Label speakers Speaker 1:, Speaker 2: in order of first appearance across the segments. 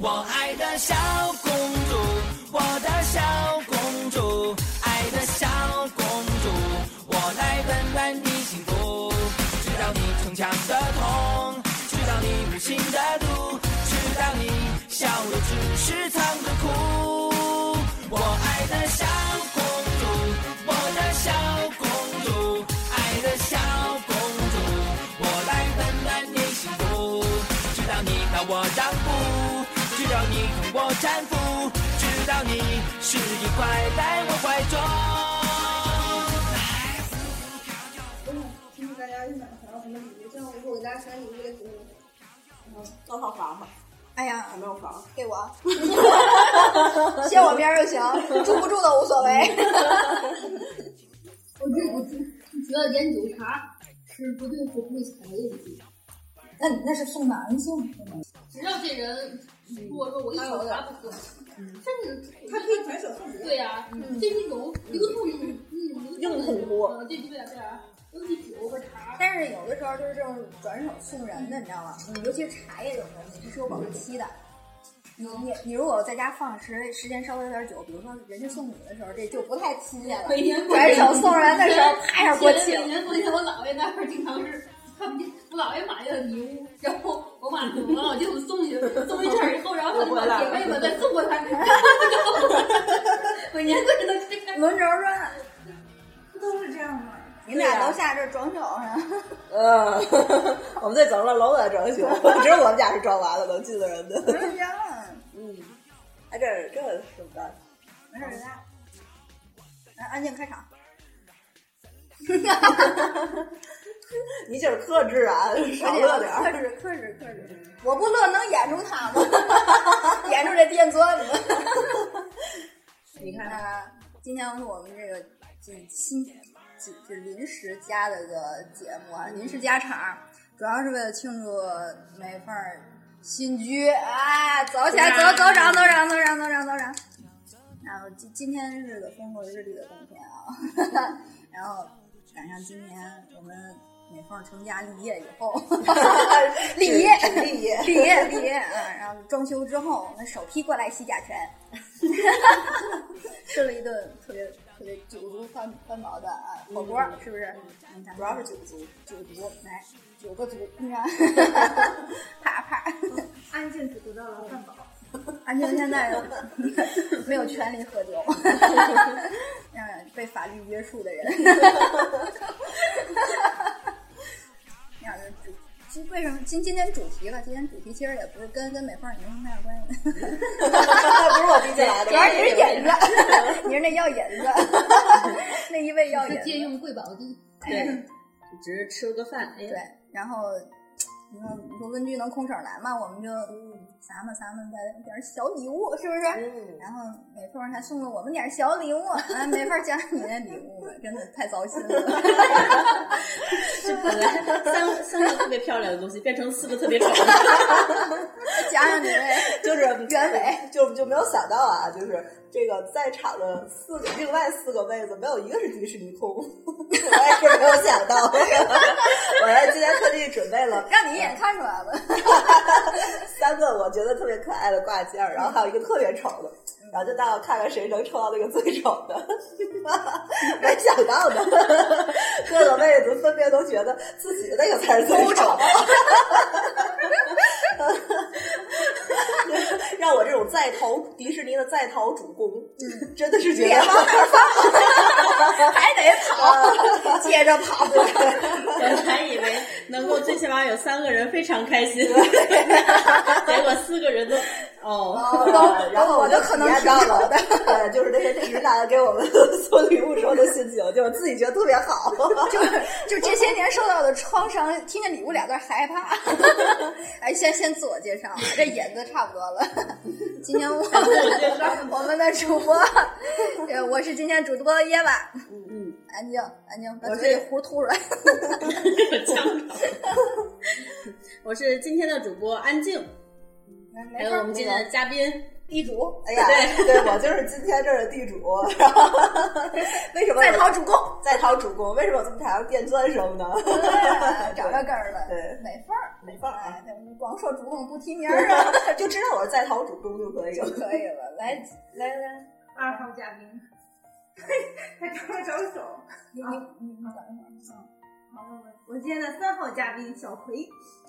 Speaker 1: 我爱的小公主，我的小公主，爱的小公主，我来温暖你幸福。知道你逞强的痛，知道你无情的毒，知道你笑的只是藏着哭。我爱的小公主，我的小公主，爱的小公主，我来温暖你幸福。知道你让我让步，知道你同我搀扶，知道你是一块在我怀中。
Speaker 2: 提醒大家去买想要什么礼物，这样如果给大家选礼物也给我。
Speaker 3: 多套房吧，
Speaker 4: 哎呀
Speaker 3: 还，没有房。
Speaker 4: 给我，歇我边儿就行，住不住都无所谓。
Speaker 5: 我觉我觉得点酒茶是不对付不起来的礼物。
Speaker 4: 那你那是送的安心
Speaker 5: 只要这人如果说我一口茶不喝，甚至
Speaker 2: 它可以转手送别人。
Speaker 5: 对呀、这是一种流通性，一种流
Speaker 3: 用
Speaker 5: 通性
Speaker 3: 很多
Speaker 5: 呃对对对对啊，尤其酒和茶，
Speaker 4: 但是有的时候就是这种转手送人的，你知道吗？嗯尤其是茶叶这种东西，它是有保质期的。你你你如果在家放时时间稍微有点久，比如说人家送你的时候，这就不太亲切了。
Speaker 5: 每年过
Speaker 4: 转
Speaker 5: 年
Speaker 4: 手送人的时候，啪一下过期
Speaker 5: 每
Speaker 4: 了。
Speaker 5: 年过年我姥爷那会儿经常是。他们家我姥爷买的礼物，然后我妈怎么了，我就送去，送一阵儿以后，然后他就把姐妹们再送过他，每年过年都这样。
Speaker 4: 轮轴转，
Speaker 2: 不都是这样吗？
Speaker 4: 你们俩楼下这装修啊 上，
Speaker 3: 嗯，我们在走了楼在装修，只有我们家是装完了能进的人的。
Speaker 4: 没人啊，
Speaker 3: 嗯，哎，这这怎么办？
Speaker 4: 没事儿，来，来安静开场。
Speaker 3: 你今儿克制啊，少乐点
Speaker 4: 克
Speaker 3: 儿。
Speaker 4: 制克制克制，我不乐能演出他吗？ 演出这电钻吗？
Speaker 3: 你看
Speaker 4: 那今天是我们这个几新几这临时加的一个节目啊，临时加场，主要是为了庆祝美凤儿新居啊，走起来，走走长走长走长走长走长。然后今今天是个风和日丽的冬天啊， 然后赶上今年我们美凤儿成家立业以 后， 立业
Speaker 3: 是立业
Speaker 4: 立业立业啊，然后装修之后，我们首批过来洗甲醛。 吃了一顿特别特别酒足饭饭饱的啊火锅，是不是？嗯，主
Speaker 3: 主要是酒足，
Speaker 4: 酒足，来九个足，你 看，啪啪，
Speaker 2: 安静只得到了饭饱。
Speaker 4: 安全现 在没有权利喝酒，嗯，被法律约束的 人，那样就就为什么今今天主题吧？今天主题其实也不是跟跟美凤有什么太大关系，
Speaker 3: 不是我提起来的，
Speaker 4: 主要你是引子， 你是那药引子， 那一味药引
Speaker 5: 是
Speaker 4: 子，
Speaker 5: 借用贵宝地，
Speaker 3: 对，只是吃了个饭，哎，
Speaker 4: 对，然后你说你说温居能空手来嘛，我们就嗯咱们咱们再点儿小礼物，是不是？
Speaker 3: 嗯，
Speaker 4: 然后美凤儿还送了我们点儿小礼物，啊，没法讲你那礼物了，真的太糟心了。
Speaker 3: 是本来三三个特别漂亮的东西变成四个特别丑的，
Speaker 4: 讲讲你那
Speaker 3: 就是
Speaker 4: 原委，
Speaker 3: 就就没有想到啊，就是这个在场的四个另外四个妹子没有一个是迪士尼控， 我也是没有想到， 我还今天特地准备了
Speaker 4: 让你一眼看出来了。
Speaker 3: 三个我觉得特别可爱的挂件儿，然后还有一个特别丑的，
Speaker 4: 嗯
Speaker 3: 然后就当我看看谁能抽到那个最丑的， 没想 到的，各个妹子分别都觉得自己那个才是最丑的， 让我这种在逃迪士尼的在逃主公，
Speaker 4: 嗯
Speaker 3: 真的是觉
Speaker 4: 脸
Speaker 3: 得
Speaker 4: 往哪儿放？还得跑，接着跑。
Speaker 6: 本来以为能够最起码有三个人非常开心，结果四个人都哦，
Speaker 4: 都
Speaker 3: 然后
Speaker 4: 我
Speaker 3: 就
Speaker 4: 都可能
Speaker 3: 体验
Speaker 4: 挺
Speaker 3: 到
Speaker 4: 丑
Speaker 3: 了
Speaker 4: 的。
Speaker 3: 对，就是那些直男给我们 送礼物时候的心情，就是自己觉得特别好，
Speaker 4: 就是就这些年受到的创伤，听见礼物俩字儿害怕。 哎，先先自我介绍啊，这演的差不多了。今天我们我们的主播，呃，我是今天主播耶娃。嗯
Speaker 3: 嗯，
Speaker 4: 安静安静，把
Speaker 6: 我
Speaker 4: 嘴
Speaker 6: 是
Speaker 4: 里胡吐出 来。
Speaker 6: 呛着。
Speaker 4: 嗯
Speaker 6: 我是今天的主播安静，还有我们今天的嘉宾
Speaker 4: 地主
Speaker 3: 哎呀，对，我就是今天这儿的地主。 然后为什么
Speaker 4: 在逃主公，
Speaker 3: 在逃主公？为什么我这么讨厌电钻声呢？
Speaker 4: 对找着根儿了，
Speaker 3: 对
Speaker 4: 美凤儿，
Speaker 3: 美凤儿啊
Speaker 4: 哎，对光说主公不提名儿啊
Speaker 3: 就知道我是在逃主公就可以
Speaker 4: 就
Speaker 3: 了。
Speaker 4: 可以了。来来来，
Speaker 5: 二号嘉宾，
Speaker 7: 还找了找手。
Speaker 4: 你你你你等一会儿，
Speaker 7: 好，我们我今天的三号嘉宾小葵，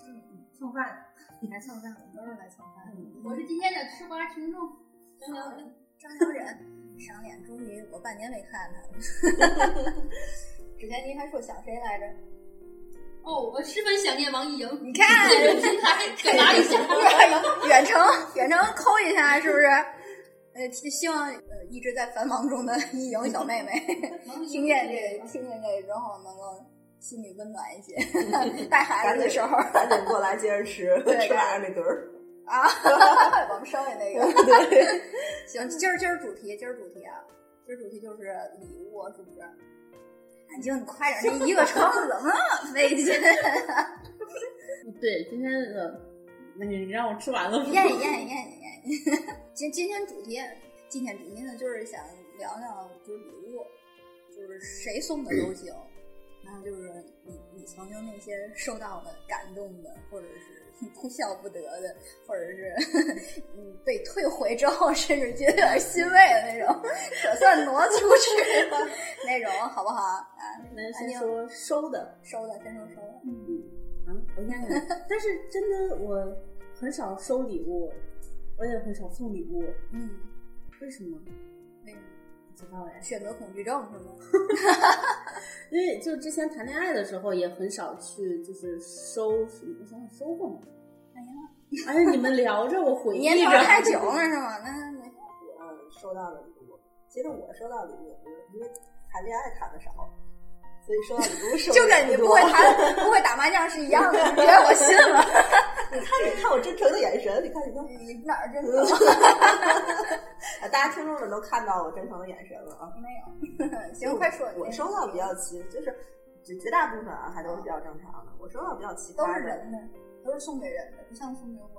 Speaker 7: 嗯，蹭饭，
Speaker 4: 你来蹭饭，我们都是来蹭饭的。
Speaker 5: 我是今天的吃瓜群众。
Speaker 4: 嗯张小冉，赏脸终于我半年没看他了。 之前您还说想谁来着？
Speaker 5: 哦，我十分想念王一莹，
Speaker 4: 你看
Speaker 5: 自主平台表达一下。
Speaker 4: 远程，远程扣一下，是不是？呃，希希望呃一直在繁忙中的一莹小妹妹听见这听见这之后，能够心里温暖一些。带孩
Speaker 3: 赶
Speaker 4: 子
Speaker 3: 紧
Speaker 4: 的时候
Speaker 3: 赶紧过来接着吃，
Speaker 4: 对
Speaker 3: 吃晚上那顿儿。
Speaker 4: 啊，我们稍微那个行，今儿今儿主题，今儿主题啊，今儿主题就是礼物，啊是不是？安静，你快点，这一个称怎么那么费劲？
Speaker 6: 对，今天的你让我吃完了吗
Speaker 4: 验一验一验一验一验。今今天主题，今天主题呢，就是想聊聊就是礼物，就是谁送的都行，然后就是你你曾经那些收到的感动的，或者是哭笑不得的，或者是嗯被退回之后甚至觉得有点欣慰的那种，可算挪出去了那种，好不好？啊，
Speaker 6: 那先哎说收的，
Speaker 4: 收的先说收的，
Speaker 6: 啊，
Speaker 3: 嗯
Speaker 6: 我想 想，但是真的我很少收礼物，我也很少送礼物，
Speaker 4: 嗯，
Speaker 6: 为什么？
Speaker 4: 那个
Speaker 6: 不知道哎，
Speaker 4: 选择恐惧症是吗？
Speaker 6: 因为就之前谈恋爱的时候也很少去，就是收什么，我想想收过吗？哎呀，哎呀，你们聊着，我回忆
Speaker 4: 年
Speaker 6: 着，
Speaker 4: 头太久了是吗？那那。
Speaker 3: 嗯，收到的礼物，其实我收到礼物，因为谈恋爱谈的少，所以收到礼物收
Speaker 4: 就跟你不会
Speaker 3: 谈。
Speaker 4: 弹、不会打麻将是一样的，别我信了。
Speaker 3: 你看，你看我真诚的眼神，你看，你看，
Speaker 4: 你哪儿真 的
Speaker 3: 啊大家听众们都看到我真诚的眼神了啊。
Speaker 4: 没有？ 行，快说。
Speaker 3: 我收到比较奇，就是绝绝大部分啊，还都是比较正常的。我收到比较奇
Speaker 4: 都
Speaker 3: 葩
Speaker 4: 是
Speaker 3: 的，
Speaker 4: 人的，都是送给人的，不像送给我。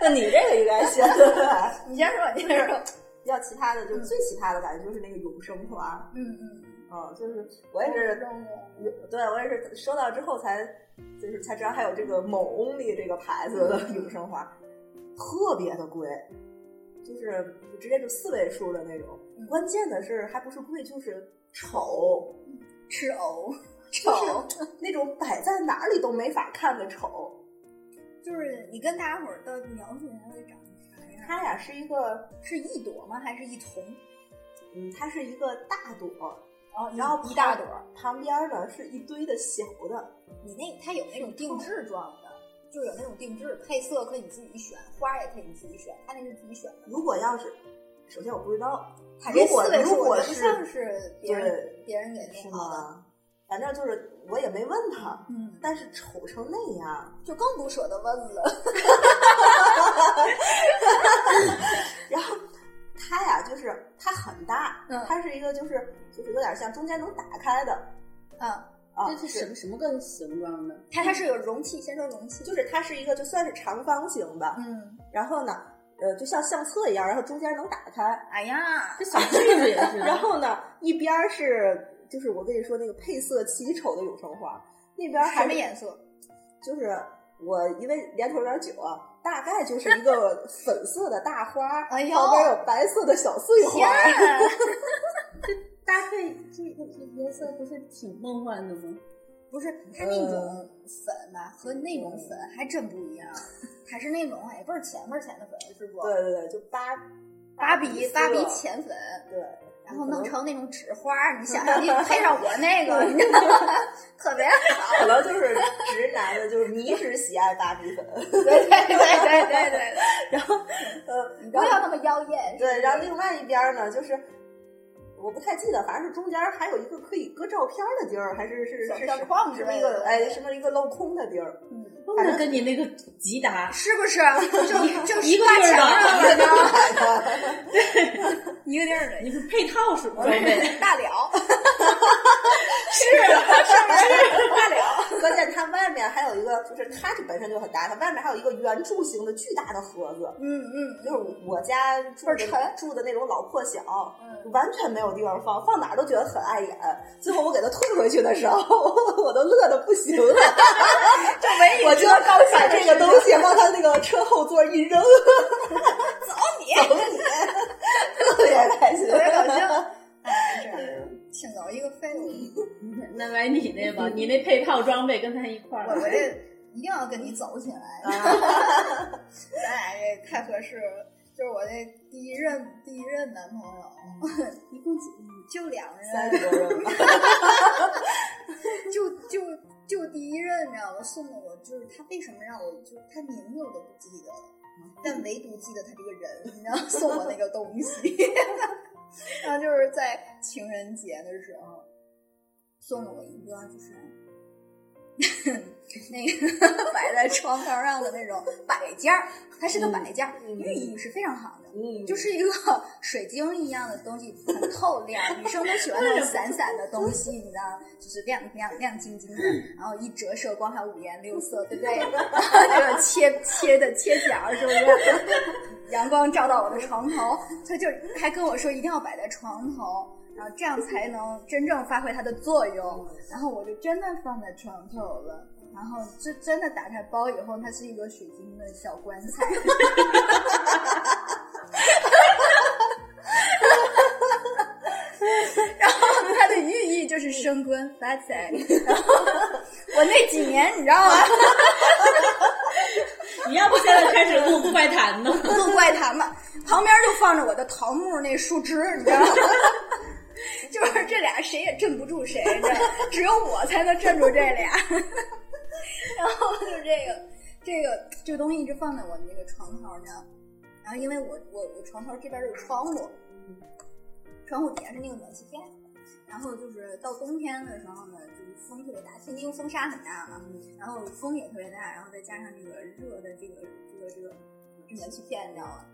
Speaker 3: 那你这个应该先对吧？
Speaker 4: 你先说，你先说。
Speaker 3: 比较奇葩的，就最奇葩的感觉就是那个永生花，
Speaker 4: 嗯嗯，
Speaker 3: 嗯，就是我也是对我也是收到之后才，就是才知道还有这个某 only 这个牌子的永生花，特别的贵，就是直接就四位数的那种。
Speaker 4: 嗯
Speaker 3: 关键的是还不是贵，就是丑，
Speaker 4: 吃藕，
Speaker 3: 丑 那种摆在哪里都没法看的丑。
Speaker 4: 就是你跟大家伙儿到底描述一下它得长啥样？
Speaker 3: 它呀是一个，
Speaker 4: 是一朵吗？还是一丛？
Speaker 3: 嗯，它是一个大朵，
Speaker 4: 哦
Speaker 3: 然后
Speaker 4: 一大朵。
Speaker 3: 旁边呢是一堆的小的，
Speaker 4: 你那它有那种定制装的，就是有那种定制配色可以你自己选，花儿也可以你自己选，它那是自己选的。
Speaker 3: 如果要是，首先我不知道，
Speaker 4: 它
Speaker 3: 如
Speaker 4: 这
Speaker 3: 果
Speaker 4: 四位
Speaker 3: 如
Speaker 4: 数
Speaker 3: 果
Speaker 4: 我觉得
Speaker 3: 是
Speaker 4: 像是别人
Speaker 3: 对啊
Speaker 4: 别人给
Speaker 3: 是
Speaker 4: 弄好的，
Speaker 3: 吗？嗯反正就是我也没问他，
Speaker 4: 嗯，
Speaker 3: 但是丑成那样。
Speaker 4: 就更不舍得问了。
Speaker 3: 然后它呀，就是它很大，
Speaker 4: 嗯
Speaker 3: 它是一个就是就是有点像中间能打开的
Speaker 4: 啊，
Speaker 3: 啊，
Speaker 6: 这是什么什么个形状的？
Speaker 4: 它它是有容器，先说容器，
Speaker 3: 就是它是一个就算是长方形的，
Speaker 4: 嗯，
Speaker 3: 然后呢，呃，就像相册一样，然后中间能打开，
Speaker 4: 哎呀
Speaker 6: 这，小 句子也是，
Speaker 3: 然后呢，一边儿是就是我跟你说那个配色奇丑的永生花，那边儿
Speaker 4: 什
Speaker 3: 还
Speaker 4: 么
Speaker 3: 是
Speaker 4: 颜色？
Speaker 3: 就是我因为年头有点久啊，大概就是一个粉色的大花，
Speaker 4: 哎呦
Speaker 3: 旁边有白色的小碎花
Speaker 4: 天，啊，
Speaker 6: 搭配这个颜色不是挺梦幻的吗？
Speaker 4: 不是它那
Speaker 3: 嗯
Speaker 4: 种粉吧，和那种粉还真不一样，它是那种哎倍儿浅倍儿浅的粉，是不？
Speaker 3: 对对对，就芭
Speaker 4: 芭比芭比
Speaker 3: 色
Speaker 4: 浅粉，
Speaker 3: 对，
Speaker 4: 然后弄成那种纸花儿，你想想，你配上我那个，你知道吗？特别好。
Speaker 3: 可能就是直男的，就是迷之喜爱芭比粉。
Speaker 4: 对对对对对 对，
Speaker 3: 然后，呃，
Speaker 4: 你不
Speaker 3: 然
Speaker 4: 要
Speaker 3: 后
Speaker 4: 那么妖艳。
Speaker 3: 对，然后另外一边儿呢，就是我不太记得，反正是中间儿还有一个可以搁照片儿的地儿，还是是
Speaker 4: 小
Speaker 3: 是
Speaker 4: 相框
Speaker 3: 是
Speaker 4: 之
Speaker 3: 不是
Speaker 4: 类
Speaker 3: 一
Speaker 4: 的
Speaker 3: 个哎什么一个镂空的地儿？
Speaker 4: 嗯，
Speaker 3: 反
Speaker 6: 那
Speaker 3: 正
Speaker 6: 跟你那个极搭，
Speaker 4: 是不是？就就
Speaker 6: 一个
Speaker 4: 挂
Speaker 6: 劲儿
Speaker 4: 墙上了呢，
Speaker 3: 的，
Speaker 4: 一个地儿的
Speaker 6: 你是配套是吗？
Speaker 4: 大 了，啊
Speaker 3: 是是不是？大了，关键它外面还有一个就是它这本身就很大，它外面还有一个圆柱形的巨大的盒子，
Speaker 4: 嗯嗯，
Speaker 3: 就是我家住
Speaker 4: 倍儿嗯
Speaker 3: 的住的那种老破小，完全没有地方放，放哪儿都觉得很碍眼。最后我给它退回去的时候， 我都乐得不行了，
Speaker 4: 这唯一
Speaker 3: 我就
Speaker 4: 高兴的
Speaker 3: 把这个
Speaker 4: 事
Speaker 3: 东西往它那个车后座 一扔，走你走你，特别开心
Speaker 4: 特。别搞笑。哎，这请走一个废物，
Speaker 6: 那来你那吧，
Speaker 7: 嗯
Speaker 6: 你那配套装备跟他一块儿。
Speaker 4: 我我这一定要跟你走起来，
Speaker 6: 啊
Speaker 4: 咱俩这太合适了。就是我这第一任第一任男朋友，
Speaker 6: 嗯
Speaker 4: 一共就两任，
Speaker 3: 三十多人吧，
Speaker 4: 就就就第一任，你知道吗？送了我，就是他为什么让我，就是他名字我都不记得了，但唯独记得他这个人，你知道， 送我那个东西。 然后就是在情人节的时候，送了我一个就是 那个 摆在窗框上的那种摆件儿，它是个摆件儿，寓意是非常好的。
Speaker 3: 嗯，
Speaker 4: 就是一个 水晶一样的东西，很透亮，女生都喜欢那种闪闪的东西，你知道，就是亮亮亮晶晶的，然后一折射光还五颜六色，对不对？然 后就是切切的切角，是不是？ 阳光照到我的床头，他就还跟我说一定要摆在床头，然后这样才能真正发挥它的作用。然后我就真的放在床头了。然后就真的打开包以后，它是一个水晶的小棺材，然后它的寓意就是升官发财。 然后我那几年，你知道吗？
Speaker 6: 你要不现在开始录怪谈 呢？
Speaker 4: 录怪谈嘛，旁边就放着我的桃木那树枝，你知道吗？ 就是这俩谁也镇不住谁，你知道吗，只有我才能镇住这俩。 然后就这个，这个这个东西一直放在我那个床头呢，然后因为我我我床头这边有窗户，窗户底下是那个暖气片。然后就是到冬天的时候呢，就是风特别大，天津风沙很大嘛，然后风也特别大，然后再加上这个热的这个这个这个这暖气片，你知道吗？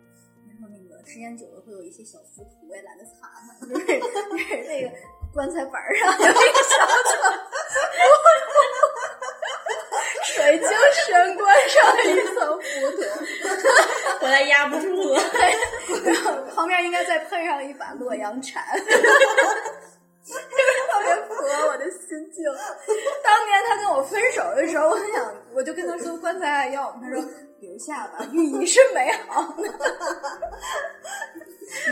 Speaker 4: 然后那个时间久了会有一些小浮土，我也懒得擦它，就是 就是那个棺材板儿上有一个小小 水晶神棺上的一层浮土。
Speaker 6: 回来压不住 了。
Speaker 4: 然后旁边应该再配上一把洛阳铲， 就是特别符合我的心境。当年他跟我分手的时候， 我想我就跟他说棺材还要吗？他说留下吧，寓意是美好，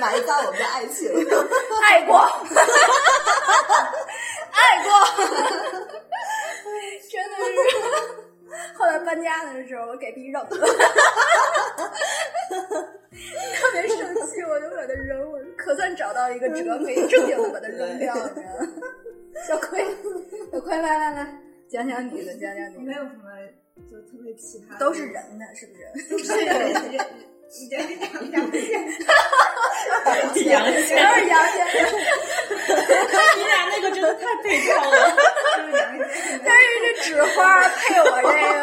Speaker 3: 埋葬我们的爱情。
Speaker 4: 爱过， 爱过， 真的是。 后来搬家的时候，我给地扔了， 特别生气，我就把它扔了，可算找到一个辙，可以正经的把它扔掉了。小葵，小葵，来来来，讲讲你的，讲讲
Speaker 7: 我
Speaker 4: 你
Speaker 7: 没
Speaker 4: 的，
Speaker 7: 有什么就特别奇葩的，
Speaker 4: 都是人的，是不
Speaker 7: 都是
Speaker 4: 是？
Speaker 7: 人，你这是两两件，
Speaker 6: 阳
Speaker 4: 都
Speaker 6: 线，
Speaker 4: 是杨先
Speaker 6: 你俩那个真的太配套 了。
Speaker 7: 都是两件。
Speaker 4: 但是这纸花配我这个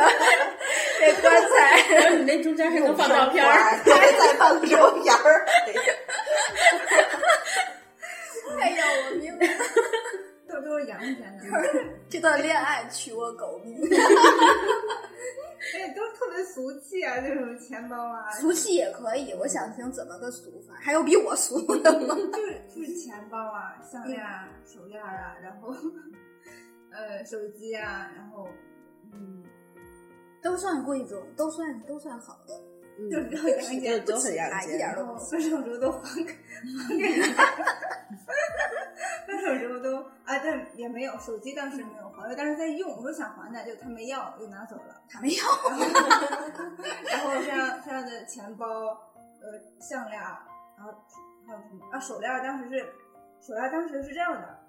Speaker 4: 这棺材，
Speaker 6: 然后你那中间还能放照片儿，
Speaker 3: 还再放个照片儿。
Speaker 4: 哎呀，我明白。
Speaker 7: 都都是洋钱的，
Speaker 4: 这段恋爱取我狗命，
Speaker 7: 而且哎都特别俗气啊，就是什么钱包啊，
Speaker 4: 俗气也可以，我想听怎么个俗法，还有比我俗的吗？
Speaker 7: 就是就是钱包啊、项链啊、手链啊，然后呃手机啊，然后嗯，
Speaker 4: 都算贵重，都算都算好的，
Speaker 7: 就
Speaker 6: 嗯
Speaker 7: 比较洋钱。
Speaker 6: 都很
Speaker 4: 啊，一点
Speaker 6: 阳
Speaker 7: 然
Speaker 4: 儿都
Speaker 7: 后
Speaker 4: 不俗。
Speaker 7: 分手之后都还 给，还给他。分手之后都啊，但也没有手机，当时没有还，但是在用。我说想还的，就他没要，就拿走了。
Speaker 4: 他没有，
Speaker 7: 然 后身上身上的钱包、呃项链，然后还有什么啊手链儿，当时是手链儿当时是这样的，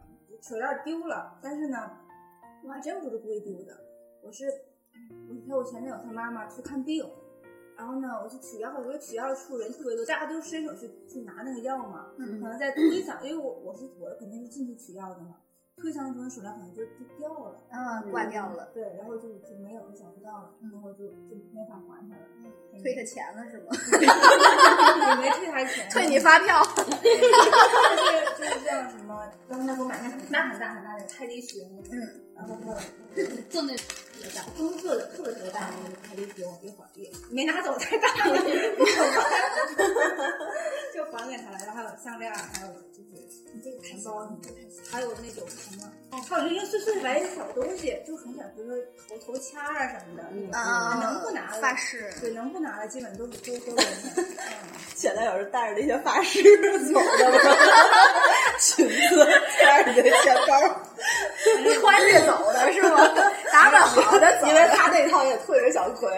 Speaker 7: 手链儿丢了，但是呢，我还真不是故意丢的，我是我陪我前男友他妈妈去看病，然后呢我去取药，我说取药处人特别多，大家都伸手去去拿那个药嘛，可能在推搡，因为我我是我肯定是进去取药的嘛，退烧的时候手链可能就就掉了，
Speaker 4: 嗯，挂掉了，
Speaker 7: 对，然后就就没有就找不到了，然后就就没法还他了，
Speaker 4: 退他钱了是吗？
Speaker 7: 也没退他钱，
Speaker 4: 退你发票，
Speaker 7: 就是就是这样什么，当时他给我买那很大很大很大的泰迪熊，嗯，然后他
Speaker 5: 赠的
Speaker 7: 棕色的特别特别大的那个泰迪熊，一会儿也没拿走太大了，就还给他了。然后还有项链，还有就是这个钱包什么的，还有那种什么，哦，还有零零碎碎白小东西，就很小，比如说头头掐啊什么的，
Speaker 4: 啊，
Speaker 7: 能不拿了
Speaker 4: 发饰，
Speaker 7: 对，能不拿的基本都是都都给他。
Speaker 3: 前男友是带着那些发饰走的吗？裙子带着你的钱包，
Speaker 4: 穿着走的是吗？打扮好的走
Speaker 3: 因，为他那套也退给小葵，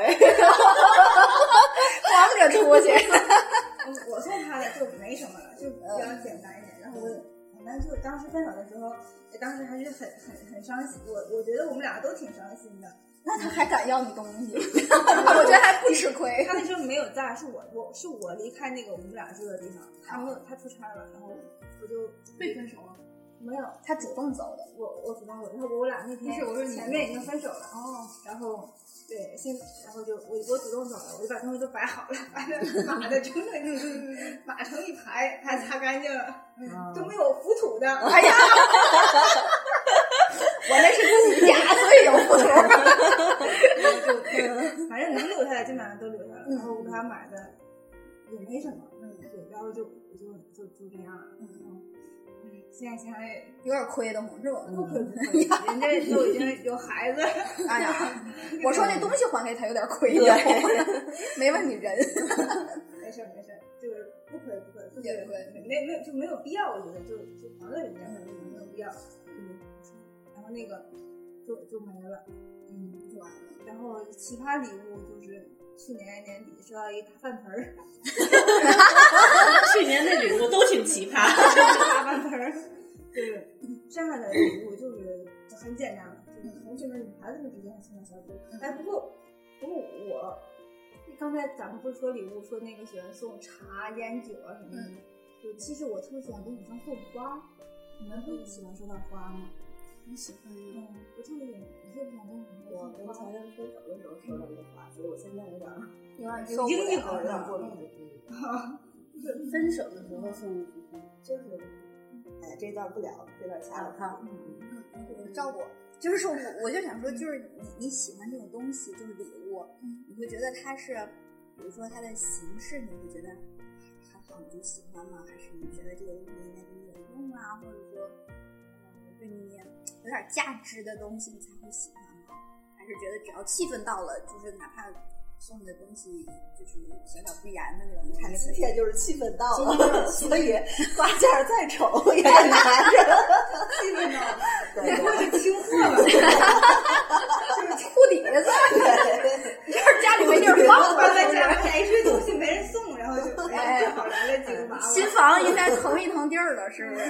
Speaker 4: 光着出去，
Speaker 7: 我我送他的就没什么了，就比较
Speaker 4: 嗯
Speaker 7: 简单一点。然后我反正就当时分手的时候，哎当时还是很很很伤心。我我觉得我们俩都挺伤心的。
Speaker 4: 那他还敢要你东西，我觉得还 不吃亏。
Speaker 7: 他那时候没有在，是我我是我离开那个我们俩住的地方，他没有他出差了，然后我就
Speaker 5: 被分手了。
Speaker 7: 没有
Speaker 4: 他主动走的，
Speaker 7: 我我主动我然后我俩那天
Speaker 5: 不是我说你
Speaker 7: 前面已经分手了哦，然后对先然后就我我主动走了，我就把东西都摆好了，把那码的整 整码成一排，还擦干净了，
Speaker 5: 嗯
Speaker 7: 嗯
Speaker 5: 哦
Speaker 7: 都没有浮 土的。哎呀，
Speaker 4: 我那是自己家，所以有户头。
Speaker 7: 反正能留下来基本上都留下了，然后我
Speaker 5: 嗯
Speaker 7: 给他买的也没什么，嗯对，然后就我就就就这样了，嗯，嗯现在想想也
Speaker 4: 有点亏的慌是
Speaker 5: 嗯
Speaker 4: 吧？
Speaker 7: 不可不可，人家都已经有孩 子了。
Speaker 4: 哎呀，我说那东西还给他有点亏的，没问你人。
Speaker 7: 没事儿没事儿，就是不可以不可以不可以，
Speaker 4: 对对对
Speaker 7: 没没有就没有必要，我觉得就就还给人家没有必要，嗯，然后那个就就没了，嗯，就完了。然后奇葩礼物就是去年年底收到一大饭盆儿，
Speaker 6: 去年的礼物都挺奇葩。
Speaker 7: 大饭盆儿，对，这样的礼物就是就很简单了，就是同学们女孩子们之间送的小礼物。哎，不过不过我刚才咱们不是说礼物，说那个喜欢送茶、烟酒啊什么的。就其实我特别喜欢给女生送花，你们会喜欢收到花吗？
Speaker 6: 挺喜欢的
Speaker 7: 嗯，我特别喜欢，我特别想跟女生
Speaker 3: 我
Speaker 7: 送
Speaker 3: 跟
Speaker 7: 花
Speaker 3: 前。任分手的时候收到过花，所以我现在有点儿
Speaker 4: 有点
Speaker 7: 受不了
Speaker 3: 有点儿过敏。
Speaker 6: 分手的时候送
Speaker 3: 就是，哎呀，这段不聊，这段掐了
Speaker 6: 好
Speaker 4: 嗯照顾。就是说我我就想说，就是你你喜欢这种东西，就是礼物，你会觉得它是，比如说它的形式，你会觉得还好，你就喜欢吗？还是你觉得这个东西应该对你有用啊，或者说，嗯，对你有点价值的东西，你才会喜欢吗？还是觉得只要气氛到了，就是哪怕送你的东西就是小小必然的那种，
Speaker 3: 看
Speaker 4: 看
Speaker 3: 今天就是气氛到
Speaker 4: 今天
Speaker 3: 了，所以挂件儿再丑也得拿着。气氛到了，对对
Speaker 7: 清货了，
Speaker 4: 铺底子，
Speaker 3: 对，
Speaker 4: 就是家里没地儿放
Speaker 7: 我
Speaker 4: 了，
Speaker 7: 在家买一堆东西没人送，然后就哎，正好来了几个娃 娃。
Speaker 4: 新房应该腾一腾地儿了，是不是？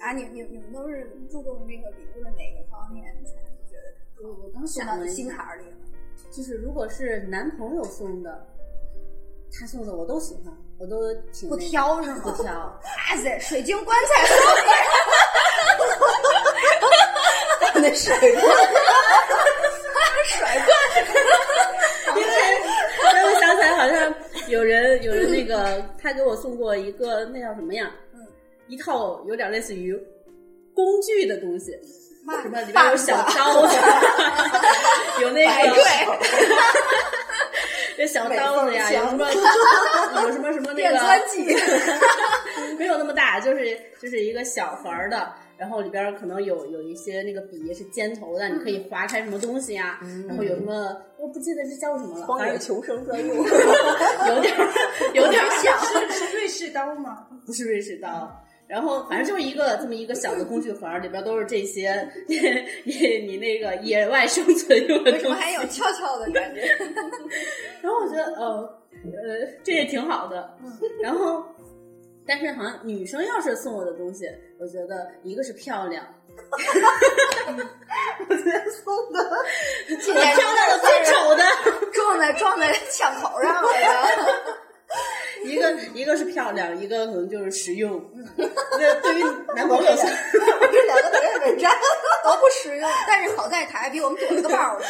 Speaker 4: 啊，你你你们都是注重这个礼物的哪个方面才觉得
Speaker 6: 我我刚
Speaker 4: 送
Speaker 6: 想
Speaker 4: 到
Speaker 6: 了
Speaker 4: 你
Speaker 6: 一
Speaker 4: 心
Speaker 6: 下
Speaker 4: 坎儿里了？
Speaker 6: 就是如果是男朋友送的，他送的我都喜欢，我都挺
Speaker 4: 不
Speaker 6: 那个
Speaker 4: 挑是吗？
Speaker 6: 不。挑，
Speaker 4: 哇塞，水晶棺材 送你，
Speaker 3: 那水果
Speaker 4: 甩罐
Speaker 6: 让我想起来好像有人有人那个他给我送过一个那叫什么呀？
Speaker 4: 嗯，
Speaker 6: 一套有点类似于工具的东西，
Speaker 4: 嘛
Speaker 6: 什么里面有小刀，有那
Speaker 4: 白
Speaker 6: 个
Speaker 4: 对，
Speaker 6: 有小刀子呀，
Speaker 3: 美
Speaker 6: 有
Speaker 3: 缝
Speaker 6: 什
Speaker 3: 枪
Speaker 6: 么有什么什么那
Speaker 4: 电
Speaker 6: 个
Speaker 4: 钻机，
Speaker 6: 没有那么大，就是就是一个小盒儿的，然后里边儿可能有有一些那个笔是尖头的，你可以划开什么东西呀、然后有什么我不记得是叫什么了，
Speaker 3: 荒
Speaker 6: 反
Speaker 3: 野
Speaker 6: 正
Speaker 3: 求生专用，
Speaker 6: 有点儿有点儿像，
Speaker 7: 是是瑞士刀吗？
Speaker 6: 不是瑞士刀。然后反正就是一个这么一个小的工具盒儿，里边都是这些你你你那个野外生存用的
Speaker 4: 为什
Speaker 6: 东
Speaker 4: 么
Speaker 6: 西。
Speaker 4: 还有翘翘的 感觉？
Speaker 6: 然后我觉得，哦，呃，这也挺好的。然后，但是好像女生要是送我的东西，我觉得一个是漂亮，
Speaker 4: 今
Speaker 6: 我
Speaker 4: 年
Speaker 6: 挑到了最丑的。
Speaker 4: 撞在撞在枪口上了，
Speaker 6: 一个一个是漂亮，一个可能就是实用。那对于男朋友送，
Speaker 3: 这两个人也没
Speaker 4: 实用，但是好在他还比我们多了个包呢。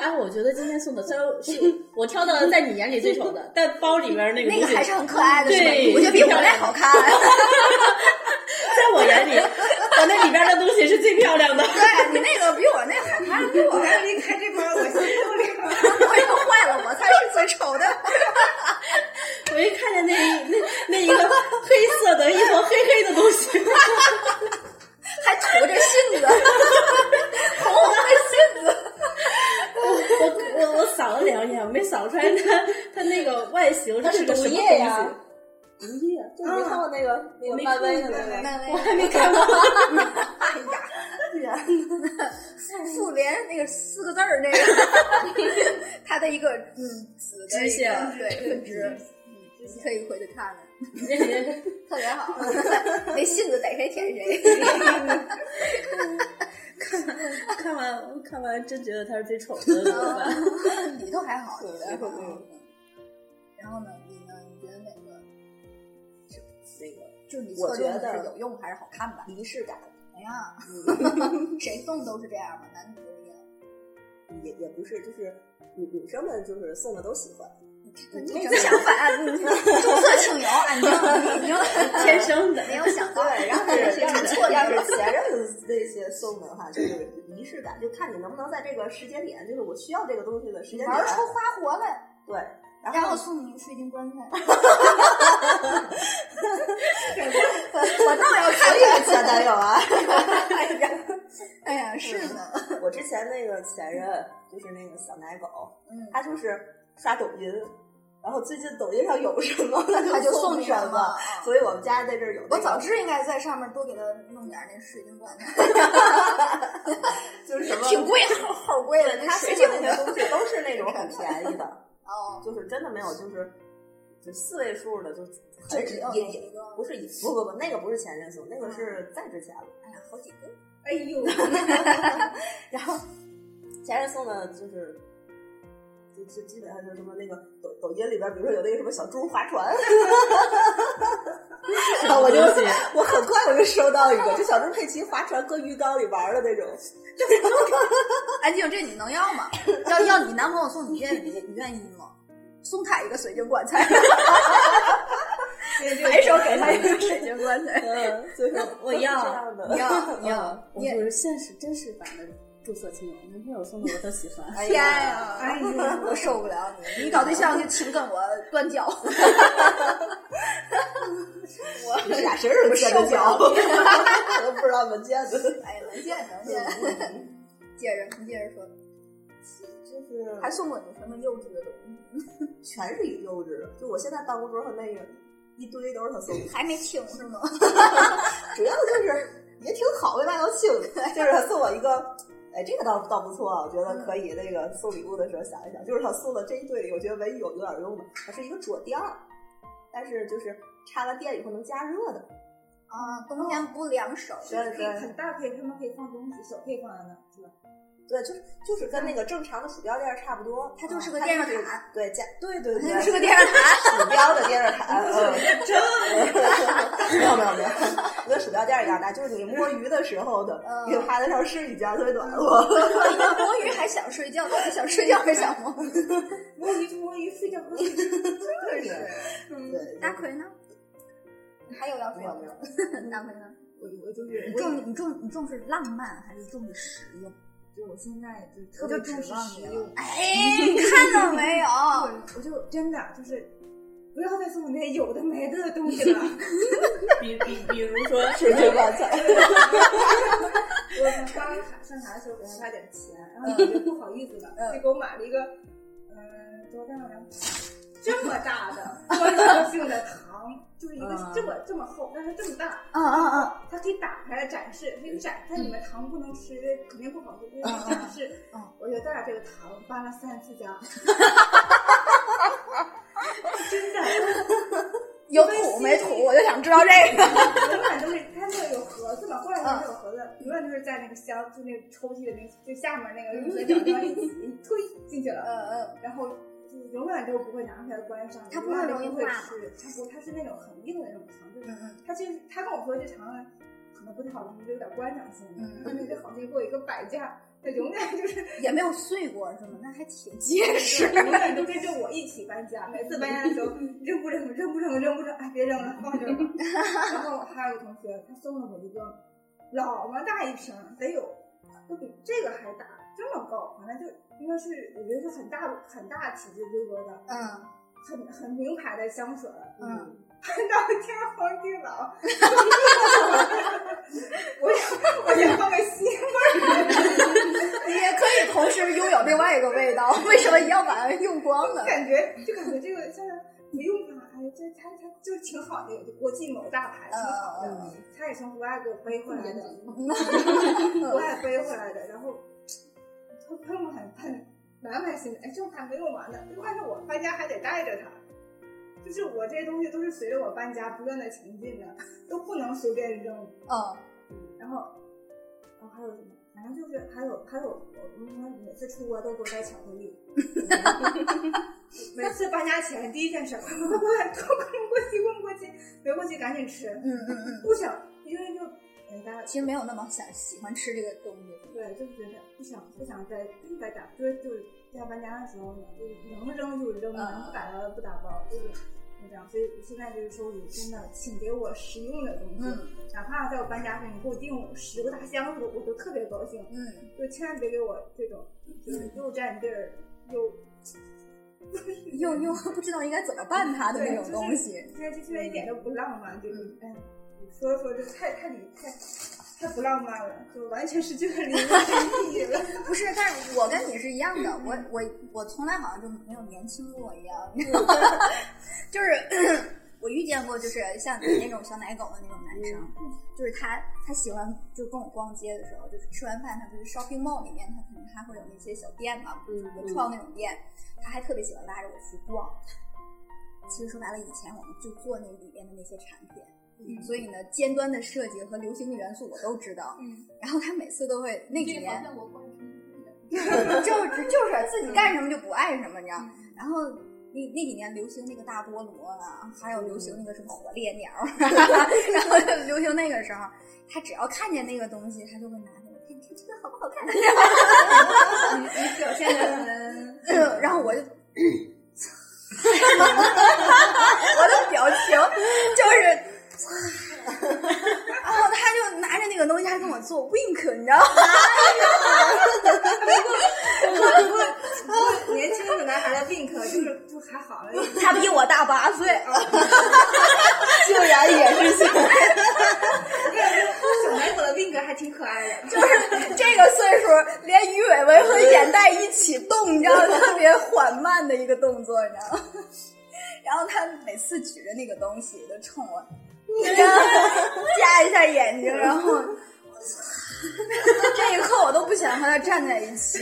Speaker 6: 哎，我觉得今天送的虽然是我挑的在你眼里最丑的， 但包里边那个
Speaker 4: 那个
Speaker 6: 东西
Speaker 4: 还是很可爱的，是吧
Speaker 6: 对
Speaker 4: 我觉得比我那好看。
Speaker 6: 在我眼里，我那里边的东西是最漂亮的。
Speaker 4: 对你那个比我那好看，比我
Speaker 7: 我要离开这块儿，我心都凉。
Speaker 4: 我又坏了，我才是最丑的。
Speaker 6: 我一看见那一那那一个黑色的一坨黑黑的东西，
Speaker 4: 还吐着信子，红红的信子。
Speaker 6: 我我我扫了两眼，我没扫出来它它那个外形
Speaker 3: 它
Speaker 6: 是
Speaker 3: 是
Speaker 6: 个
Speaker 3: 毒
Speaker 6: 什么
Speaker 3: 液
Speaker 6: 东
Speaker 3: 呀
Speaker 6: 西。
Speaker 3: 毒液，就你没看过那个那个
Speaker 6: 没
Speaker 3: 漫威的
Speaker 6: 看
Speaker 3: 那个
Speaker 6: 过
Speaker 4: 漫威
Speaker 3: 我还没看过。
Speaker 4: 哎呀，复复联那个四个字儿那个，它的一个嗯子的一个
Speaker 6: 支线
Speaker 4: 对分支，嗯，你可以回去看看，特别好。那信子逮谁舔谁。
Speaker 6: 看完看完真觉得它是最丑的，怎么 办？
Speaker 4: 里头还好，里头还好
Speaker 3: 嗯。
Speaker 4: 然后呢，你呢？你觉得哪个？就这个，就是你
Speaker 3: 我
Speaker 4: 侧重
Speaker 3: 觉
Speaker 4: 的
Speaker 3: 得
Speaker 4: 是有用还是好看吧？
Speaker 3: 仪式感嗯
Speaker 4: 哎呀， 谁送都是这样吧，男女都一样。
Speaker 3: 也也不是，就是女女生们就是送的都喜欢，
Speaker 4: 跟你正相
Speaker 3: 嗯
Speaker 4: 反，你重色轻友，啊俺就已 经
Speaker 6: 天生的。
Speaker 4: 没有想到。
Speaker 3: 对，然后
Speaker 4: 这
Speaker 3: 要
Speaker 4: 是
Speaker 3: 是
Speaker 4: 一个错
Speaker 3: 要
Speaker 4: 觉。
Speaker 3: 是前任那些送的话，就是仪式感，就看你能不能在这个时间点，就是我需要这个东西的时间点
Speaker 4: 玩，出花活来，
Speaker 3: 对，
Speaker 4: 然后送你水晶 棺材。
Speaker 3: 我倒要看这个前男友啊。
Speaker 4: 哎呀，是的，
Speaker 3: 我之前那个前任就是那个小奶狗，
Speaker 4: 嗯
Speaker 3: 他就是刷抖音，然后最近抖音上有什么，他
Speaker 4: 他就
Speaker 3: 送
Speaker 4: 送你啊
Speaker 3: 什
Speaker 4: 什么
Speaker 3: 么。所以我们家在这儿有那个、
Speaker 4: 我早知应该在上面多给他弄点那水晶 棺材，
Speaker 3: 就是什么
Speaker 4: 挺贵， 齁齁贵的，
Speaker 3: 他
Speaker 4: 水
Speaker 3: 送
Speaker 4: 晶
Speaker 3: 的那
Speaker 4: 的
Speaker 3: 些东西都是那种很便宜的，
Speaker 4: 哦，
Speaker 3: 就是真的没有，就是就四位数的，就
Speaker 4: 就
Speaker 3: 很
Speaker 4: 只有
Speaker 3: 也
Speaker 4: 那
Speaker 3: 也
Speaker 4: 一个
Speaker 3: 不是以不不不，那个不是前任送，那个是再之前了。
Speaker 4: 哎呀，好几个，
Speaker 7: 哎呦，
Speaker 3: 然后前任送的就是。就就基本上就是什么那个抖抖音里边，比如说有那个什么小猪 划船，然后我就
Speaker 6: 东西
Speaker 3: 我很快我就收到一个，就小猪佩奇划船搁鱼缸里玩的那 种，
Speaker 4: 安静，这你能要 吗？要要你男朋友送你愿意你愿意吗？送他一个水晶棺 材，
Speaker 3: 反手给他一个，
Speaker 4: 水晶棺材，
Speaker 3: 嗯，就是
Speaker 6: 我要
Speaker 3: 这样的，
Speaker 4: 你 要你要，
Speaker 6: 嗯我
Speaker 4: 也
Speaker 6: 就是现实真实版的注册亲友，男朋友送的我都喜欢。
Speaker 3: 哎
Speaker 4: 天
Speaker 3: 呀，
Speaker 4: 呀！
Speaker 7: 哎呀
Speaker 4: 嗯我受不了 你，你搞对象就请跟我断交，
Speaker 3: 你俩谁人见的脚？
Speaker 4: 我
Speaker 3: 我都不知道怎么见 的。
Speaker 4: 哎呀，文件文件，接着你接着说，
Speaker 3: 就是
Speaker 4: 还送过你什么幼稚的东西？
Speaker 3: 全是以幼稚，就我现在办公桌上那个一堆都是他送的，
Speaker 4: 还没听是吗？
Speaker 3: 主要就是也挺好，为嘛要庆？ 就是他送我一个，哎，这个倒倒不错啊，我觉得可以。那个送礼物的时候想一想，就是他送的这一堆里，我觉得唯一有有点用的，它是一个桌垫儿，但是就是插完电以后能加热的，
Speaker 4: 啊，冬天不凉 手，
Speaker 3: 对
Speaker 7: 可以
Speaker 3: 对
Speaker 7: 很大可以，他们可以放东西，小可以放在那儿，是吧？
Speaker 3: 对，就是就是跟那个正常的鼠标垫儿差不多，
Speaker 4: 哦它就是个
Speaker 3: 它
Speaker 4: 电热毯，
Speaker 3: 对加对对对，
Speaker 4: 是个电热毯，
Speaker 3: 鼠标的电热毯，嗯，真没有没有没有，跟鼠标垫儿一样大，就是你摸鱼的时候的
Speaker 4: 嗯，
Speaker 3: 你趴在上试一下，特别暖和。
Speaker 4: 摸鱼还想睡觉，到底想睡觉还是想摸？
Speaker 7: 摸鱼就摸鱼，睡觉喝水。
Speaker 3: 对，对，
Speaker 4: 大奎呢？还有要说
Speaker 3: 没有没有
Speaker 4: 的？，大奎呢？
Speaker 7: 我我就是我
Speaker 4: 你重你重你重视浪漫还是重视实用？
Speaker 7: 就我现在就特
Speaker 4: 我
Speaker 7: 别
Speaker 4: 就
Speaker 7: 重
Speaker 4: 指
Speaker 7: 视
Speaker 4: 望
Speaker 7: 实
Speaker 4: 你了
Speaker 7: 用。。
Speaker 4: 哎，看到没有？
Speaker 7: 我就真的就是不要再送我那些有的没的的东西了。
Speaker 6: 比比比如说，
Speaker 3: 水晶棺材，
Speaker 7: 我刚上台的时候给他发点钱，然后我就不好意思了，就给我买了一个，嗯，多大呢？ 这么大的官方性的糖，就是一个这么这么厚，但是这么大，
Speaker 4: 嗯嗯嗯，
Speaker 7: 它可以打开来展示，那个展它里面糖不能吃，因为肯定不好吃，因为
Speaker 4: 嗯嗯嗯
Speaker 7: 展示
Speaker 4: 嗯。
Speaker 7: 我就带着这个糖搬了三次 家，真的，
Speaker 4: 有土没土？我就想知道这个。
Speaker 7: 永远都是它那个有盒子嘛，后来就是有盒子，
Speaker 4: 嗯
Speaker 7: 永远都是在那个箱，就那个抽屉的那个最下面那个右左角地方一一推进去了，
Speaker 4: 嗯嗯，
Speaker 7: 然后就是永远都不会拿出来关上，
Speaker 4: 它不
Speaker 7: 永
Speaker 4: 是
Speaker 7: 远都
Speaker 4: 容易
Speaker 7: 会
Speaker 4: 化吗
Speaker 7: 吃，它不，它是那种很硬的那种糖，就是
Speaker 4: 嗯嗯
Speaker 7: 它就是他跟我说这糖可能不太好听，就有点观赏性的。
Speaker 4: 嗯
Speaker 7: 但是这好听过一个摆架，它永远就是
Speaker 4: 也没有碎过是吗？那还挺结实。
Speaker 7: 永远都跟着我一起搬家。每次搬家的时候，扔不扔，扔不扔，扔不扔，哎，别扔了，放这儿吧。然后还有一个同学，他送了我一个老么大一瓶，得有都比这个还大，这么高，反正就应该是我觉得是很大很大体积规格的，
Speaker 4: 嗯，
Speaker 7: 很很名牌的香水。
Speaker 4: 嗯，
Speaker 7: 搬到天荒地老，我想我想放个媳妇儿。
Speaker 4: 也可以同时拥有另外一个味道， 为什么一定要把它用光呢？
Speaker 7: 感觉就感觉这个像不用吧，哎，这它它就挺好的，有个国际某大牌挺好的，它也从国外给我背回来的，国外背回来的，然后它喷我很喷，满满心的，哎，这还没用完呢，关键我搬家还得带着它。就是我这些东西都是随着我搬家不断的前进的，都不能随便扔。
Speaker 4: 嗯，
Speaker 7: 然后，然后还有什么？反正就是还有还有，我们每次出国都给我带巧克力，每次搬家前第一件事，快快快快，过过期过过期，没过期赶紧吃。
Speaker 4: 嗯嗯嗯，
Speaker 7: 不想，因为就人家
Speaker 4: 其实没有那么想喜欢吃这个东西。
Speaker 7: 对，就是觉得不想不想再再打，就是就是在搬家的时候呢，就是能扔就扔，
Speaker 4: 嗯
Speaker 7: 能不打包就不打包，就是就这样。所以现在就是收集，真的，请给我实用的东西，
Speaker 4: 嗯
Speaker 7: 哪怕在我搬家时你给我订十个大箱子，我都特别高兴。
Speaker 4: 嗯，
Speaker 7: 就千万别给我这种，就是又占地儿又
Speaker 4: 又又不知道应该怎么办它的那种东西。嗯
Speaker 7: 现在这现在一点都不浪漫，这种哎，说着说着太太离太太不浪漫了，就完全失去了礼物 的意义了。
Speaker 4: 不是，但是我跟你是一样的，我我我从来好像就没有年轻过一样，你知道吗 就是我遇见过，就是像你那种小奶狗的那种男生，嗯就是他他喜欢就跟我逛街的时候，就是吃完饭他不是 shopping mall 里面，他肯定还会有那些小店嘛，
Speaker 6: 嗯
Speaker 4: 文创那种店，他还特别喜欢拉着我去逛。其实说白了，以前我们就做那里面的那些产品。所以呢，尖端的设计和流行的元素我都知道。
Speaker 5: 嗯，
Speaker 4: 然后他每次都会那几
Speaker 5: 这个
Speaker 4: 年
Speaker 5: 方，向我不是很了 解
Speaker 4: 就是就是自己干什么就不爱什么，你知道？然后那那几年流行那个大菠萝啊，还有流行那个什么火烈 鸟，然后就流行那个时候，他只要看见那个东西，他就会拿那个，看你看这个好不好看？ 嗯
Speaker 7: 你你表现的很，
Speaker 4: 然后我就，我的表情就是。然后他就拿着那个东西，还跟我做 wink，你知道吗？
Speaker 7: 年轻的男孩的 wink 就是就还好了，
Speaker 4: 他比我大八岁，
Speaker 3: 竟然也是想
Speaker 7: 小奶狗的 wink 还挺可爱的。
Speaker 4: 就是这个岁数，连鱼尾纹和眼袋一起动，你知道吗，特别缓慢的一个动作，你知道吗？然后他每次举着那个东西就冲我，夹一下眼睛，然后 这一刻我都不想和他站在一起，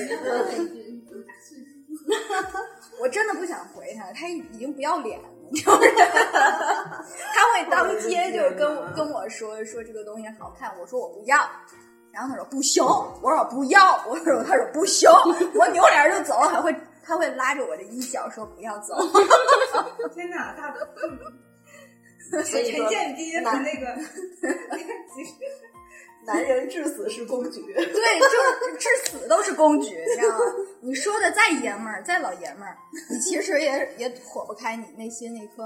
Speaker 4: 我真的不想回他，他已经不要脸了。就是他会当街就跟我跟我说说这个东西好看，我说我不要，然后他说不行，我说我不要，我说他说不行，我扭脸就走，还会他会拉着我的衣角说不要走，
Speaker 7: 天哪，大
Speaker 4: 嗯
Speaker 3: 所
Speaker 7: 陈
Speaker 3: 以说
Speaker 7: 建斌和那个，其实
Speaker 3: 男人至死是公举，
Speaker 4: 对，就至死都是公举，你知道吗？你说的再爷们儿，再老爷们儿，你其实也也躲不开你内心那颗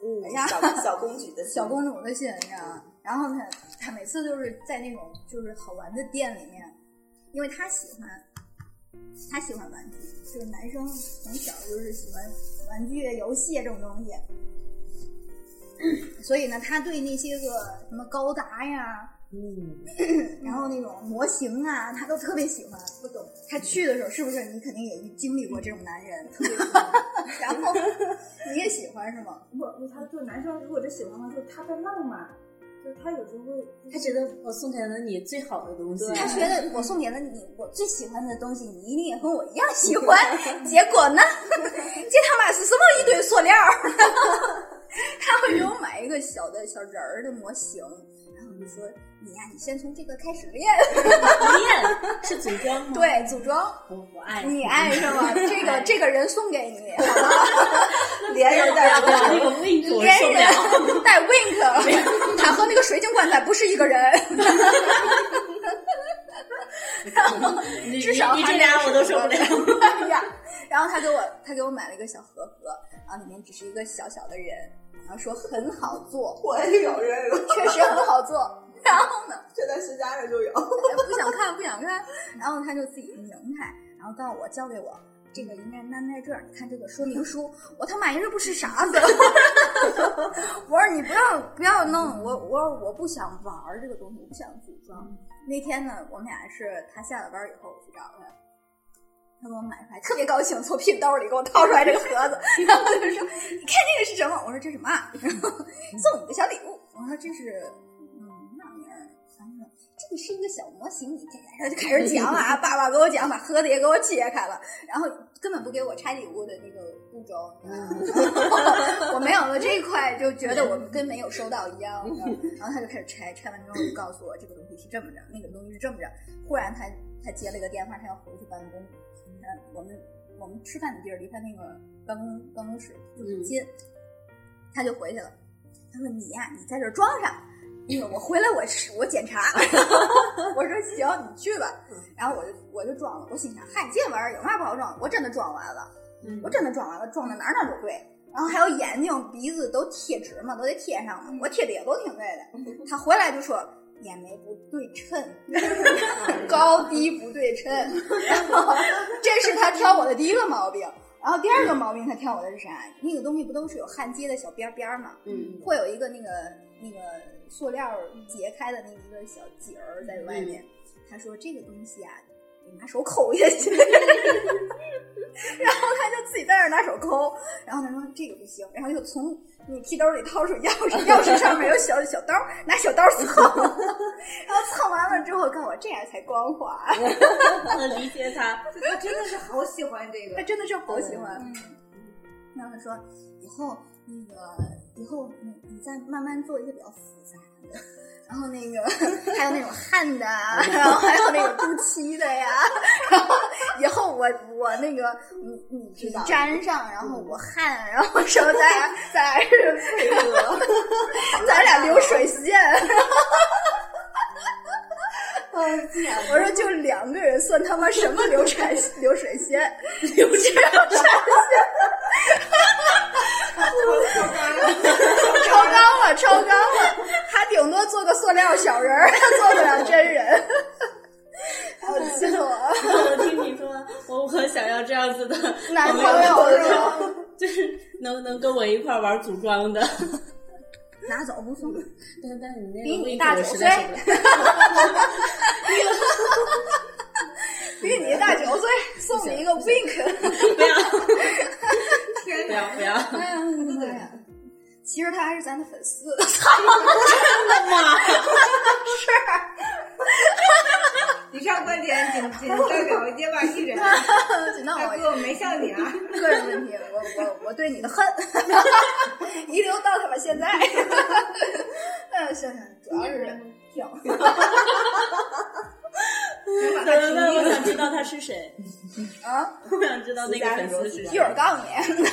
Speaker 3: 嗯
Speaker 4: 哎呀，
Speaker 3: 小小公举的心
Speaker 4: 小公主的心，你知道吗？然后他他每次就是在那种就是好玩的店里面，因为他喜欢他喜欢玩具，就是男生从小就是喜欢玩具、游戏这种东西， 所以呢，他对那些个什么高达呀，
Speaker 3: 嗯，
Speaker 4: 然后那种模型啊，他都特别喜欢。不懂，他去的时候是不是你肯定也经历过这种男人？特别喜欢 然后你也喜欢是吗？
Speaker 7: 我我他就男生如果真喜欢的话，就是他的浪漫，就是他有时候会
Speaker 6: 他觉得我送给了你最好的东西，
Speaker 4: 他觉得我送给了你我最喜欢的东西，你一定也和我一样喜欢。结果呢， 这他妈是什么一堆塑料儿？ 他会给我买一个小的小人儿的模型，然后就说：“你呀、你先从这个开始练。
Speaker 6: 练是组装吗？，
Speaker 4: 对，组装，
Speaker 6: 我不爱
Speaker 4: 你爱上 了这个这个人送给你，好吧？
Speaker 3: 连着带
Speaker 6: 不要哎那个 wink，我受
Speaker 4: 连
Speaker 6: 不了。
Speaker 4: 人带 wink，他和那个水晶棺材不是一个人。然后
Speaker 6: 你
Speaker 4: 至少
Speaker 6: 你
Speaker 4: 还
Speaker 6: 这
Speaker 4: 得
Speaker 6: 俩我都
Speaker 4: 是
Speaker 6: 受不了。
Speaker 4: 哎 呀，然后他给我他给我买了一个小盒盒，然后里面只是一个小小的人，然后说很好做，
Speaker 3: 我也有这个，
Speaker 4: 确实很好做。 然后呢，
Speaker 3: 这在徐家这就有。
Speaker 4: 哎不想看不想看，然后他就自己拧开，然后告诉我交给我。这个应该单在这儿，你看这个说明书，我他妈一日不吃啥子。 我说你不要不要弄，我我说我不想玩儿这个东西，我不想组装。那天呢，我们俩是他下了班以后，我去找他，他给我买出来，特别高兴，从屁股兜里给我掏出来这个盒子，然后他就说：“你看这个是什么？”我说：“这是什么啊？”然后 送你的小礼物。我说：“这是，嗯，那玩意儿。”然后他说：“这个是一个小模型，你这……”然后就开始讲啊，爸爸给我讲，把盒子也给我切开了，然后根本不给我拆礼物的那个步骤，你知道吗 我没有了这一块，就觉得我跟没有收到一样。你知道吗然后他就开始拆，拆完之后就告诉我这个东西是这么着，那个东西是这么着。忽然他他接了一个电话，他要回去办公。嗯，我们我们吃饭的地儿离他那个办公办公室就很近，他就回去了。他说：“你呀、你在这儿装上，那个我回来我吃我检查。”我说：“行，你去吧。”然后我就我就装了，我心想：“嗨，这玩意儿有嘛不好装？我真的装完了，我真的装完了，装的哪儿哪儿都对。”然后还有眼睛、鼻子都贴纸嘛，都得贴上嘛。我贴的也都挺对的。他回来就说眼眉不对称， 高低不对称。然后这是他挑我的第一个毛病。然后第二个毛病，他挑我的是啥？那个东西不都是有焊接的小边儿边儿吗？
Speaker 6: 嗯，
Speaker 4: 会有一个那个那个塑料截开的那一个小节儿在外面。他说这个东西啊，你拿手抠下去。然后他就自己在那儿拿手抠，然后他说这个不行，然后又从你屁兜里掏出钥匙，钥匙上面有小小刀，拿小刀蹭，然后蹭完了之后告诉我这样才光滑，
Speaker 6: 我理解他。
Speaker 7: 我真的是好喜欢这 个
Speaker 4: 他，真的是好喜欢。然后他说以后那个以后你你再慢慢做一些比较复杂的，然后那个还有那种焊的啊，然后还有那种镀漆的呀，然后以后我我那个你你
Speaker 3: 知道了
Speaker 4: 粘上，然后我焊，然后什么咱俩咱俩是配合， 咱俩流水线。我说就两个人算他妈什么流产流水线，流水线。超纲了，超纲了，他顶多做个塑料小人儿，他做不了真人。 哎我气死我了！
Speaker 6: 我听你说，我我想要这样子的
Speaker 4: 男朋
Speaker 6: 友，
Speaker 4: 友是吧？
Speaker 6: 就是能能跟我一块儿玩组装的。
Speaker 4: 拿走不送，
Speaker 6: 但但你那
Speaker 4: 比
Speaker 6: 个
Speaker 4: 你
Speaker 6: wink
Speaker 4: 大
Speaker 6: 我
Speaker 4: 九
Speaker 6: 实
Speaker 4: 岁
Speaker 6: 在受不了。
Speaker 4: 比你大九岁，送你一个 wink。
Speaker 6: 不
Speaker 7: 天
Speaker 6: 要不
Speaker 7: 哪！
Speaker 6: 要不 要！
Speaker 4: 哎呀妈呀！其实他还是咱的粉 丝，
Speaker 7: 以上观点仅仅代表街霸艺人，
Speaker 4: 只能
Speaker 7: 大
Speaker 4: 我
Speaker 7: 啊哥我没笑你 啊。
Speaker 4: 个人问题，我我我对你的恨遗留到他妈现在。哎，行行，主要是挺。
Speaker 6: 怎么办？我想知道他是谁
Speaker 4: 啊！
Speaker 6: 我想知道那个粉丝是
Speaker 4: 一
Speaker 6: 谁
Speaker 4: 会。儿告诉你，一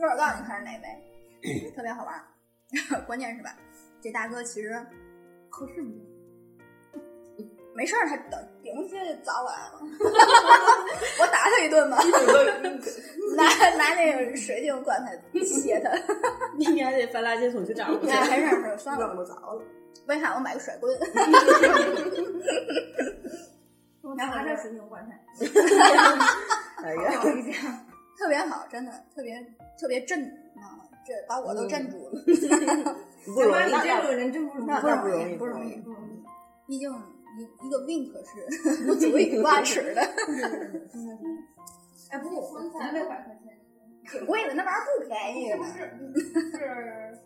Speaker 4: 会儿告诉你他是哪位，特别好玩儿。关键是吧，这大哥其实合适吗？没事儿，他等顶不些早晚 了，我打他一顿吧，拿拿那个水晶棺材切他。
Speaker 6: 你你还得翻垃圾 桶去找我去
Speaker 4: 哎，。还是是算了，
Speaker 3: 不着了，
Speaker 4: 为啥我买个 甩棍？然后
Speaker 7: 拿
Speaker 4: 这
Speaker 7: 着水晶棺材，
Speaker 3: 哎呀，
Speaker 7: 我一下，
Speaker 4: 特别好，真的特别特别震，你知道吗？这把我都震住了。
Speaker 7: 嗯
Speaker 3: 不
Speaker 7: 他
Speaker 3: 容
Speaker 7: 妈你
Speaker 3: 易，
Speaker 7: 这种人真不容易，
Speaker 4: 那
Speaker 3: 不容易
Speaker 4: 不容易
Speaker 3: 不
Speaker 7: 不容易。
Speaker 4: 毕竟一一个 wink 是不足以挂齿的，
Speaker 7: 哎，不，
Speaker 5: 棺材
Speaker 7: 才六百块钱，
Speaker 4: 挺贵的，那玩意儿不便宜
Speaker 5: 不
Speaker 4: 呢。
Speaker 5: 是，是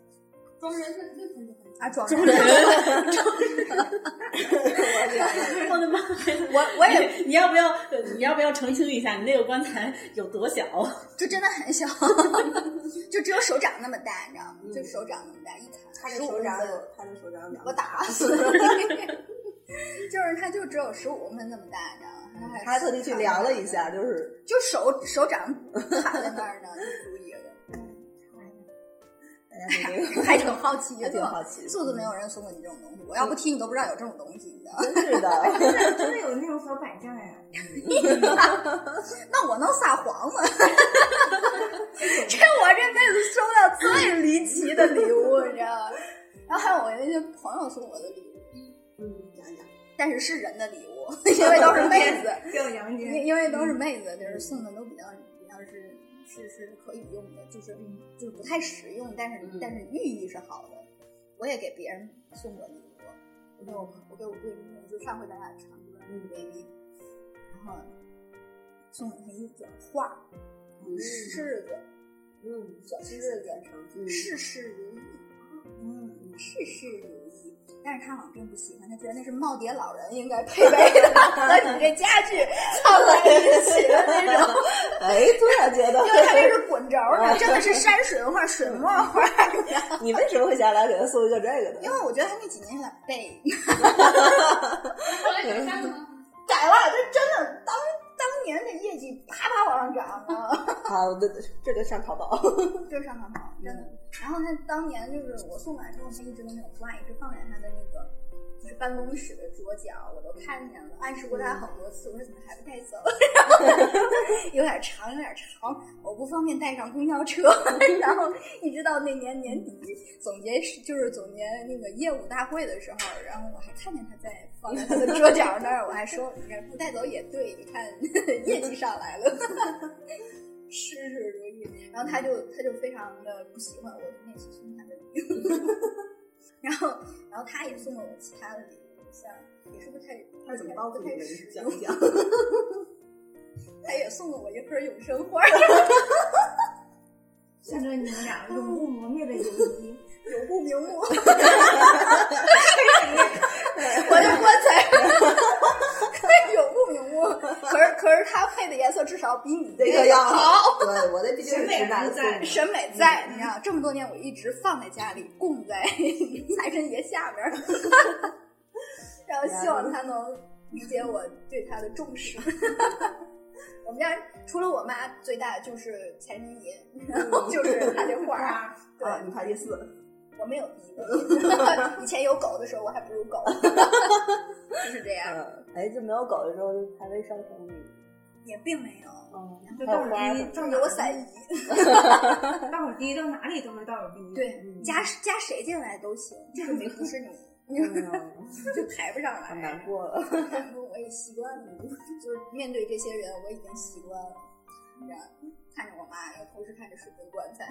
Speaker 5: 装人的六千多块钱。
Speaker 4: 啊，装人，
Speaker 6: 我的妈！
Speaker 4: 我我也
Speaker 6: 你要不要？你要不要澄清一下，你那个棺材有多小？
Speaker 4: 就真的很小， 就只有手掌那么大，你知道吗？就手掌那么大，一卡
Speaker 3: 他的
Speaker 4: 十五
Speaker 3: 手
Speaker 4: 公
Speaker 3: 掌
Speaker 4: 分，
Speaker 3: 有，他的手掌有两
Speaker 4: 我
Speaker 3: 个，
Speaker 4: 打死 就是它就只有十五公分这么大，你知道吗？它还
Speaker 3: 他还特地去量了一，下，就是
Speaker 4: 就手手掌卡在那儿呢，就足以了。
Speaker 3: 大家对 哎这个
Speaker 4: 还挺好奇 的，
Speaker 3: 还挺好奇的，嗯
Speaker 4: 素素没有人送过你这种东西，我要不听你都不知道有这种东西，你知道吗？
Speaker 3: 真是的，
Speaker 7: 真的有那种小摆件呀，
Speaker 4: 那我能撒谎 吗？这我这辈子收到最离奇的礼物，你知道吗？然后还有我那些朋友送我的礼物，
Speaker 6: 嗯，讲讲，
Speaker 4: 但是是人的礼物， 因为都是妹子，
Speaker 7: 给我洋巾。
Speaker 4: 因因为都是妹子，就是送的都比较比较是是是可以用的，就是嗯就是不太实用，但是
Speaker 6: 嗯
Speaker 4: 但是寓意是好的。我也给别人送过礼物，我说我我给我闺蜜，就上回咱俩唱歌那个 baby，然后送给她一卷画儿，
Speaker 6: 嗯
Speaker 4: 柿子，
Speaker 6: 嗯
Speaker 4: 小柿子， 事事如意，嗯，事事如意。但是她好像并不喜欢，她觉得那是耄耋老人应该配备 的，和你这家具 凑在一起的那种。
Speaker 3: 哎，突然觉得
Speaker 4: 因，为它这是滚轴的，真的是山水画、水墨画。
Speaker 3: 你为什么会想来给他送一个这个
Speaker 4: 因
Speaker 3: 呢？
Speaker 4: 为我觉得他那几年有点背，
Speaker 5: 后来改善了吗？
Speaker 4: 改了，这真的当当年的业绩啪啪往上涨啊，
Speaker 3: 好的，这个上淘宝，
Speaker 4: 就是上堂堂真的。然后他当年就是我送来之后，他一直都没有挂，一直放在他的那个。就是办公室的桌角，我都看见了，暗示过他好多次，我说怎么还不带走？ 有点长，有点长，我不方便带上公交车。然后一直到那年年底总结是，就是总结那个业务大会的时候，然后我还看见他在放在他的桌角那儿，我还说你这不带走也对，你看 业绩上来了，事事如意。然后他就他就非常的不喜欢我那次送他的礼物， 然后然后他也送了我其他的礼物，像也是不太
Speaker 3: 他是怎么
Speaker 4: 包
Speaker 3: 报
Speaker 4: 不
Speaker 3: 复
Speaker 4: 太
Speaker 3: 你的？
Speaker 4: 实
Speaker 3: 你讲
Speaker 4: 用
Speaker 3: 一讲。
Speaker 4: 他也送了我一盆永生花。
Speaker 7: 象征你们俩永不磨灭的友谊。
Speaker 4: 永不瞑目。我 的棺材 永不瞑目，可是可是它配的颜色至少比你
Speaker 3: 这
Speaker 4: 这
Speaker 3: 个
Speaker 4: 个
Speaker 3: 要
Speaker 4: 好。，
Speaker 3: 对我的毕竟是直男送的，
Speaker 4: 审美在，你知道，这么多年我一直放在家里，供在 财神爷下边儿，然后希望他能理解我对他的重视。 我们家除了我妈，最大就是财神爷，然后就是他这画 儿。 对，
Speaker 3: 啊，你排第四，
Speaker 4: 我没有第一个。 以前有狗的时候，我还不如狗，就是这样，
Speaker 3: 嗯，哎，就没有狗的时候就还未上升力，
Speaker 4: 也并没有。
Speaker 3: 嗯，
Speaker 7: 就
Speaker 3: 还
Speaker 7: 倒
Speaker 3: 有花
Speaker 7: 数第
Speaker 3: 的
Speaker 7: 一，
Speaker 4: 就
Speaker 7: 到
Speaker 4: 是
Speaker 7: 哪
Speaker 4: 有
Speaker 7: 儿
Speaker 4: 我散姨，
Speaker 7: 倒数第一到哪里都是倒数第一。
Speaker 4: 对，加加谁进来都行，就是没不是你，
Speaker 3: 嗯，
Speaker 4: 就排不上 来。
Speaker 3: 好难过啊了。
Speaker 4: 然后我也习惯了，就是面对这些人，我已经习惯了。然后看着我妈，然后同时看着水晶棺材，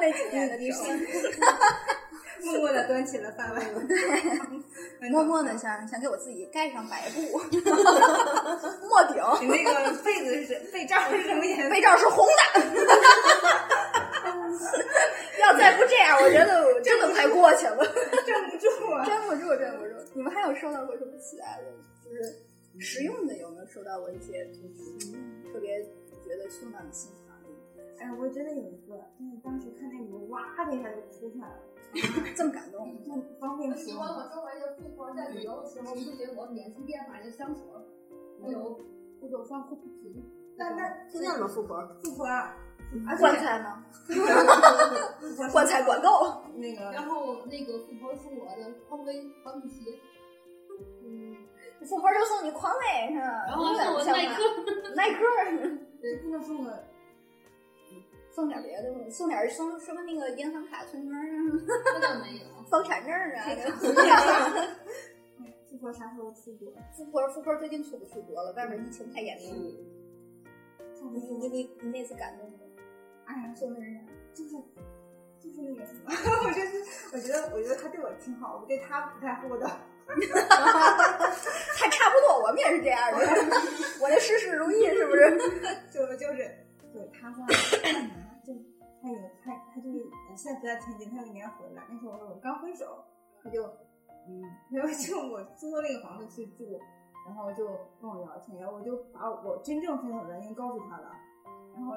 Speaker 4: 那几年的时候，
Speaker 7: 默默的端起了 饭碗，
Speaker 4: 默默的想想给我自己盖上白布，墨顶，
Speaker 7: 你那个被子是被罩是什么颜色？
Speaker 4: 被罩是红的。要再不这样，我觉得我真的快过去 了，
Speaker 7: 镇不住啊！
Speaker 4: 镇不住，镇不住。你们还有收到过什么奇葩的，就是实用的？有没有收到过一些就是特别觉得送到你心坎里，
Speaker 7: 哎，我真的有一个，就是当时看那女的哇的一下就哭出来了，
Speaker 4: 这么感动？
Speaker 7: 那方便
Speaker 5: 喜
Speaker 7: 说
Speaker 5: 欢
Speaker 7: 吗？
Speaker 5: 我周围的富婆，在旅游的时候会给我免费店买的香水，还有护手霜、护肤品。
Speaker 7: 那那
Speaker 3: 听见了吗，富婆？
Speaker 7: 富婆啊，而
Speaker 4: 棺
Speaker 7: 且
Speaker 4: 材呢？
Speaker 7: 富婆
Speaker 4: 棺材管够？
Speaker 7: 那个
Speaker 5: 然后那个富婆送我的匡威保姆鞋，嗯，
Speaker 4: 富婆就送你匡威是吧？
Speaker 5: 然后还送我耐克，
Speaker 4: 耐克儿
Speaker 7: 不能送个
Speaker 4: 送点别的东西，送点送什么那个银行卡、存折啊、
Speaker 5: 那倒没有。
Speaker 4: 房产 证儿啊。
Speaker 7: 富婆啥时候出国？
Speaker 4: 富婆，富婆最近出不去国了，外面疫情太严重。你你你你那次感动吗？
Speaker 7: 哎呀，
Speaker 4: 送的人家
Speaker 7: 就是就是那个什么， 我就是我觉得我觉得他对我挺好，我对他不太厚道。
Speaker 4: 还差不多，我们也是这样的。 我这事事如意是不是？
Speaker 7: 就就是对他说就他有他他就是现在不在天津，他有一年回来，那时候我刚分手，他就嗯，然后就我租的那个房子去住，然后就跟我聊天，然后我就把我真正分手的原因告诉他了，然后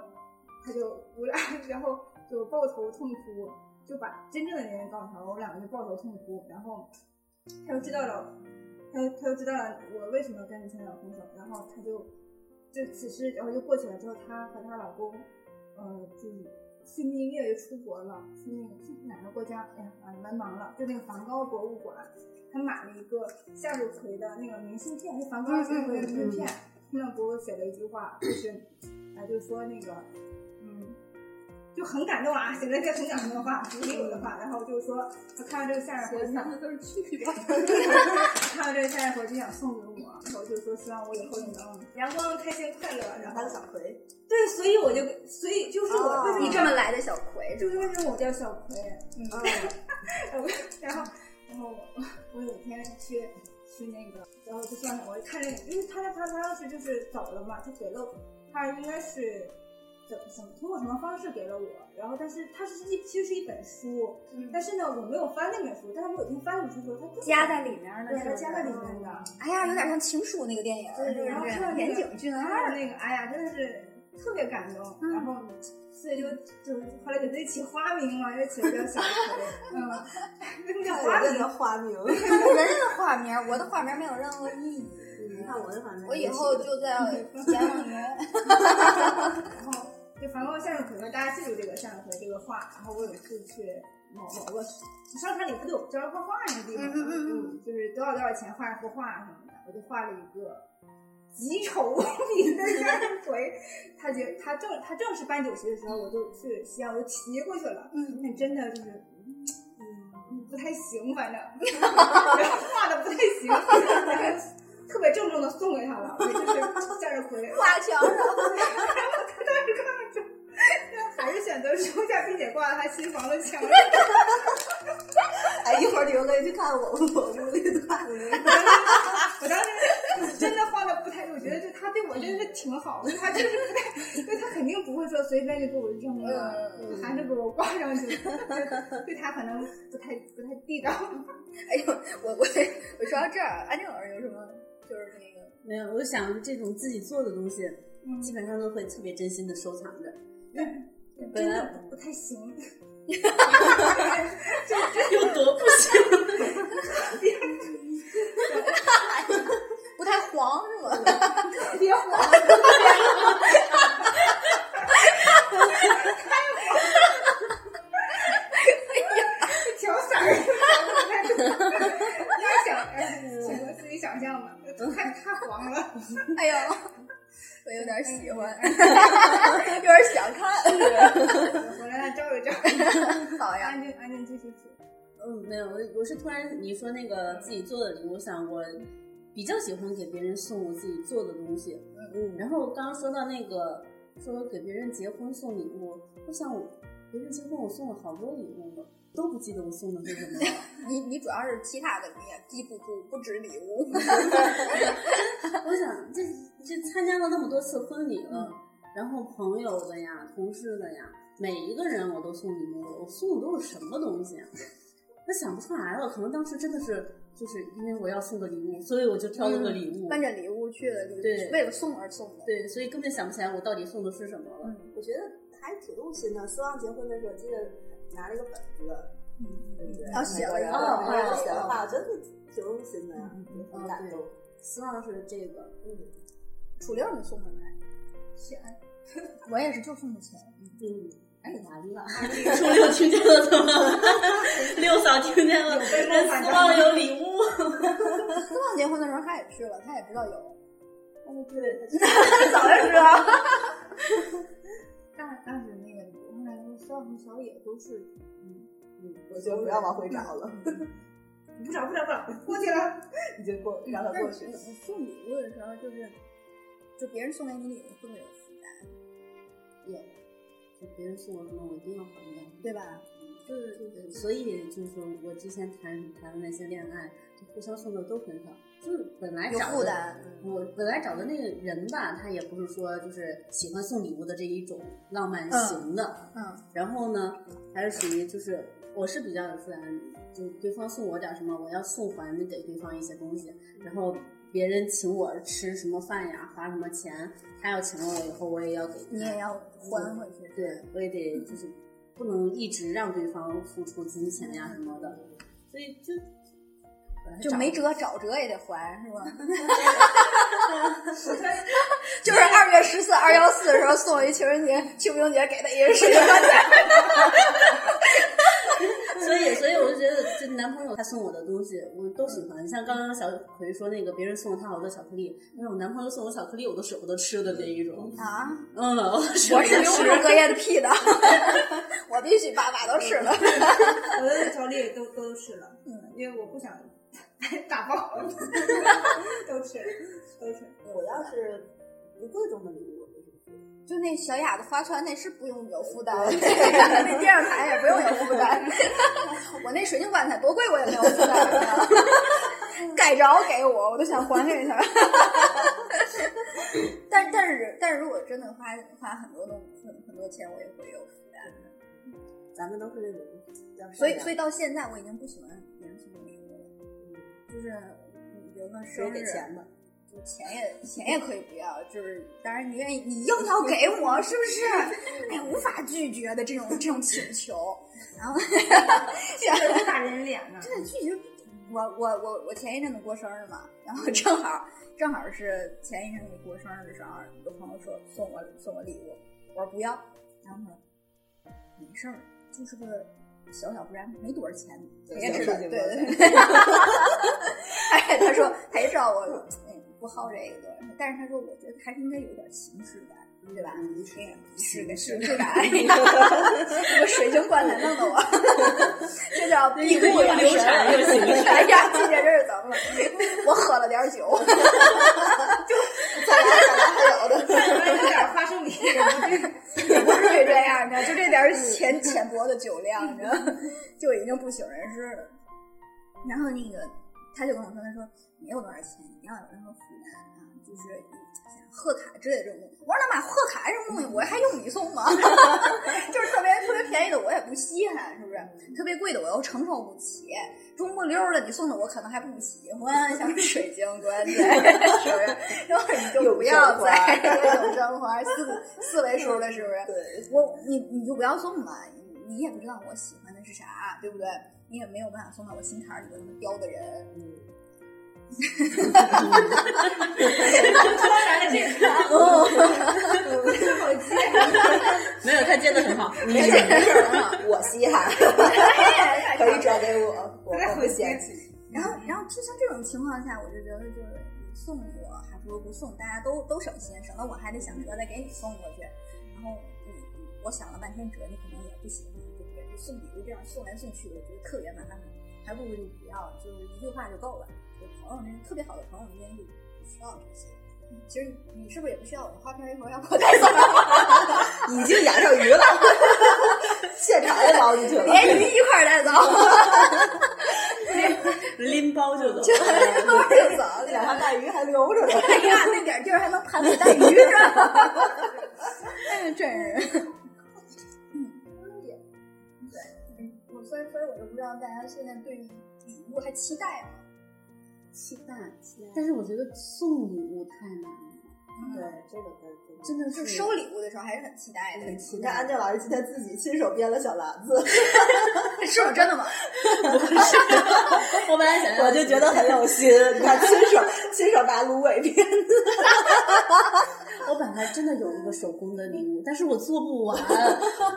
Speaker 7: 他就我俩 然后就抱头痛哭，就把真正的原因告诉他，我们两个就抱头痛哭，然后他就知道了。他他就知道了我为什么跟前男友分手，然后他就就此事然后就过去了。之后她和她老公，呃，就是去蜜月就出国了，去那个去哪个国家？哎呀，文盲了，就那个梵高博物馆，他买了一个向日葵的那个明信片，就梵高向日葵的明信片。那不是写了一句话，就是，啊，就说那个，嗯，就很感动啊，写了一些很感动的话，鼓励我的话，然后就说，他看到这个向日葵，就想
Speaker 5: 咱们都是去吧。
Speaker 7: 嗯哎看到这个向日葵就想送给我，然后就说希望我以后也能阳光、开心、快乐。然
Speaker 3: 他
Speaker 7: 后
Speaker 3: 的小葵，
Speaker 7: 对，所以我就，所以就是我为什
Speaker 4: 哦你
Speaker 7: 么
Speaker 4: 这么来的小葵
Speaker 7: 就
Speaker 4: 是吧？
Speaker 7: 是为什么我叫小葵，嗯，
Speaker 3: 嗯，
Speaker 7: 然后然后我我有一天去去那个，然后就算了，我就看着，因为他他他当时就是走了嘛，他给了我他应该是怎么什么通过什么方式给了我，然后但是它是一其实是一本书，但是呢我没有翻那本书，但是我有一天翻那本书的时候，它就是
Speaker 4: 夹在里面的
Speaker 7: 对，
Speaker 4: 是
Speaker 7: 它
Speaker 4: 吧，
Speaker 7: 夹在里面的。
Speaker 4: 哎呀，有点像《情书》那个电影，
Speaker 7: 对
Speaker 4: 是
Speaker 7: 然
Speaker 4: 不
Speaker 7: 后看到
Speaker 4: 是？
Speaker 7: 那个
Speaker 4: 岩井俊
Speaker 7: 他
Speaker 4: 二
Speaker 7: 的那个，哎呀，真的是特别感动。然后，所以就就后来给自己起花名嘛，就起了叫小 葵。嗯，那叫花
Speaker 3: 我认
Speaker 7: 名
Speaker 3: 得花名，
Speaker 4: 人家的化名，我的化名没有任何意义。
Speaker 3: 你看我的反正
Speaker 4: 我以后就在前两年，
Speaker 7: 然后就梵高向日葵，大家记住这个向日葵这个画。然后我有一次去某某个商场里不都有教人画画那个地方吗？
Speaker 4: 嗯嗯嗯
Speaker 7: 嗯，就是多少多少钱画一幅画什么的，我就画了一个。极丑无比的向日葵，他就他正他正式办酒席的时候，我就去西安，我就骑过去了。
Speaker 4: 嗯，
Speaker 7: 那真的就是，嗯，不太行，反正然后画的不太行， 然后特别郑重的送给他了，我就是向日葵，
Speaker 4: 挂墙上，
Speaker 7: 他当时看着，他 还是选择收下，并且挂在他新房的墙上。
Speaker 3: 哎，一会儿你们可以去看我我屋里的 画名，
Speaker 7: 我当时真的画的不太，我觉得就他对我真的是挺好的，他就是不太，对他肯定不会说随便就给我扔了，还是给我挂上去，对他可能不太不太地道。
Speaker 4: 哎呦，我我我说到这儿，安静老师有什么就是那个
Speaker 6: 没有，我想这种自己做的东西，基本上都会特别真心的收藏着。本
Speaker 7: 真
Speaker 6: 来
Speaker 7: 的不太行，
Speaker 6: 有多不行？
Speaker 4: 不太黄是吗？
Speaker 7: 别火，调色儿，太想，想过自己想象嘛，太太黄了。
Speaker 4: 哎呦，我有点喜欢，
Speaker 7: 嗯
Speaker 4: 有点想看。
Speaker 7: 我来来照一照，
Speaker 4: 好呀，
Speaker 7: 安静安静继续吃。
Speaker 6: 嗯，没有，我我是突然你说那个自己做的礼物，我想我比较喜欢给别人送我自己做的东西。嗯，然后刚刚说到那个说给别人结婚送礼物，我想我别人结婚我送了好多礼物了，都不记得我送的是什么了。
Speaker 4: 你你主要是其他的你也记不住，不止礼物。
Speaker 6: 我想这这参加了那么多次婚礼了，然后朋友的呀、同事的呀，每一个人我都送礼物，我送的都是什么东西、啊？ 我想不出来了，可能当时真的是就是因为我要送个礼物，所以我就挑了个礼物。
Speaker 4: 奔着礼物去的，就是
Speaker 6: 对
Speaker 4: 为了送而送的。
Speaker 6: 对，所以根本想不起来我到底送的是什么了。
Speaker 3: 我觉得还挺用心的。斯旺结婚的时候，记得拿了一个本子，对不对？
Speaker 4: 然后写了一个
Speaker 3: 哦
Speaker 6: 哦哦
Speaker 3: 写了话，我觉得挺用心的
Speaker 4: 哦
Speaker 3: 呀，很感动。
Speaker 6: 希望是这个，
Speaker 4: 楚六，你送的没？我也是，就送的钱。
Speaker 6: 嗯，哎，完了，初六听见了怎么？六嫂听见了，人希望有礼物。
Speaker 4: 四旺结婚的时候他也去了，他也知道有。
Speaker 6: 哦，对，
Speaker 4: 早就知道。
Speaker 7: 当当时那个礼物，后来说肖和小野都是，
Speaker 3: 我觉得不要往回找了，
Speaker 7: 不找不找不找，过去了。
Speaker 3: 已经过让它
Speaker 4: 但
Speaker 3: 过
Speaker 4: 是
Speaker 3: 去
Speaker 4: 你。你送礼物的时候，就是就别人送给你礼物，会不会有负担，
Speaker 6: 有，就别人送我什么，我一定要还掉。
Speaker 4: 对吧？就是就是
Speaker 6: 所以就是说我之前谈谈的那些恋爱，就互相送的都很少，就是本来
Speaker 4: 有
Speaker 6: 找
Speaker 4: 负
Speaker 6: 的。
Speaker 7: 啊
Speaker 4: 担。
Speaker 6: 我本来找的那个人吧，他也不是说就是喜欢送礼物的这一种浪漫型的，
Speaker 4: 嗯，
Speaker 6: 然后呢，还是属于就是我是比较有负担，就对方送我点什么，我要送还给对方一些东西，然后别人请我吃什么饭呀，花什么钱，他要请我以后我也要给他，
Speaker 4: 你也要还回去。
Speaker 6: 对，我也得就是不能一直让对方付出金钱呀什么的，所以就把它
Speaker 4: 就
Speaker 6: 找
Speaker 4: 没辙找辙也得还 是吧？
Speaker 7: 我看
Speaker 4: 就是二月十四、二幺四的时候送我一情人节、清明节给他一人十块钱，
Speaker 6: 所以，所以我就觉得，就男朋友他送我的东西，我都喜欢。像刚刚小葵说那个，别人送了他好多巧克力，但是我男朋友送我巧克力，我都舍不得吃的那一种。
Speaker 4: 啊！
Speaker 6: 嗯，我舍
Speaker 4: 我
Speaker 6: 不
Speaker 4: 是
Speaker 6: 得
Speaker 4: 留不
Speaker 6: 吃。
Speaker 4: 住隔夜的屁的， 我必须把把都吃了。
Speaker 7: 我的巧克力都都吃了，嗯，因为我不想 打包， 都吃，都 吃。
Speaker 3: 我倒是不贵重的礼物，
Speaker 4: 就那小雅的划船那是不用有负担， 那电视台也不用有负担。我那水晶棺材多贵我也没有负 担，盖着给我我都想还给他。但但是但是如果真的花花很多东很很多钱，我也会有负担的。
Speaker 3: 咱们都是那种比较善良，
Speaker 4: 所以所以到现在我已经不喜欢别人送的礼物了，就是嗯比如说
Speaker 3: 谁
Speaker 4: 生
Speaker 3: 给
Speaker 4: 日。
Speaker 3: 钱吧？
Speaker 4: 就钱也钱也可以不要，就是当然你愿意，你硬要给我，是不 是？哎呀，无法拒绝的这种这种请求，然后
Speaker 7: 这打人脸呢，
Speaker 4: 真的拒绝不。我我我我前一阵子过生日嘛，然后正好正好是前一阵子过生日的时候，有朋友说送我送我礼物，我说不要，然后他说没事儿，就是个小小不然，没多少钱，也知道，对对对。哎， 他说他也知道我嗯不好这个，但是他说我觉得还是应该有点形式感，对吧？
Speaker 3: 嗯
Speaker 4: 仪式感，形式 感，我水晶棺材弄的我，这叫闭目养
Speaker 6: 又流
Speaker 4: 神。
Speaker 6: 产又形式
Speaker 4: 哎呀，今天真是怎么了？我喝了点酒，
Speaker 7: 有点花生米，
Speaker 4: 也不至于这样，你知道，就这点儿浅浅薄的酒量，你知道，就已经不省人事了。然后那个他就跟我说，他说没有多少钱，你要有任何负担啊，就是像贺卡之类的这种东西。我说他妈贺卡这种东西，我还用你送吗？ 就是特别特别便宜的，我也不稀罕，是不是？特别贵的我又承受不起，中不溜儿的你送的我可能还不喜欢，像水晶棺材，是不是？ 然后你就不要再永生花四四位数的，是不是？
Speaker 3: 对，
Speaker 4: 我你你就不要送吧，你你也不知道我喜欢的是啥，对不对？你也没有办法送到我心坎儿里的那么刁的人。
Speaker 3: 嗯
Speaker 7: 当然了，这个
Speaker 4: 啊
Speaker 6: 没有，他接的 很好。
Speaker 3: 没事没事，啊我稀罕，哎可以转给我，我
Speaker 7: 特别
Speaker 3: 不
Speaker 7: 会
Speaker 3: 嫌
Speaker 7: 嫌
Speaker 3: 弃。
Speaker 7: 弃。
Speaker 4: 然后，然后就像这种情况下，我就觉得就是你送我还不如不送，大家都都省心，省得我还得想辙再给你送过去。然后你我想了半天辙，你可能也不喜欢，对不对？就送礼物这样送来送去，我觉得特别麻烦，还不如就不要，就是一句话就够了。就朋友之间特别好的朋友之间就不需要这些。嗯其实你是不是也不需要我的花瓶一会儿要给我带走？
Speaker 3: 已经养上鱼了， 现场也捞 进去了。
Speaker 4: 连鱼一块儿带走，
Speaker 6: 拎包就走。
Speaker 4: 都是走。
Speaker 3: 两条大鱼还留着呢，
Speaker 4: 哎呀，那点地儿还能盘子带鱼呢，哎呀，真是。对，我所以所以我就不知道大家现在对礼物还期待吗？
Speaker 6: 期待，但是我觉得送礼物太难了，
Speaker 3: 对，这个真
Speaker 6: 真的
Speaker 4: 就是是收礼物的时候还是很期待的，
Speaker 3: 你看安健老师今天自己亲手编了小篮子，
Speaker 4: 是不是真的吗？
Speaker 6: 我本来想要
Speaker 3: 我就觉得很有 心。你看，亲手亲手拿芦苇编 的，
Speaker 6: 我本来真的有一个手工的礼物，但是我做 不完，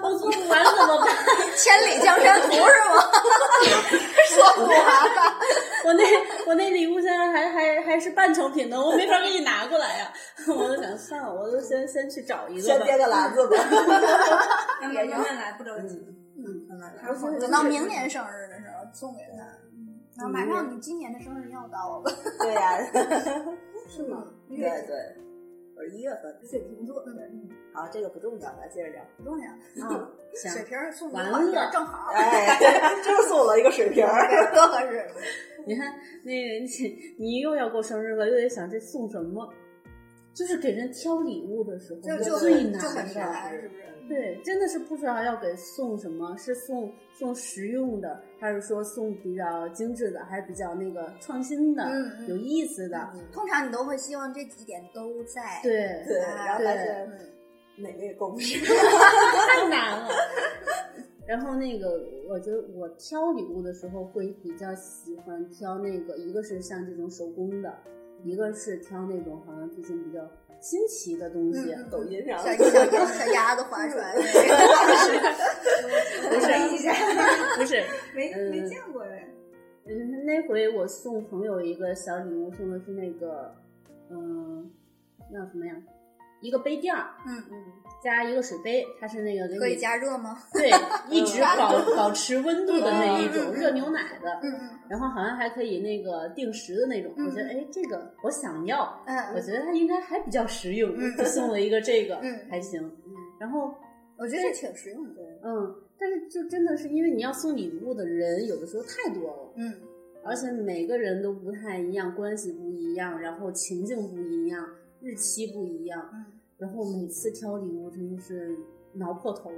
Speaker 6: 我做不完怎么办？
Speaker 4: 千里江山图是吗？说不完了，
Speaker 6: 我那我那礼物现在还还还是半成品呢，我没法给你拿过来呀、 我就想算了，我就先先去找一个
Speaker 3: 先
Speaker 6: 吧。
Speaker 3: 编个篮子吧。
Speaker 7: 慢慢慢慢来，不着
Speaker 4: 嗯
Speaker 7: 急。
Speaker 4: 我说等到明年生日的时候送给他。然后马上你今年的生日要到了，
Speaker 3: 对呀，
Speaker 4: 嗯是吗？
Speaker 3: 对对，我是一月份，水瓶座。好，这个不重要，咱接着聊。
Speaker 4: 不重要，
Speaker 6: 啊，
Speaker 4: 水
Speaker 6: 行，
Speaker 4: 瓶儿送你
Speaker 6: 完
Speaker 4: 碗
Speaker 6: 了
Speaker 4: 正好。
Speaker 3: 哎， 真送我一个水瓶儿。
Speaker 4: 多合适。
Speaker 6: 你看那个你你又要过生日了，又得想这送什么，就是给人挑礼物的时候
Speaker 4: 就就
Speaker 6: 最
Speaker 4: 很就
Speaker 6: 难
Speaker 4: 很
Speaker 6: 的。
Speaker 4: 难，是不是？
Speaker 6: 对，真的是不知道要给送什么，是送送实用的，还是说送比较精致的，还是比较那个创新的、
Speaker 4: 嗯嗯
Speaker 6: 有意思的？
Speaker 4: 通常你都会希望这几点都在。啊
Speaker 6: 对，
Speaker 3: 对，然后但是
Speaker 4: 嗯，
Speaker 3: 哪个也够不上。
Speaker 6: 太难了。然后那个，我觉得我挑礼物的时候会比较喜欢挑那个，一个是像这种手工的，一个是挑那种好像最近比较新奇的东
Speaker 4: 嗯
Speaker 6: 西。
Speaker 3: 抖音上
Speaker 4: 像像 小鸭子划船那个，
Speaker 7: 不是一下，
Speaker 6: 不是，
Speaker 7: 没
Speaker 6: 嗯
Speaker 7: 没见过哎。
Speaker 6: 嗯，那回我送朋友一个小礼物，送的是那个，嗯，那什么呀？一个杯垫儿，
Speaker 4: 嗯
Speaker 6: 嗯，加一个水杯，它是那个给
Speaker 4: 可以
Speaker 6: 你
Speaker 4: 加热吗？
Speaker 6: 对，一直保保持温度的那一
Speaker 4: 嗯嗯
Speaker 6: 种
Speaker 4: 嗯
Speaker 6: 热牛奶的，
Speaker 4: 嗯嗯
Speaker 6: 然后好像还可以那个定时的那种。我觉得哎，这个我想要，我
Speaker 4: 嗯，
Speaker 6: 觉得它应该还比较实用，
Speaker 4: 嗯
Speaker 6: 就送了一个这个，
Speaker 4: 嗯
Speaker 6: 还行。然后
Speaker 4: 我觉得是挺实用的。
Speaker 6: 嗯，但是就真的是因为你要送礼物的人有的时候太多了，
Speaker 4: 嗯，
Speaker 6: 而且每个人都不太一样，关系不一样，然后情境不一样，日期不一样，
Speaker 4: 嗯
Speaker 6: 然后每次挑礼物真的是挠破头了。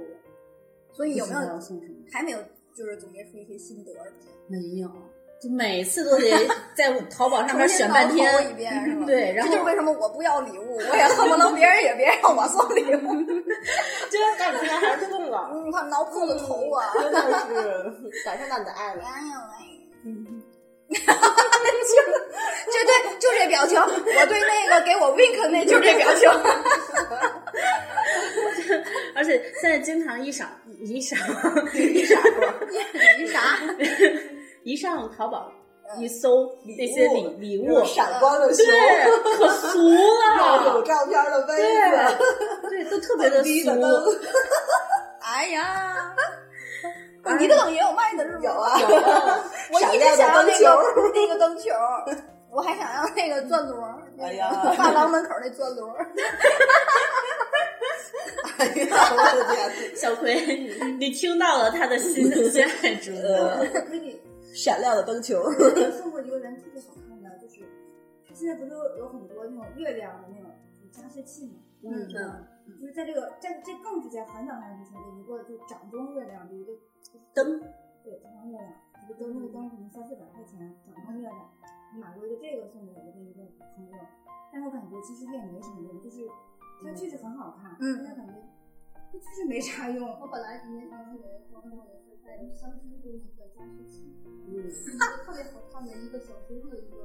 Speaker 4: 所以有没
Speaker 6: 不知道
Speaker 4: 有
Speaker 6: 送什么？
Speaker 4: 还没有就是总结出一些心得？
Speaker 6: 没有，就每次 都得在淘宝上面
Speaker 4: 重新
Speaker 6: 选半天
Speaker 4: 脑。头一遍是吧？
Speaker 6: 对，然后
Speaker 4: 这就是为什么我不要礼物，我也恨不能别人也别让我送礼物，
Speaker 3: 就是但是现在还是送了，
Speaker 4: 嗯，看挠破了头啊！
Speaker 3: 嗯真的是感受到你的爱了。
Speaker 4: 哎呦喂！就就对，就这表情，我对那个给我 wink 那就这表 情，
Speaker 6: 而且现在经常一上一上
Speaker 4: 你啥？
Speaker 6: 一上淘宝一搜那些礼礼物，
Speaker 3: 有闪光的熊，
Speaker 6: 对，可俗
Speaker 3: 有
Speaker 6: 了，
Speaker 3: 照片的杯子，
Speaker 6: 对，对，都特别的
Speaker 3: 低
Speaker 6: 俗
Speaker 3: 的。灯，
Speaker 4: 哎呀，哦你的冷也有卖的是吗？
Speaker 3: 有啊，
Speaker 4: 我
Speaker 3: 闪
Speaker 4: 一直
Speaker 3: 亮的
Speaker 4: 想要
Speaker 3: 灯
Speaker 4: 那
Speaker 3: 球
Speaker 4: 个 那个灯球，我还想要那个钻螺，
Speaker 3: 哎呀
Speaker 4: 发廊门口那钻螺，
Speaker 3: 哎呀，我的天，
Speaker 6: 小葵，你听到了他的心心爱之物，
Speaker 3: 呃，
Speaker 7: 我给你
Speaker 3: 闪亮的灯球，
Speaker 7: 我送过一个人特别好看的，就是现在不是有很多那种月亮的那种加湿器嘛？
Speaker 6: 嗯
Speaker 7: 嗯，就是在这个在这更之前很早很早之前，有一个就掌中月亮的一个
Speaker 6: 灯，
Speaker 7: 对，掌中月亮，一个灯那个灯可能三四百块钱，掌中月亮，我买过一个这个送给我的一个朋友，但是我感觉其实它也没什么用，就是它确实很好看，
Speaker 4: 嗯
Speaker 7: 但感觉它确实没啥用。
Speaker 5: 我本来今天想送给朋友的是在香薰中那个加湿器，
Speaker 6: 嗯，
Speaker 5: 特别好看的一个小熊的一个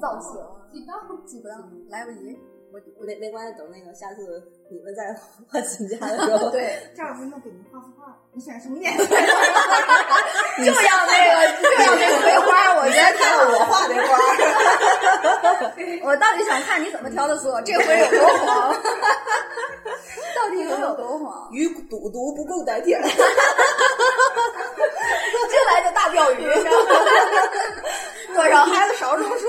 Speaker 4: 造型
Speaker 5: 几道
Speaker 4: 记不到，来不及。
Speaker 3: 我我没没关系，等那个下次你们再换新家的时候， 对，
Speaker 7: 赵老师，那给您画幅画，你选什么颜色？
Speaker 4: 就要那个，就要那葵花，我觉得挺
Speaker 3: 看
Speaker 4: 好
Speaker 3: 看我画那花儿，
Speaker 4: 的。 我到底想看你怎么挑的所有，这回有多 黄？到底能有多黄？
Speaker 3: 与赌毒不共戴 天。
Speaker 4: 进来就大钓鱼，你知道吗多 少孩子少读 书。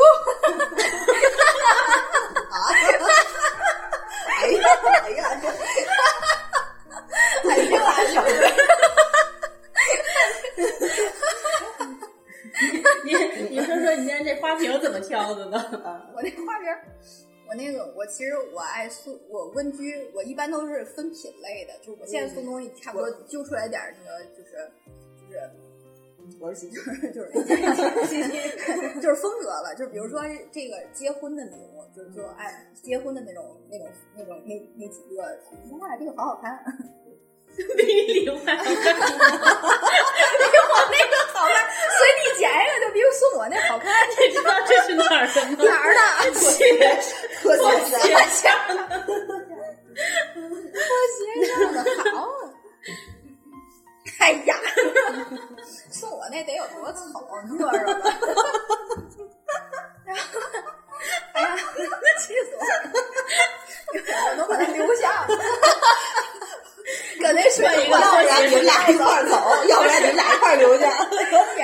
Speaker 3: 哎呀，哎呀，
Speaker 4: 哎呀，少
Speaker 6: 你你说说你今天这花瓶怎么挑的吧？
Speaker 4: 我那花瓶儿，我那个我其实我爱送我温居，我一般都是分品类的，就是我现在送东西差不多揪出来点儿那个就是就是
Speaker 3: 我是喜剧，
Speaker 4: 就是 就是风格了，就是比如说这个结婚的礼物，就就按结婚的那种那种那种那那几个，哇，这个好好看，啊
Speaker 6: 没礼貌，
Speaker 4: 我那个好看，随你捡一个就比送我那好 看，
Speaker 6: 你知道这是哪儿的吗？
Speaker 4: 哪儿的？
Speaker 6: 拖鞋，
Speaker 3: 特
Speaker 6: 拖
Speaker 3: 写
Speaker 6: 鞋
Speaker 3: 的，
Speaker 6: 上的
Speaker 4: 我先生的好啊！ 哎呀，送我那得有多丑，你说说吧。 哎呀，气死我！了！我能把它留下吗？搁那水里
Speaker 3: 要不然你
Speaker 4: 头
Speaker 3: 们俩一块儿走，要不然你们俩一块儿留下。
Speaker 4: 天，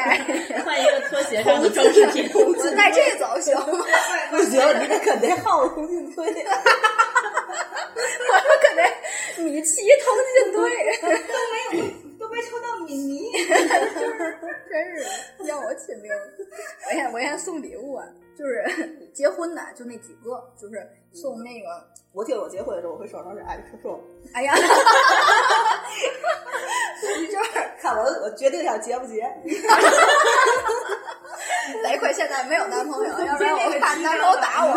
Speaker 6: 换一个拖鞋上的装饰品，
Speaker 4: 我带这走行吗？
Speaker 3: 不行，你这可得耗通进推。
Speaker 4: 我说搁那米奇投进 队，
Speaker 7: 都没抽到米 妮，
Speaker 4: 真是要我亲命！我也我也送礼物啊，就是结婚的就那几个，就是送那个。
Speaker 3: 我记得我结婚的时候，我会手上是爱说说，
Speaker 4: 哎呀，
Speaker 3: 哎就是看我我决定想结不结，
Speaker 4: 得亏现在没有男朋友，要不然我怕男朋友打我。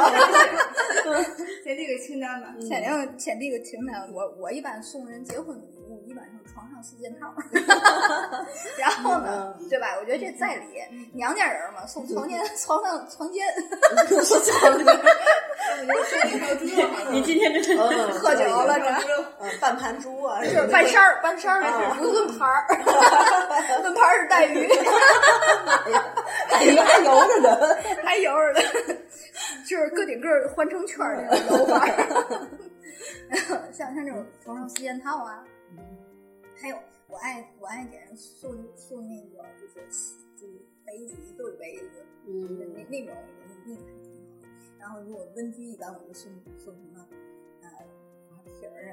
Speaker 7: 谁先列个清单吧。
Speaker 4: 肯定前这个清单，我我一般送人结婚礼物，一般是床上四件套 儿，然后呢，对吧？我觉得这在理，娘家人嘛，送 床间、床上、床间，
Speaker 6: 你今天真的
Speaker 3: 嗯
Speaker 4: 喝酒了，这
Speaker 3: 嗯，半盘猪 啊，
Speaker 4: 是半扇儿，啊半扇儿不是论盘儿， 论盘儿是带鱼，
Speaker 3: 海鱼还游着呢。
Speaker 4: 还有着呢，就是个顶个儿换成圈儿那种游法儿， 像像这种床上四件套啊，还有我爱我爱给人送送那个就是就是杯子一对儿杯子，
Speaker 6: 嗯
Speaker 4: 那那那种那个还挺好的。然后如果温居一般，我就送送什么呃花瓶儿啊，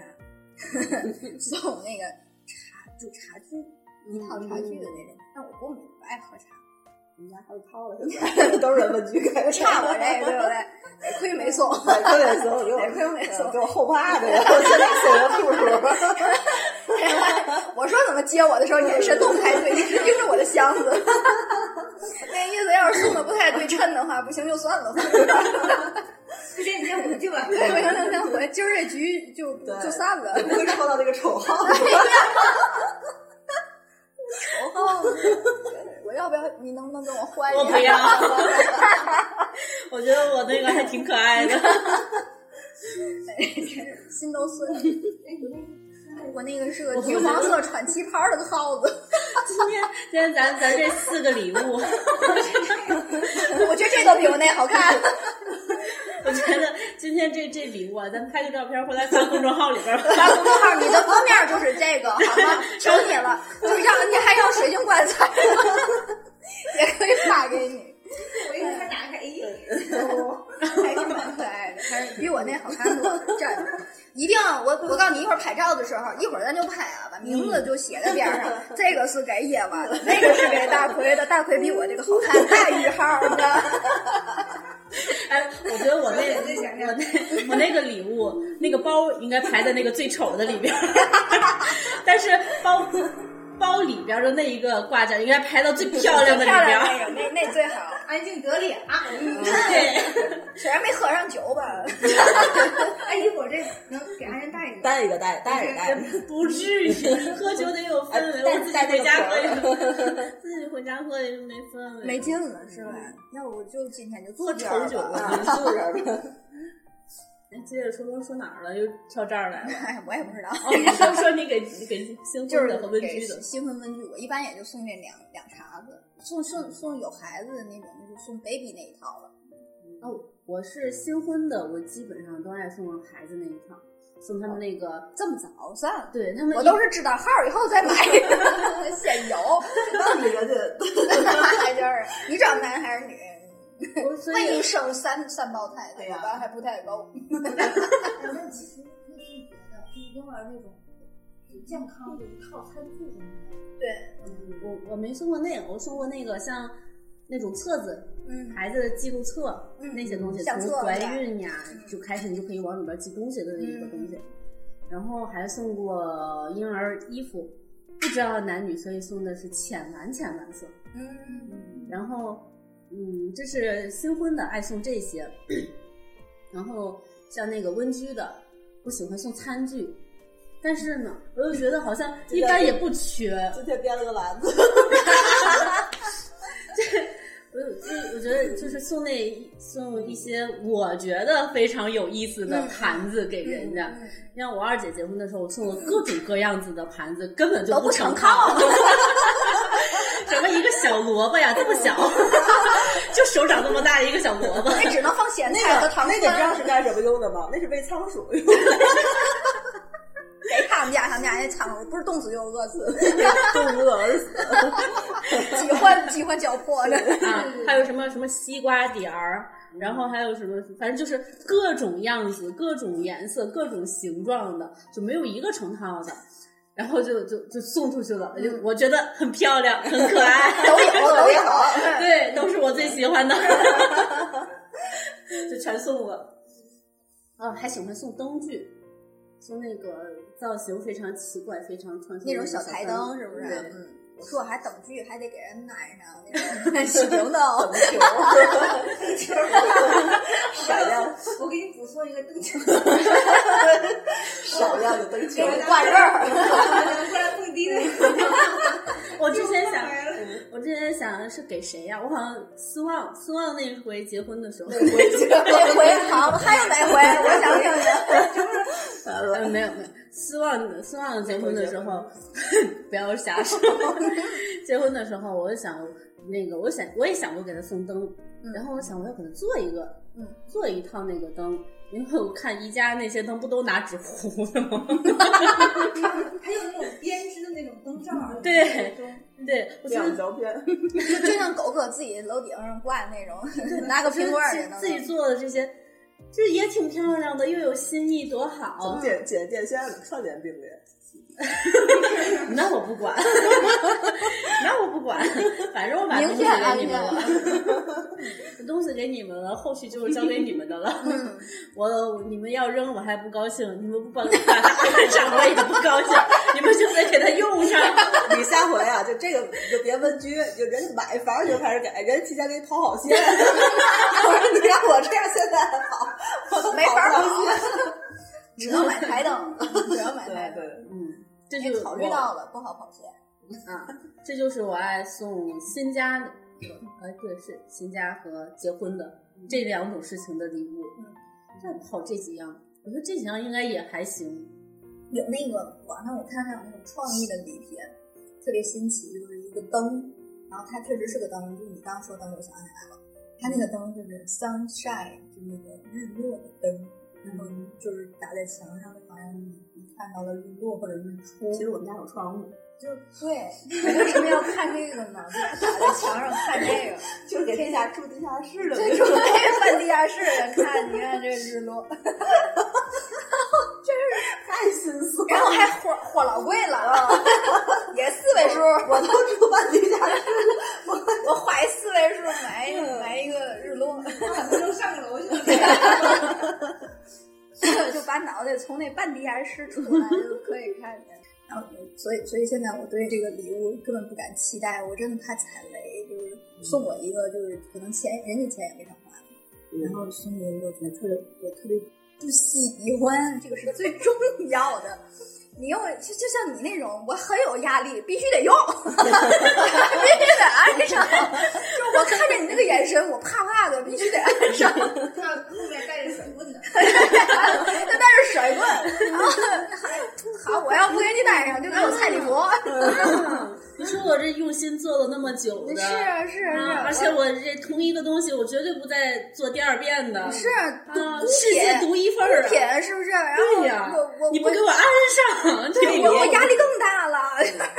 Speaker 4: 送那个茶就茶具一套茶具的那种。但我过敏不爱喝茶，
Speaker 3: 你们家还有套了，现在都是人文局给
Speaker 4: 差我这个对不对？ 得亏没送，
Speaker 3: 得亏没送，给我
Speaker 4: 得亏没送
Speaker 3: 给。我后怕的呀！我现在送个兔兔，
Speaker 4: 我说怎么接我的时候，眼神都不太对，一直盯着我的箱子。 那意思要是送的不太对称的话，不行就算了，
Speaker 7: 不行，你先回去吧。
Speaker 4: 不行就先回。今儿这局就
Speaker 3: 对
Speaker 4: 就散了。
Speaker 3: 不会抽到那个丑号。
Speaker 4: 我要不要？你能不能跟我换一下？
Speaker 6: 我不要， 我觉得我那个还挺可爱的。
Speaker 4: 心都碎了。我那个是个橘黄色喘气泡的耗子，
Speaker 6: 今天今天咱咱这四个礼物，
Speaker 4: 我觉得这都比我那好看。
Speaker 6: 我觉得今天这这礼物啊，咱拍个照片回来发公众号里边儿吧。
Speaker 4: 然后 公众号你的封面就是这个，好吗？求你了，就要你还要水晶棺材 吗，也可以发给你。
Speaker 7: 我一会儿打开，咦，
Speaker 4: 还是蛮可爱的，还是比我那好看多。这儿一定，我我告诉你，一会儿拍照的时候，一会儿咱就拍啊，把名字就写在边 上。这个是给野娃的，那个是给大奎的。大奎比我这个好看，大玉号的。
Speaker 6: 哎，我觉得我那我那我那个礼物那个包应该排在那个最丑的里边儿，但是包包里边儿的那一个挂件应该排到最 漂亮的里
Speaker 4: 漂
Speaker 6: 边
Speaker 4: 亮
Speaker 6: 儿。
Speaker 4: 那个，那那最好。哎
Speaker 7: 安静得脸啊！
Speaker 4: 嗯
Speaker 6: 对，
Speaker 4: 虽然没喝上酒 吧，
Speaker 7: 哎，一会儿这 能给安静带一个。
Speaker 3: 带一个，带带着带着，
Speaker 6: 不至于，喝酒得有氛围，
Speaker 3: 哎
Speaker 6: 我自己回家喝
Speaker 3: 带带那
Speaker 6: 也，自己回家喝也是没氛围。
Speaker 4: 没劲了是吧？要不就今天就坐这
Speaker 6: 嗯喝
Speaker 4: 儿
Speaker 6: 酒
Speaker 4: 吧。
Speaker 6: 了，
Speaker 3: 啊，是人 的。
Speaker 6: 哎接着说说说哪儿了？又跳这儿来 了。
Speaker 4: 哎，我也不知道，
Speaker 6: 哦，你 说说你给给新
Speaker 4: 就
Speaker 6: 婚
Speaker 4: 是
Speaker 6: 的和温
Speaker 4: 给
Speaker 6: 居的，
Speaker 4: 新婚温居，我一般也就送这两两茬子，送送送有孩子的那种，就送 baby 那一套了。
Speaker 6: 哦，我是新婚的，我基本上都爱送孩子那一套，送他们那个，
Speaker 4: 这么早算了，
Speaker 6: 哦对他们
Speaker 4: 我
Speaker 6: 一
Speaker 4: 都是知道号以后 再买，先有。
Speaker 3: 那你人家
Speaker 4: 就是你找男还是女？
Speaker 6: 我所
Speaker 4: 万一
Speaker 6: 以
Speaker 4: 生三三胞胎，
Speaker 3: 哎
Speaker 4: 对
Speaker 3: 呀
Speaker 4: 吧？还不太够。
Speaker 5: 但其实我是觉得，就是婴儿那种就健康的一套餐具什么的，
Speaker 4: 对，
Speaker 6: 我我没送过那个，我送过那个像那种册子，
Speaker 4: 嗯，
Speaker 6: 孩子的记录册、
Speaker 4: 嗯
Speaker 6: 那些东西，
Speaker 4: 相
Speaker 6: 从
Speaker 4: 册
Speaker 6: 怀
Speaker 4: 是吧
Speaker 6: 孕呀
Speaker 4: 嗯
Speaker 6: 就开始，你就可以往里边记东西的一个东西。
Speaker 4: 嗯
Speaker 6: 然后还送过婴儿衣服，不知道男女，所以送的是浅蓝浅蓝色。
Speaker 4: 嗯，
Speaker 6: 然后，嗯，这是新婚的爱送这 些，然后像那个温居的，我喜欢送餐具，但是呢，我又觉得好像一般也不缺，
Speaker 3: 今天编了个篮子，
Speaker 6: 我有就是我觉得就是送那送一些我觉得非常有意思
Speaker 4: 嗯
Speaker 6: 的盘子给人家，像我二姐结婚的时候，我送了各种各样子的盘子，根本就
Speaker 4: 都不
Speaker 6: 成
Speaker 4: 成
Speaker 6: 套
Speaker 4: 套。
Speaker 6: 什么一个小萝卜呀，这么小， 就手掌这么大一个小 萝卜，
Speaker 4: 那只能放咸菜
Speaker 3: 那
Speaker 4: 和
Speaker 3: 个
Speaker 4: 糖
Speaker 3: 那
Speaker 4: 分
Speaker 3: 个你知道是干什么用的吗？那是喂仓鼠用的，
Speaker 4: 给他们家他们家那仓鼠，不是冻死就是饿死，
Speaker 3: 冻不饿死。
Speaker 4: 饥患饥患交迫着。
Speaker 6: 啊，还有什么什么西瓜碟儿，然后还有什么，反正就是各种样子、各种颜色、各种形状的，就没有一个成套的。然后就就就送出去了，就我觉得很漂亮，很可爱，
Speaker 4: 都有都有，
Speaker 6: 对，都是我最喜 欢的，就全送了。啊，还喜欢送灯具，送那个造型非常奇怪、非常创新
Speaker 4: 那
Speaker 6: 的
Speaker 4: 种
Speaker 6: 小
Speaker 4: 小台
Speaker 6: 灯
Speaker 4: 灯是不是
Speaker 6: 对？
Speaker 4: 嗯，我说我还等剧，还得给人揽上 那个喜灵灯，
Speaker 3: 球儿，闪亮
Speaker 7: 我给你补送一个 灯球，
Speaker 3: 闪亮的灯球
Speaker 7: 给，人
Speaker 4: 挂这 儿。
Speaker 7: 过 来蹦迪的。
Speaker 6: 我之前想
Speaker 7: 又回来了，
Speaker 6: 我之前想的是给谁呀、我好像斯旺斯旺那回结婚的时候，
Speaker 4: 哪回好？还有哪回？我想想去。
Speaker 6: 呃，没有没有，斯旺斯旺结婚的时候， 不要瞎说。结婚的时候，我就想那个，我想我也想过给他送灯，
Speaker 4: 嗯
Speaker 6: 然后我想我要给他做一个，
Speaker 4: 嗯，
Speaker 6: 做一套那个灯，因为我看宜家那些灯不都拿纸糊的吗？
Speaker 7: 还有那种编织的那种灯罩儿，
Speaker 6: 对
Speaker 7: 灯
Speaker 6: 对，我觉
Speaker 3: 两
Speaker 6: 得
Speaker 3: 胶片，
Speaker 4: 就就像狗搁自己楼顶上挂那种，拿个
Speaker 6: 我觉
Speaker 4: 苹
Speaker 6: 得
Speaker 4: 果儿
Speaker 6: 自
Speaker 4: 也
Speaker 6: 己
Speaker 4: 能
Speaker 6: 自己做的这些，这也挺漂亮的，又有新意，多
Speaker 3: 怎么
Speaker 6: 好。啊
Speaker 3: 剪剪电线了，上剪并联，
Speaker 6: 那我不管，那我不管，反正我把东
Speaker 4: 明
Speaker 6: 西
Speaker 4: 确啊安
Speaker 6: 给你们了，
Speaker 4: 全。
Speaker 6: 东西给你们了，后续就是交给你们的了。
Speaker 4: 嗯，
Speaker 6: 我你们要扔我还不高兴，你们不帮把它安上我也不高兴，你们就得给它 用上。
Speaker 3: 你下回啊，就这个你就别问居，你就人家买房你就开始给，人家提前给你跑好线。我说你让我这样现在还跑，我都
Speaker 4: 没法
Speaker 3: 跑
Speaker 4: 跑
Speaker 3: 不好 线。
Speaker 4: 只能买台灯， 只能买台灯。
Speaker 3: 对对，
Speaker 6: 嗯，这
Speaker 4: 也
Speaker 6: 就是
Speaker 4: 哎考虑到了不好跑线。
Speaker 6: 我啊，这就是我爱送新家，呃，对，是新家和结婚的这两种事情的礼物。
Speaker 4: 嗯，
Speaker 6: 再跑这几样，我觉得这几样应该也还行。
Speaker 4: 有那个网上我看还有那种创意的礼品，特别新奇，就是一个灯，然后它确实是个灯，就是你刚说灯，我想起来了，它那个灯就是 sunshine，就是那个日落的灯，然后你就是打在墙上，好像你你看到了日落或者日出，
Speaker 6: 实我们家有窗户，
Speaker 4: 就对，你为什么要看这个呢？打在墙上看这个，
Speaker 3: 就是给地下住地下室的
Speaker 4: 这
Speaker 3: 那
Speaker 4: 就
Speaker 3: 种。
Speaker 4: 是办地下室的看，你看这日 落，
Speaker 3: 太心酸了。
Speaker 4: 然后还货货老贵了，啊， 也四位数，
Speaker 3: 我都住半地下室，
Speaker 4: 我花一四位数买一
Speaker 3: 嗯
Speaker 4: 买一个日落，
Speaker 7: 罩，能上楼去。
Speaker 4: 就把脑袋从那半地下室出来就可以看见。然后，所以所以现在我对这个礼物根本不敢期待，我真的怕踩雷。就是送我一个，就是可能钱人家钱也没少花，然后送我一个我觉得特别我特别不喜欢，这个是最重要的。你用就就像你那种，我很有压力，必须得用， 必须得安上。就是我看着你那个眼神，我怕怕的，必须得安上。啊
Speaker 7: 他后面带着水棍的，
Speaker 4: 就带着甩棍，然后好，我要不给你带上，就给我蔡礼博。
Speaker 6: 你说我这用心做了那么久的，
Speaker 4: 是啊，是
Speaker 6: 啊，
Speaker 4: 啊，
Speaker 6: 而
Speaker 4: 是
Speaker 6: 且
Speaker 4: 啊，
Speaker 6: 我这同一个东西，我绝对不再做第二遍的。
Speaker 4: 是啊，
Speaker 6: 啊
Speaker 4: 独孤，
Speaker 6: 世界
Speaker 4: 品，
Speaker 6: 独一份儿
Speaker 4: 孤
Speaker 6: 啊！
Speaker 4: 品是不是？然后
Speaker 6: 对呀
Speaker 4: 我我，
Speaker 6: 你不
Speaker 4: 我
Speaker 6: 给我安上，
Speaker 4: 对
Speaker 6: 这
Speaker 4: 我我压力更大了。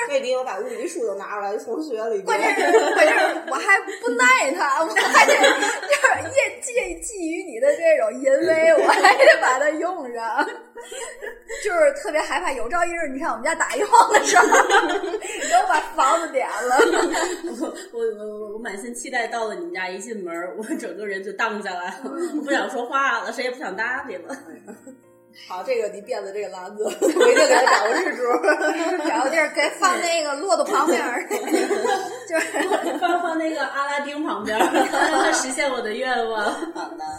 Speaker 3: 那 里我把物理书都拿出来从学里边。
Speaker 4: 关键是，关键是我还不耐他，我还得就是业介觊觎你的这种淫威，我还得把它用上，就是特别害怕。有朝一日你上我们家打一晃的时候，你给我把房子点了。
Speaker 6: 我我我我满心期待到了你们家，一进门我整个人就荡下 来了，我不想说话了，谁也不想搭理了。
Speaker 3: 好，这个你变的这个篮子，我一定给他找个是主。
Speaker 4: 找个地儿给放那个骆驼旁边儿， 就是
Speaker 6: 放放那个阿拉丁旁边，让 他实现我的愿望。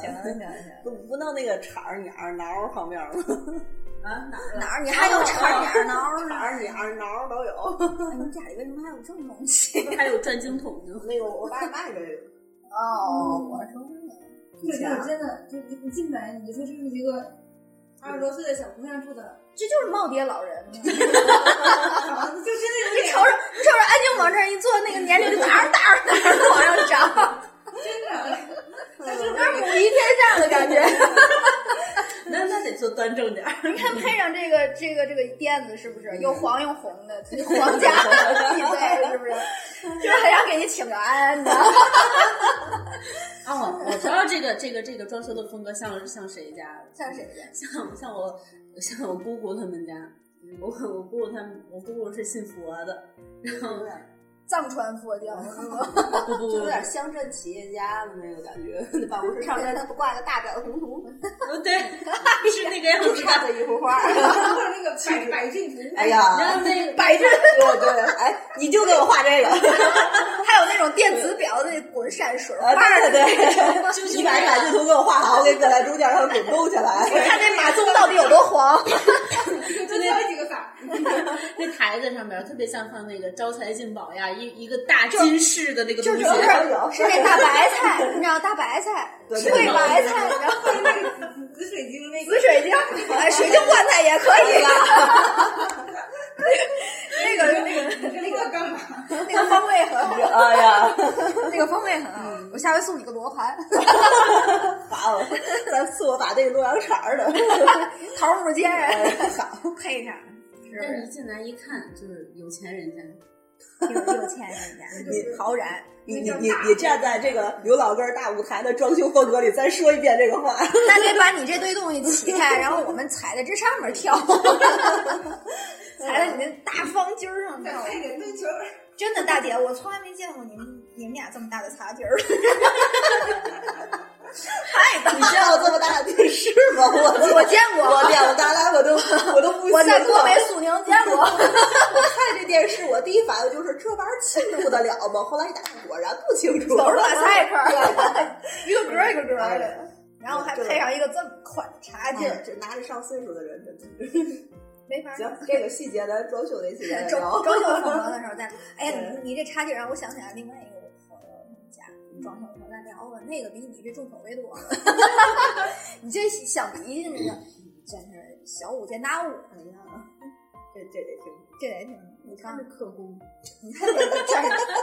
Speaker 4: 行行行，
Speaker 3: 不不弄那个铲儿鸟儿挠儿旁边了，
Speaker 4: 哪儿你还有茬儿哪儿挠
Speaker 3: 铲
Speaker 4: 儿？
Speaker 3: 儿鸟儿挠儿都有。
Speaker 4: 你们家里为什么还有这种东西？
Speaker 6: 还有转经筒呢，
Speaker 3: 那个我爸 卖给
Speaker 4: 哦，我说
Speaker 7: 就这种真的，就你你进来你就说这是一个二十多岁的小姑娘住的
Speaker 4: 这就是耄耋老 人嘛。
Speaker 7: 房子，就真的有
Speaker 4: 瞅
Speaker 7: 点
Speaker 4: 瞅，瞅瞅，安静往这儿一坐，那个年龄就哪儿哪儿哪儿都往上涨，
Speaker 7: 真的，但是
Speaker 4: 有点母仪天下的 感觉。
Speaker 6: 那那得做端正点儿。
Speaker 4: 你看配上这个这个这个垫子，是不
Speaker 7: 嗯
Speaker 4: 是又黄又红的，特别皇 家气味，是不是？就是很想给你请个安的。
Speaker 6: 哦，我知道这个这个这个装修的风格像像谁家？
Speaker 4: 像谁家？
Speaker 6: 像像我像我姑姑他们家。我我姑姑他们，我姑姑是信佛的，然后
Speaker 7: 嗯
Speaker 4: 藏传佛教，
Speaker 6: 不不
Speaker 3: 就有
Speaker 6: 不，
Speaker 3: 点乡镇企业家的那个感觉，那办 公室上面挂个大展宏图，
Speaker 6: 嗯不对，是那个样
Speaker 3: 就
Speaker 6: 子的。
Speaker 3: 差这一幅画。
Speaker 7: 或者那个个百百骏图，
Speaker 3: 哎呀，
Speaker 6: 然后那个
Speaker 3: 摆这个，对对，哎，你就给我画这个，啊
Speaker 4: 还有那种电子表的滚山水画
Speaker 3: 啊，
Speaker 4: 儿
Speaker 3: 对对对，你把这百骏图给我画好，我给搁在中间让它滚动起来。
Speaker 4: 看这马鬃到底有多黄。
Speaker 7: 就挑几个色儿。
Speaker 6: 那台子上面特别像放那个招财进宝呀，一一个大金饰的那个
Speaker 4: 就
Speaker 6: 东
Speaker 4: 是
Speaker 6: 西，
Speaker 4: 是那大白菜，你知道大白菜，
Speaker 3: 对
Speaker 4: 水
Speaker 3: 对
Speaker 4: 白菜，然后
Speaker 7: 那个紫紫水晶那个
Speaker 4: 紫水晶，哎，水晶棺材也可以啊。那个那个
Speaker 7: 那个干嘛？
Speaker 4: 那个方位很好，
Speaker 3: 哎呀，
Speaker 4: 那个方位很好，我下回送你个罗盘，
Speaker 3: 好， 咱赐我把这个洛阳铲 儿的，
Speaker 4: 桃木尖，
Speaker 3: 好，
Speaker 4: 嗯配上，是不
Speaker 6: 但是
Speaker 4: 是
Speaker 6: 一进来一看就是有钱人家，
Speaker 4: 有 有钱人家，
Speaker 3: 你
Speaker 4: 陶然，
Speaker 3: 你你你你站在这个刘老根儿大舞台的装修风格里，再说一遍这个话。
Speaker 4: 那得把你这堆东西起开，然后我们踩在这上面 跳，踩在你那大方筋儿上
Speaker 7: 再
Speaker 4: 跳。
Speaker 7: 配点对球儿，
Speaker 4: 真的，大姐，我从来没见过你们你们俩这么大的擦筋儿， 太大
Speaker 3: 你见过这么大的电视吗？ 我
Speaker 4: 了，我见过，
Speaker 3: 我见过，咱俩我 都我都不信。
Speaker 4: 我在国美苏宁见 过，
Speaker 3: 我看这电视，我第一反应就是这玩意儿清楚得了吗？后 来一打，果然不清楚。
Speaker 4: 都是马 赛克
Speaker 3: 克，
Speaker 4: 一个格儿一个格儿
Speaker 3: 哎
Speaker 4: 的，然后还配上一个这么宽的茶
Speaker 3: 这
Speaker 4: 劲儿，
Speaker 3: 这拿着上岁数的人，真的
Speaker 4: 没法儿。
Speaker 3: 行。这个细节咱装修那期
Speaker 4: 是
Speaker 3: 再
Speaker 4: 周
Speaker 3: 聊。
Speaker 4: 周秀风格的时候再聊，哎呀，
Speaker 3: 对嗯
Speaker 4: 你你这插件让我想起来另外一个我朋友他们家装修的时候咱聊吧，那个比你这重口味多了。 你这想鼻那个真是小五见大五，你知道吗？
Speaker 3: 这这得听。
Speaker 4: 这得挺，你看
Speaker 6: 是客工，
Speaker 4: 你看这个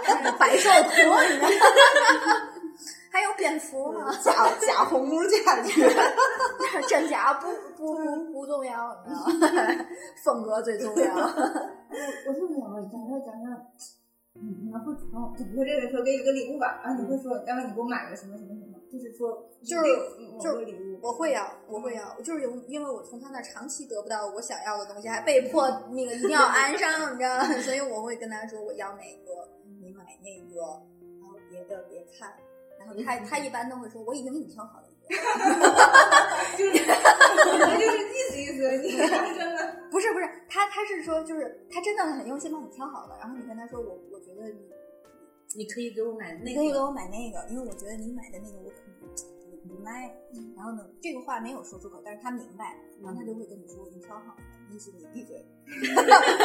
Speaker 4: 这是百兽图，你知道吗？ 还有蝙蝠吗？
Speaker 3: 假假红屋假去，
Speaker 4: 真假不不不不重要，你知道吗？ 风格最重要。
Speaker 7: 我特别想问，假设假设，你你要不主动，就比如说这个说给你个礼物吧，然后你会说，要不你给我买个什么什么什么，就是说，
Speaker 4: 就是
Speaker 7: 某
Speaker 4: 就是
Speaker 7: 个礼物，
Speaker 4: 我会要，我会要，就是有，因为我从他那儿长期得不到我想要的东西，还被迫那个一定要安上，你知道吗？ 所以我会跟他说我要哪个，嗯你买那个，然后别的别看。然后他他一般都会说我已经给你挑好了一个，
Speaker 7: 就是就是意思意思，你看真的。
Speaker 4: 不是不是，他他是说就是他真的很用心帮你挑好了，然后你跟他说我我觉得你
Speaker 6: 你可以给我买那
Speaker 4: 你
Speaker 6: 个
Speaker 4: 可以给我买那个，因为我觉得你买的那个我可能我不卖。然后呢，这个话没有说出口，但是他明白，然后他就会跟你说我已经挑好了，你请你闭嘴，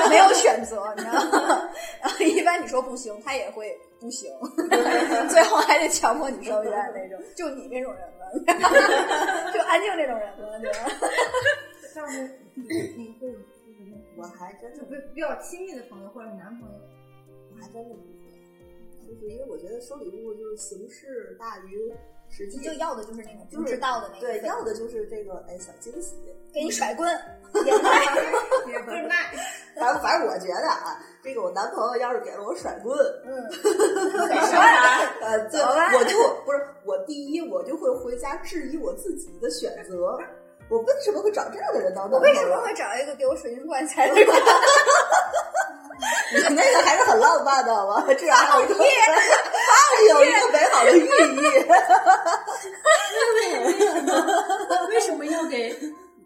Speaker 4: 没有选择，你知道吗？然后一般你说不行，他也会不 行，最后还得强迫你收冤那种，就你这种人了， 就安静这种人了，你知道吗？
Speaker 7: 上次你你会就是那
Speaker 3: 我还真
Speaker 7: 就
Speaker 3: 的
Speaker 7: 比比较亲密的朋友或者男朋友，
Speaker 3: 我还真的不会，就是因为我觉得收礼物就是形式大于实际
Speaker 4: 你。就要的就是那种
Speaker 3: 就是
Speaker 4: 不知道的那个，
Speaker 3: 对，要的就是这个哎小惊喜。
Speaker 4: 给你甩棍，
Speaker 7: 也不是卖，
Speaker 3: 反正反正我觉得啊，这个我男朋友要是给了我甩 棍，
Speaker 4: 嗯，
Speaker 3: 呃，对，
Speaker 4: 好吧
Speaker 3: 我就不是我第一，我就会回家质疑我自己的选择，我为什么会找这样的人当男
Speaker 4: 我
Speaker 3: 朋友？
Speaker 4: 为
Speaker 3: 啊
Speaker 4: 什么会找一个给我水晶棺材的人？
Speaker 3: 你那个还是很浪漫的好吗？至少还有一个，还有一个美好的寓意。
Speaker 6: 为什么要给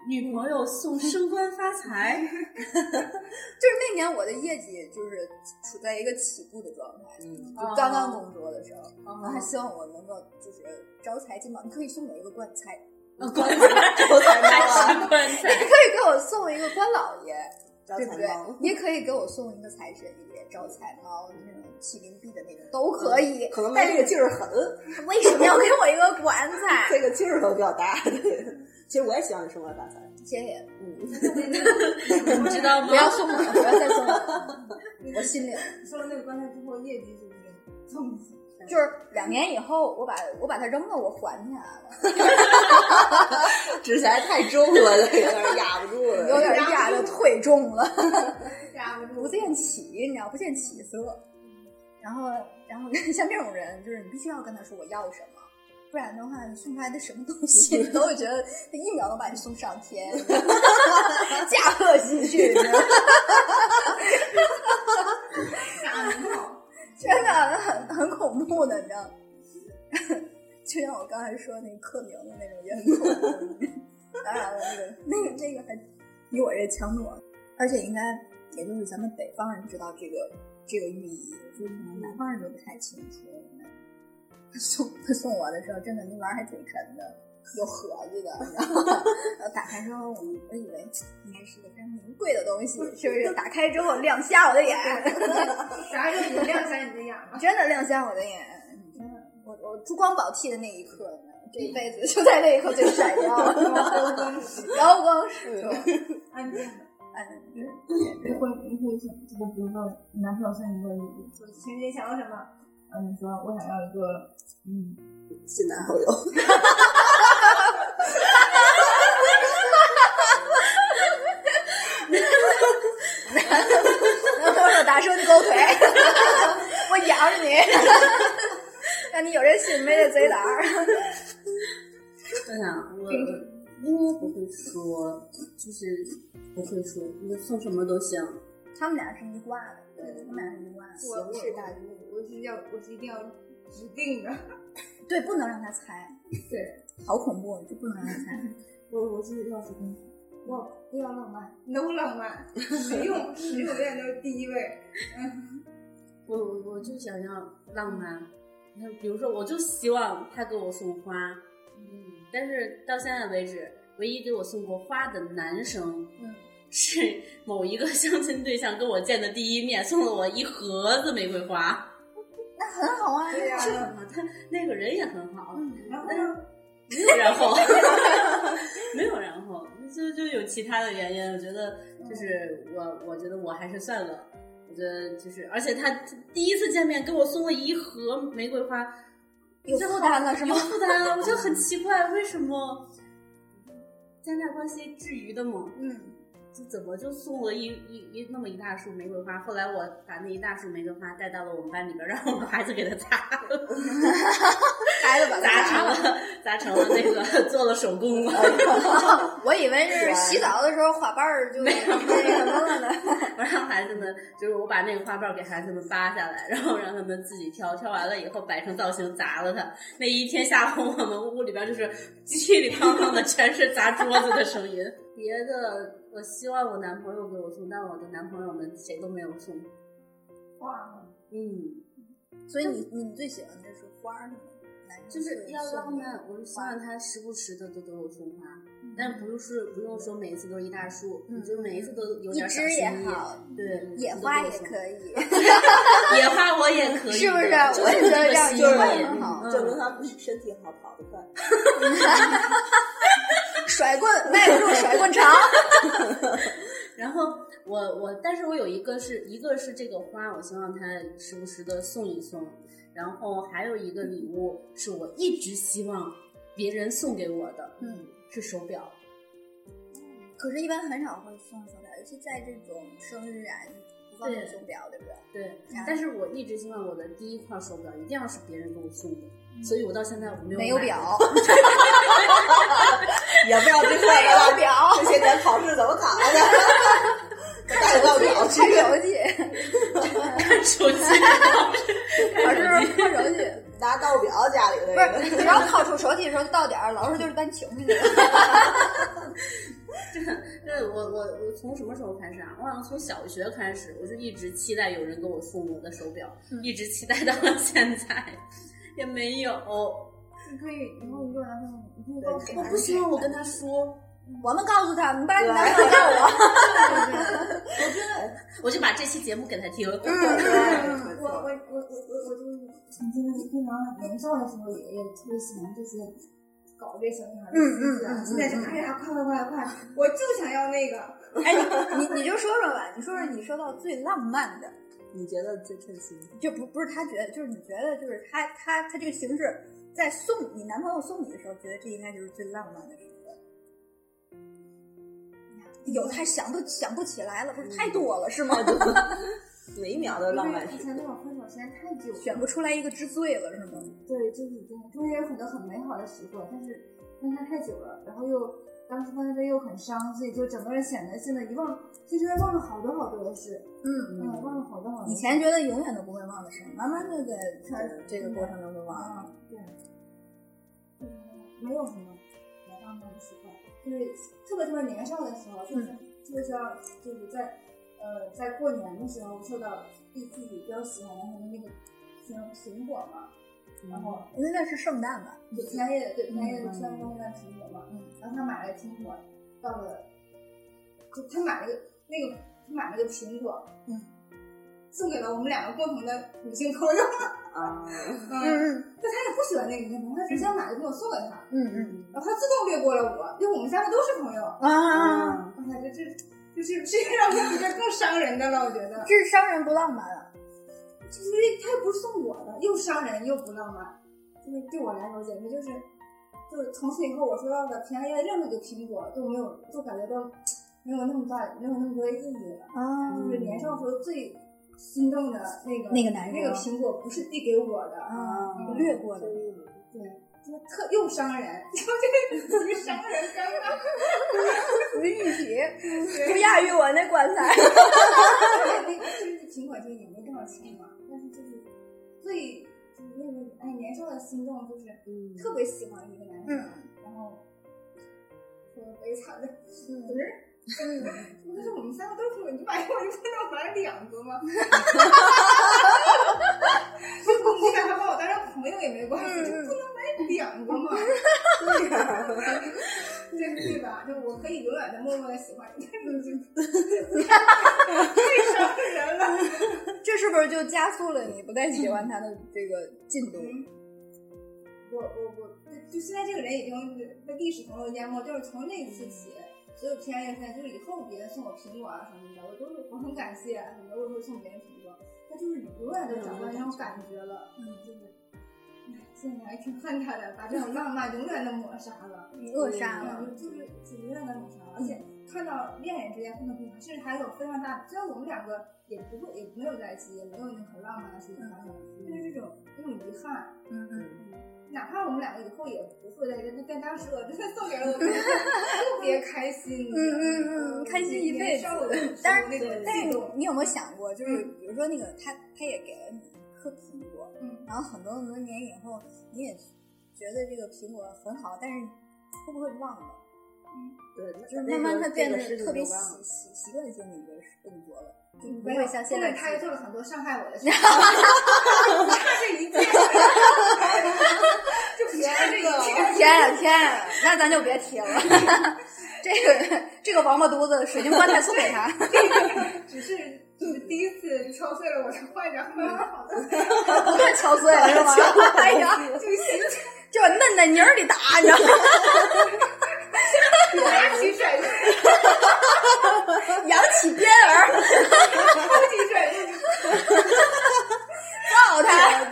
Speaker 6: 女朋友送升官发财？
Speaker 4: 就是那年我的业绩就是处在一个起步的状态，
Speaker 3: 嗯
Speaker 4: 就刚刚工作的时候，
Speaker 6: 哦
Speaker 4: 我还希望我能够就是招财进宝。你可以送我一个棺材，
Speaker 6: 棺材，
Speaker 3: 招财 猫，
Speaker 6: 棺
Speaker 4: 你可
Speaker 6: 材，
Speaker 4: 以给我送一个关老 爷，
Speaker 3: 招
Speaker 4: 对不
Speaker 3: 财
Speaker 4: 对
Speaker 3: 猫？。
Speaker 4: 你也可以给我送一个财神爷、招财猫那种麒麟臂的那种都可以。
Speaker 3: 可能没
Speaker 4: 但
Speaker 3: 这
Speaker 4: 是
Speaker 3: 个劲儿狠，
Speaker 4: 为什么要给我一个棺材？
Speaker 3: 这个劲儿都比较大。对其实我也希望你升官发财。
Speaker 4: 谢谢，
Speaker 3: 嗯，
Speaker 6: 你知道吗？
Speaker 4: 不要送我了，不要再送我了， 我心领。
Speaker 7: 你说了那个棺材之后，业绩是不是蹭蹭？
Speaker 4: 就是两年以后，我把我把它扔了，我还他了，
Speaker 3: 之前太重了，有点压不住了。
Speaker 4: 有点压的腿重了。
Speaker 7: 架不住
Speaker 4: 不见起，你知道，不见起色。然后，然后像这种人，就是你必须要跟他说我要什么，不然的话，你送出来的什么东西，你都会觉得他一秒能把你送上天， 驾鹤西去。你知道吗
Speaker 7: 啥都好，
Speaker 4: 真的很很恐怖的，你知道吗？ 就像我刚才说那个刻名的那种也很恐怖。当然了，那个那个那个还比我这强多了。而且应该也就是咱们北方人知道这个这个寓意，就是可能南方人都不太清楚。 他送他送我的时候，真的那玩意儿还挺沉的，有盒子的，然后然后打开之后，我我以为应该是个非常名贵的东西，是不是？打开之后亮瞎我的眼，
Speaker 7: 啥时候你亮瞎你的眼了？
Speaker 4: 真的亮瞎我的眼，真的，我我珠光宝气的那一刻，这一辈子就在那一刻最闪耀了， 阳光是，
Speaker 7: 案件的，
Speaker 4: 嗯，
Speaker 7: 你会你会想，这个比如说你男朋友送你一个礼物，说情人节想要什么？然后你说我想要一个，嗯，
Speaker 3: 新男好友，
Speaker 4: 然后我打你狗腿，我养着你，让你有这心没这贼胆儿。
Speaker 6: 对呀，我应该不会说，就是不会说，那送什么都行。
Speaker 4: 他们俩是一挂的，对，他们俩是一挂的，
Speaker 7: 我是大姑，我是要我是一定要指定的，
Speaker 4: 对，不能让他猜，
Speaker 7: 对
Speaker 4: 好恐怖，就不能让他猜。
Speaker 7: 我我是钥匙公主。我不要浪漫，no 浪漫，实用，实用永远都是第一位。
Speaker 6: 我我我就想要浪漫，那比如说，我就希望他给我送花，嗯，但是到现在为止，唯一给我送过花的男生，
Speaker 4: 嗯，
Speaker 6: 是某一个相亲对象跟我见的第一面，送了我一盒子玫瑰 花，
Speaker 4: 那很好啊，
Speaker 7: 对呀、
Speaker 6: 是很好，他那个人也很好，
Speaker 7: 然后呢？
Speaker 6: 没有然后， 没有然后，就就有其他的原因。我觉得就是我，我觉得我还是算了。我觉得就是，而且他第一次见面给我送了一盒玫瑰花，
Speaker 4: 有负担了是吗
Speaker 6: 有？负担啊了，我就很奇怪，为什么咱俩关系至于的吗？
Speaker 4: 嗯，
Speaker 6: 就怎么就送了一一一那么一大束玫瑰花？后来我把那一大束玫瑰花带到了我们班里边，让我们孩子给他砸了，
Speaker 4: 孩子把
Speaker 6: 砸成了砸成了那个做了手工了。
Speaker 4: 我以为是洗澡的时候花瓣儿就那什么了呢。
Speaker 6: 我让孩子们，就是我把那个花瓣给孩子们扒下来，然后让他们自己挑，挑完了以后摆成造型砸了它。那一天下午，我们屋里边就是噼里啪啦的，全是砸桌子的声音。 别的，我希望我男朋友给我送，但我的男朋友们谁都没有送。
Speaker 7: 哇，
Speaker 6: 嗯，
Speaker 4: 所以你你最喜欢的是花儿是吗？
Speaker 6: 就是要浪漫，我是希望他时不时的都给我送花，但不是不用说每一次都一大束，
Speaker 4: 嗯
Speaker 6: 就是每一次都有
Speaker 4: 一
Speaker 6: 点小
Speaker 4: 枝
Speaker 6: 心
Speaker 4: 也
Speaker 6: 意
Speaker 4: 好，
Speaker 6: 对，
Speaker 4: 野花也可以，
Speaker 6: 以，野花我也可以，
Speaker 4: 是不是？
Speaker 6: 就
Speaker 4: 我也觉得这样
Speaker 6: 这
Speaker 4: 野
Speaker 6: 个
Speaker 4: 花
Speaker 6: 心意嗯
Speaker 4: 也很好。
Speaker 3: 证明嗯他不是身体好，跑得快。
Speaker 4: 甩棍耐不住甩棍长，
Speaker 6: 然后我我，但是我有一个是一个是这个花，我希望他时不时的送一送。然后还有一个礼物是我一直希望别人送给我的，
Speaker 4: 嗯，
Speaker 6: 是手表。
Speaker 4: 可是，一般很少会送手表，尤其在这种生日啊，不方便送表，对不对？
Speaker 6: 对
Speaker 4: 嗯，
Speaker 6: 但是我一直希望我的第一块手表一定要是别人给我送的，所以我到现在我没
Speaker 4: 嗯
Speaker 6: 有
Speaker 4: 没有
Speaker 6: 买
Speaker 4: 表，
Speaker 3: 也不知道这块
Speaker 4: 没有
Speaker 3: 儿
Speaker 4: 表，
Speaker 3: 这些年考试怎么 考的，带到 表去
Speaker 4: 看。手机，
Speaker 6: 看 手机，
Speaker 4: 老师说看 手机，
Speaker 3: 拿到表家里那
Speaker 4: 不
Speaker 3: 个，
Speaker 4: 是，你要掏出手机的时候到点儿，老师就是担情绪。
Speaker 6: 对我我我从什么时候开始啊？我好像从小学开始，我就一直期待有人给我送我的手表，
Speaker 4: 嗯
Speaker 6: 一直期待到了现在，也没有。
Speaker 7: 你可以以后你给我男朋友，你可以
Speaker 3: 对
Speaker 7: 告诉
Speaker 6: 我
Speaker 7: 我
Speaker 6: 不希望我跟他说，
Speaker 4: 我们告诉他，你把你男朋友告诉我。
Speaker 6: 我就把这期节目给他听。
Speaker 7: 我我我我我我就是曾经非常年少的时候也也特别喜欢这些搞这小女孩的心思啊，现在就哎呀快快快快，我就想要那个，
Speaker 4: 哎，你你就说说吧，你说说你收到最浪漫的，
Speaker 3: 你觉得最称心？
Speaker 4: 就不不是他觉得，就是你觉得就是他他他这个形式，在送你男朋友送你的时候，觉得这应该就是最浪漫的时刻。有他想都想不起来了，不是太多了是吗？
Speaker 3: 每一秒都浪漫
Speaker 7: 因为。
Speaker 4: 嗯
Speaker 7: 以前跟我分手时间太久了，
Speaker 4: 选不出来一个之最了是吗？
Speaker 7: 对，就是已经中间有很多很美好的时刻，但是分开太久了，然后又当时分开又很伤，所以就整个人显得现在一忘，就觉得忘了好多好多的事，
Speaker 4: 嗯，
Speaker 7: 嗯，忘了好多好多
Speaker 4: 以
Speaker 7: 事。
Speaker 4: 前觉得永远都不会忘的事，慢慢就在他这个过程
Speaker 7: 嗯
Speaker 4: 中就忘了。
Speaker 7: 对，没有什么难忘的时刻，就是特别特别年少的时候，就是
Speaker 4: 嗯
Speaker 7: 特别需要就是在呃在过年的时候受到自自己比较喜欢的什么那个苹苹果嘛，然后
Speaker 4: 嗯因为那是圣诞吧，
Speaker 7: 对平安夜对平安夜
Speaker 4: 嗯
Speaker 7: 的双峰的苹果嘛，嗯然后他买了苹果，到了就他买了个那个他买了个苹果，
Speaker 4: 嗯，
Speaker 7: 送给了我们两个共同的女性朋友，
Speaker 3: 啊，
Speaker 7: 嗯，但他也不喜欢那个女性朋友，他只想买个苹果送给他，
Speaker 4: 嗯嗯
Speaker 7: 然后他自动略过了我，因为我们三个都是朋友，
Speaker 4: 啊，
Speaker 7: 我感觉这就是这让我觉得更伤人的了，我觉得，
Speaker 4: 这是商人不浪漫啊，
Speaker 7: 就是他又不是送我的，又伤人又不浪漫，就是对我来说简直就是，就是从此以后我收到的平安夜的任何一个苹果都没有，就感觉到没有那么大，没有那么多的意义了。
Speaker 4: 啊
Speaker 7: 就是年少时候最心动的那个
Speaker 4: 那个男人
Speaker 7: 那个苹果不是递给我的，
Speaker 4: 啊，略过的，
Speaker 7: 对，就是特又伤人， 就是伤人 刚刚
Speaker 4: 玉体不亚于我那棺材。
Speaker 7: 那个就是苹果就也没多少钱嘛，但是就是最就是那个哎年少的心动就是特别喜欢一个男生，然后特别悲惨的，不是。嗯，可是我们三个都是你买我，你不能买两个吗？你哪怕把我当成朋友也没关系，就不能买两个吗？ 啊
Speaker 3: 对呀，
Speaker 7: 对对吧？就我可以永远的默默的喜欢你，但是就太伤人了。
Speaker 4: 这是不是就加速了你不再喜欢他的这个进度？
Speaker 7: 我我我，就现在这个人已经是被历史洪流淹没，就是从那次起，所有平安夜现在就是以后别人送我苹果啊什么的，我都是我很感谢啊什么的，我也会送别人苹果，但就是永远都找不到那种感觉了，嗯，就是，哎，现在还挺恨他的，把这种浪漫永远的抹杀了，
Speaker 4: 扼杀了。
Speaker 7: 嗯，就是就是永远的抹杀了，而且看到恋人之间看到平常，甚至还有非常大，虽然我们两个也不会也没有在一起，也没有那很浪漫的事情发生，但是这种这种遗憾。
Speaker 4: 嗯嗯，
Speaker 7: 哪怕我们两个以后也不会在一起，但当时我真的送给了我朋友，特别开心。
Speaker 4: 嗯嗯嗯开心一辈子但
Speaker 7: 但
Speaker 4: 是
Speaker 7: 是那种
Speaker 4: 但是
Speaker 7: 激
Speaker 4: 你
Speaker 7: 动，
Speaker 4: 你有没有想过，就是比如说那个他他也给了你一颗苹果，
Speaker 7: 嗯，
Speaker 4: 然后很多很多年以后，你也觉得这个苹果很好，但是会不会忘了？
Speaker 3: 对，
Speaker 4: 就是慢慢它变得
Speaker 3: 这个事情
Speaker 4: 特别
Speaker 3: 就
Speaker 4: 习
Speaker 3: 忘了
Speaker 4: 习习惯性的一个动作了，就不
Speaker 7: 没有
Speaker 4: 会像现在
Speaker 7: 他又
Speaker 4: 记
Speaker 7: 做了很多伤害我 的事情，不差这一件，就不差这一件。
Speaker 4: 天呀天呀，那咱就别提了。这个这个王八犊子，水晶棺材送给他。
Speaker 7: 只是只是第一次敲碎了我的坏掌，慢慢好的，
Speaker 4: 嗯 不算敲碎了是吗？哎呀， 就嫩在泥儿里打，你知道吗？
Speaker 7: 拿起甩 入，
Speaker 4: 扬起鞭儿
Speaker 7: 抛起甩入。
Speaker 4: 抱他。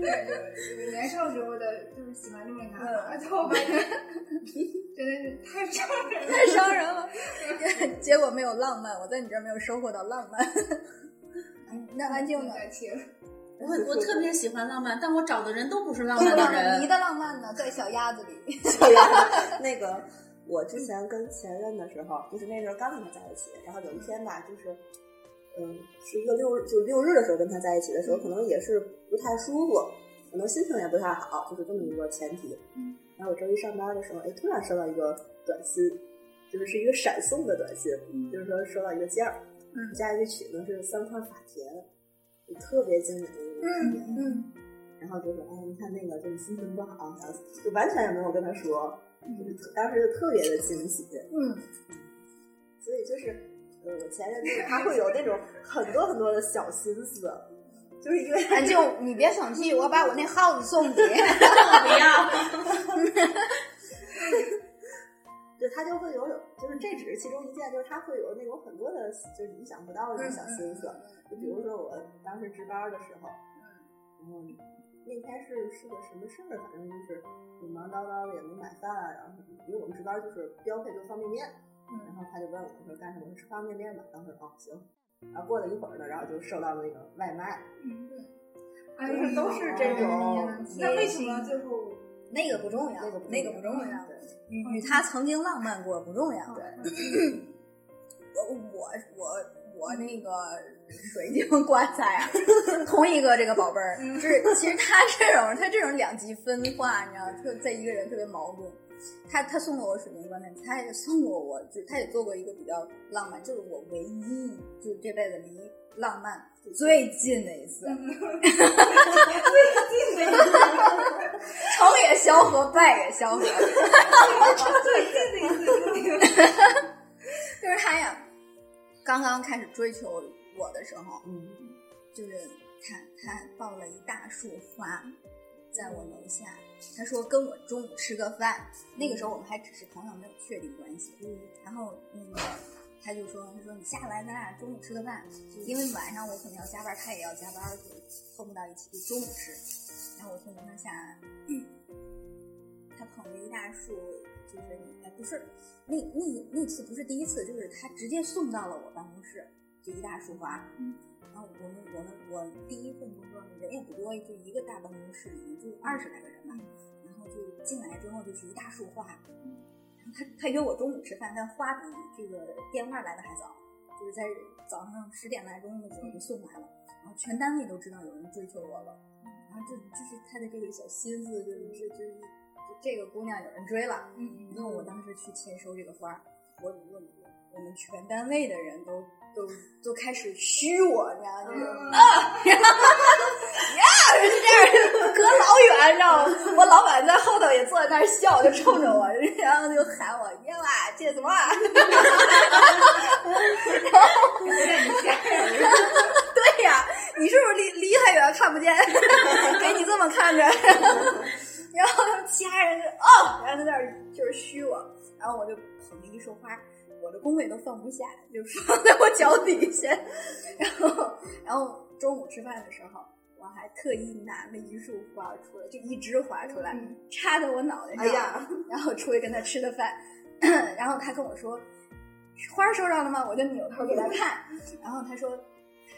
Speaker 7: 对，年少时候的，就是喜欢这么男孩，最后发现真的是太伤人了。
Speaker 4: 太伤人了， 结果没有浪漫，我在你这儿没有收获到浪漫。那安静呢？
Speaker 7: 再提了，
Speaker 6: 我我特别喜欢浪漫，但我找的人都不是浪
Speaker 4: 对
Speaker 6: 漫的
Speaker 4: 吧？你
Speaker 6: 人。
Speaker 4: 的浪漫呢，在小鸭子里。
Speaker 3: 小杨， 那个我之前跟前任的时候，就是那时候刚跟他在一起，然后有一天吧，就是嗯，是一个六日，就六日的时候跟他在一起的
Speaker 4: 嗯
Speaker 3: 时候，可能也是不太舒服，可能心情也不太好，就是这么一个前提。然后我周一上班的时候，哎，突然收到一个短信，就是是一个闪送的短信，就是说收到一个件儿，
Speaker 4: 嗯
Speaker 3: 加一个曲呢是三块法田，就特别经典的一个法田。
Speaker 4: 嗯
Speaker 3: 然后就说，哎，你看那个，就是心情不好，然后就完全也没有跟他说，就是特当时就特别的惊喜，
Speaker 4: 嗯，
Speaker 3: 所以就是，呃，我前任就是他会有那种很多很多的小心思， 啊就是因为他
Speaker 4: 安静，你别生气，我把我那耗子送你。
Speaker 6: 不要，
Speaker 3: 就他就会有，就是这只是其中一件，就是他会有那种很多的，就是你想不到
Speaker 7: 嗯
Speaker 3: 的那种小心思。就比如说我当时值班的时候，然后那天是是个什么事儿，反正就是我忙叨叨的也没买饭啊，然后因为我们值班就是标配就是方便面，然后他就问我说干什么？我说吃方便面吧。当时哦行，然后过了一会儿呢，然后就收到了那个外卖，
Speaker 7: 哎
Speaker 3: 就是都是这种
Speaker 7: 那为什么最后
Speaker 4: 那个不重要
Speaker 3: 那个，
Speaker 4: 那个不重要。嗯
Speaker 3: 对
Speaker 4: 与与他曾经浪漫过不重要。对，我我我我那个水晶棺材啊，同一个这个宝贝儿，就是其实他这种他这种两极分化，你知道，特在一个人特别矛盾。他他送过我水晶棺材，他也送过我，就他也做过一个比较浪漫，就是我唯一就这辈子离浪漫最近的一次。成也萧何，败也 萧何。
Speaker 7: 最近的一次就是
Speaker 4: 就是他呀，刚刚开始追求我的时候，嗯，就是他他抱了一大束花，在我楼下，他说跟我中午吃个饭。那个时候我们还只是朋友，没有确定关系。嗯，然后那个他就说，他说你下来，咱俩中午吃个饭，因为晚上我可能要加班，他也要加班，就凑不到一起，就中午吃。然后我从楼上下来，他捧着一大束，就是哎不是，那那那次不是第一次，就是他直接送到了我办公室，就一大束花。然后我们我们我第一份工作人也不多，就一个大办公室里面就二十来个人吧。然后就进来之后就是一大束花。然后他他约我中午吃饭，但花比这个电话来的还早，就是在早上十点来钟的时候就送来了。然后全单位都知道有人追求我了。然后这就是他的这个小心思，就是这就是就这个姑娘有人追了，嗯，然后我当时去签收这个花儿，我我我们全单位的人都都都开始嘘我，你知道吗？就是啊，呀， 就是这样，隔老远，你知道吗？我老板在后头也坐在那儿笑，就冲着我，然后就喊我耶哇，这什么啊？ 对呀、你是不是离离太远看不见？ 给你这么看着，然后其他人就哦，然后在那儿就是虚我，然后我就捧着一束花，我的工位都放不下，就放在我脚底下。然后，然后中午吃饭的时候，我还特意拿了一束花出来，就一枝花出来，插在我脑袋上，
Speaker 3: 嗯哎呀
Speaker 4: 然后出去跟他吃的饭。然后他跟我说：“花儿收着了吗？”我就扭头给他看，然后他说。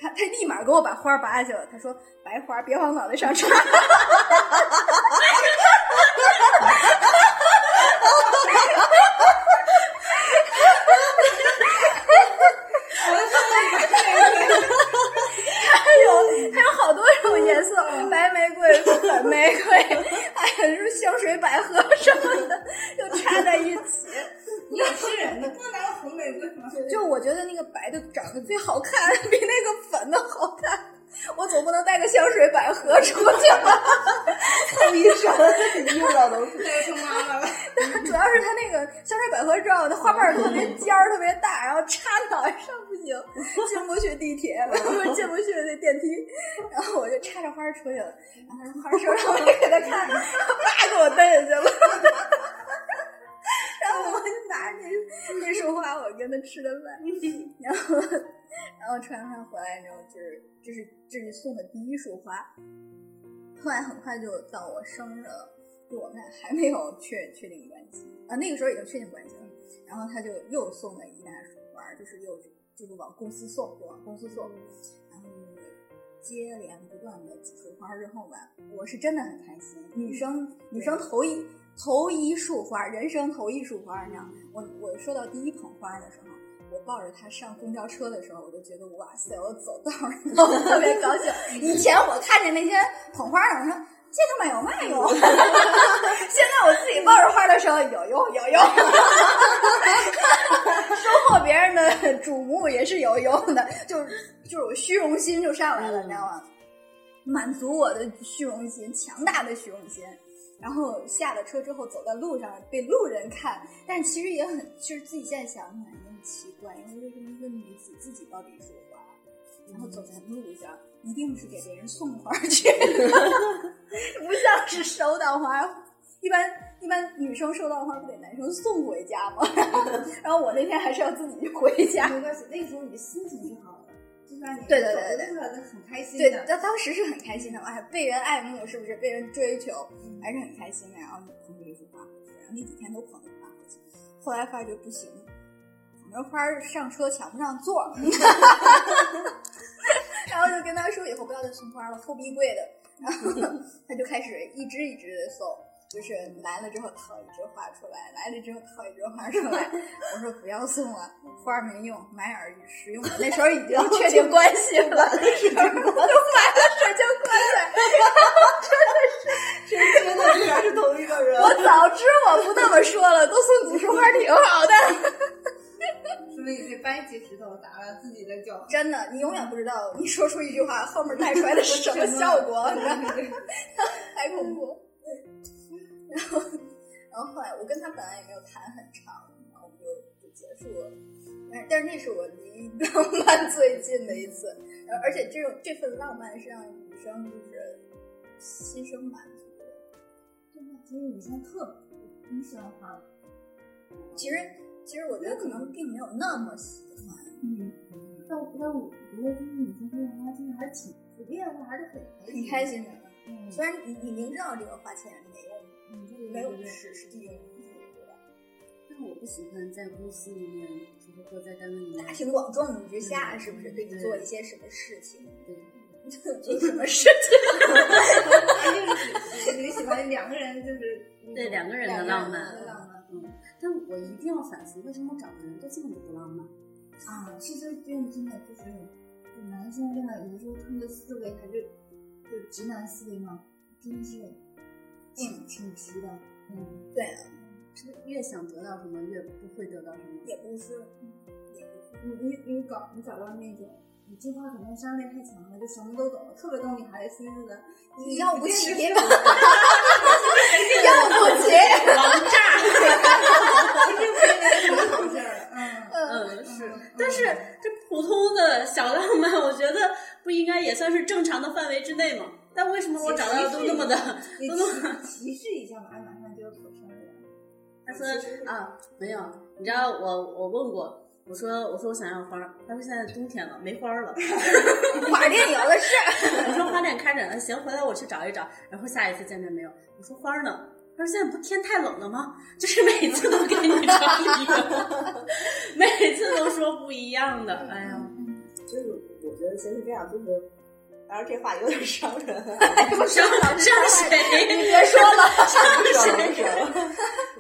Speaker 4: 他他立马给我把花儿拔下去了。他说：“白花儿别往脑袋上插。”还有还有好多种颜色，
Speaker 7: 嗯
Speaker 4: 白玫瑰、粉玫瑰，还有就是香水百合什么的，就插在一起。
Speaker 7: 你吃人的，不能拿个红玫瑰吗？
Speaker 4: 就我觉得那个白的长得最好看，比那个粉的好看。我总不能带个香水百合出去吧？
Speaker 3: 蹭一 身，衣服上都是。
Speaker 7: 带成妈妈了，
Speaker 4: 主要是它那个香水百合知道吗那花瓣儿特别尖儿，特别大，然后插脑袋上不行，进不去地铁，不进不去那电梯。然后我就插着花儿出去了，然后他说花儿收上，我就给他看，啪给我蹬下去了。 然后我拿着那那束花，我跟他吃的饭，然后然后吃完饭回来之后，就是这是这是送的第一束花。后来很快就到我生日了，就我们俩还没有确确定关系啊，那个时候已经确定关系了。然后他就又送了一大束花儿，就是又就是往公司送，就往公司送。然后接连不断的几束花儿之后吧，我是真的很开心。女生女生头一头一束花儿，人生头一束花儿，你知道，我我收到第一捧花儿的时候。我抱着它上公交车的时候，我就觉得哇塞，我走道儿上， 我特别高兴。以前我看见那些捧花的，我说这他妈有嘛用？现在我自己抱着花的时候，有用有用， 收获别人的瞩目也是有用的，就是就是我虚荣心就上来了，你知道吗？满足我的虚荣心，强大的虚荣心。然后下了车之后，走在路上被路人看，但其实也很，其实自己现在想想也很奇怪，因为为什么一个女子自己抱着一束花，然后走在路上，一定是给别人送花去 的，不像是收到花。一般一般女生收到花不得男生送回家吗？ 然后我那天还是要自己回家，
Speaker 7: 没关系，那个时候你的心情是好的，就算你
Speaker 4: 对对对对
Speaker 7: 走路上都很开心
Speaker 4: 对，
Speaker 7: 的。
Speaker 4: 他当时是很开心的，哎，被人爱慕是不是？被人追求
Speaker 7: 嗯
Speaker 4: 还是很开心的。然后捧着一束花，然后那几天都捧着花回去。后来发觉不行，捧着花儿上车抢不上座儿， 然后 就跟他说以后不要再送花了，偷逼贵的。然后他就开始一支一支的送，就是来了之后套一枝花出来，来了之后套一枝花出来。 我说不要送啊，花儿没用，买点儿实用的。那时候已经确定关系了，买了水晶棺材。
Speaker 3: 真的居然是同一个人。
Speaker 4: 我早知我不那么说了，都送紫树花挺好的。
Speaker 7: 说明你是搬起石头砸了自己的脚。
Speaker 4: 真的，你永远不知道你说出一句话后面带出来的是什么效 果，你知道吗？太恐怖。然后，然后后来我跟他本来也没有谈很长，然后我们就就结束了。但是，但是那是我离 浪漫最近的一次，呃而且这种这份浪漫是让女生就是牺牲满足的。
Speaker 7: 真的，其实女生特很喜欢花，
Speaker 4: 其实，其实我觉得可能并没有那么喜欢。
Speaker 7: 嗯，但但我觉得就是女生这种
Speaker 4: 嗯
Speaker 7: 花，其实还挺普遍的，还是很
Speaker 4: 挺开心的。
Speaker 7: 嗯
Speaker 4: 虽然你你明知道这个花钱没用，
Speaker 7: 嗯，对
Speaker 4: 没有
Speaker 7: 对对
Speaker 4: 实实际用，对吧？
Speaker 6: 但我不喜欢在公司里面，就是或在单位里面
Speaker 4: 大，庭广众之下，
Speaker 6: 嗯
Speaker 4: 是不是对你
Speaker 6: 对
Speaker 4: 做一些什么事情？
Speaker 6: 对，
Speaker 4: 做什么事情？
Speaker 7: 对，你喜欢两个人就是
Speaker 6: 对两个人的
Speaker 4: 两
Speaker 6: 浪
Speaker 4: 个人
Speaker 6: 漫
Speaker 4: 的 浪漫
Speaker 6: 嗯，但我一定要反思，为什么找的人都这么不浪漫？
Speaker 7: 啊， 其实这种真的就是，就男生真的有时候他们的思维还是就直男思维嘛，真的是挺挺直的。嗯，
Speaker 4: 对啊，
Speaker 6: 是越想得到什么，越不会得到什么。
Speaker 4: 也不是，
Speaker 7: 嗯你嗯你你搞你找到那种。你这话可能伤害太强了，就什么都懂，特别懂女孩子心思的。
Speaker 4: 你要不起，
Speaker 7: 你
Speaker 4: 要
Speaker 7: 这不 是什么
Speaker 4: 不起，
Speaker 7: 好事儿。嗯，
Speaker 6: 嗯，是，但是这普通的小浪漫，我觉得不应该也算是正常的范围之内嘛。但为什么我找到的都那么的？
Speaker 7: 你
Speaker 6: 都
Speaker 7: 提提 示一下嘛，哎，马上就要考生了。
Speaker 6: 他说 啊，没有，你知道我我问过，我说我说我想要花儿，他说现在冬天了没花儿了，
Speaker 7: 嗯
Speaker 4: 花店有的是。
Speaker 6: 我说花店开展了，行，回来我去找一找。然后下一次见面没有，我说花儿呢？他说现在不天太冷了吗？就是每次都给你找理由， 每次都说不一样的，哎呀。
Speaker 3: 就是我觉得先是这样，就是，当然这话有点伤人啊。
Speaker 6: 伤伤谁？
Speaker 3: 别说了，伤
Speaker 6: 谁
Speaker 3: 了。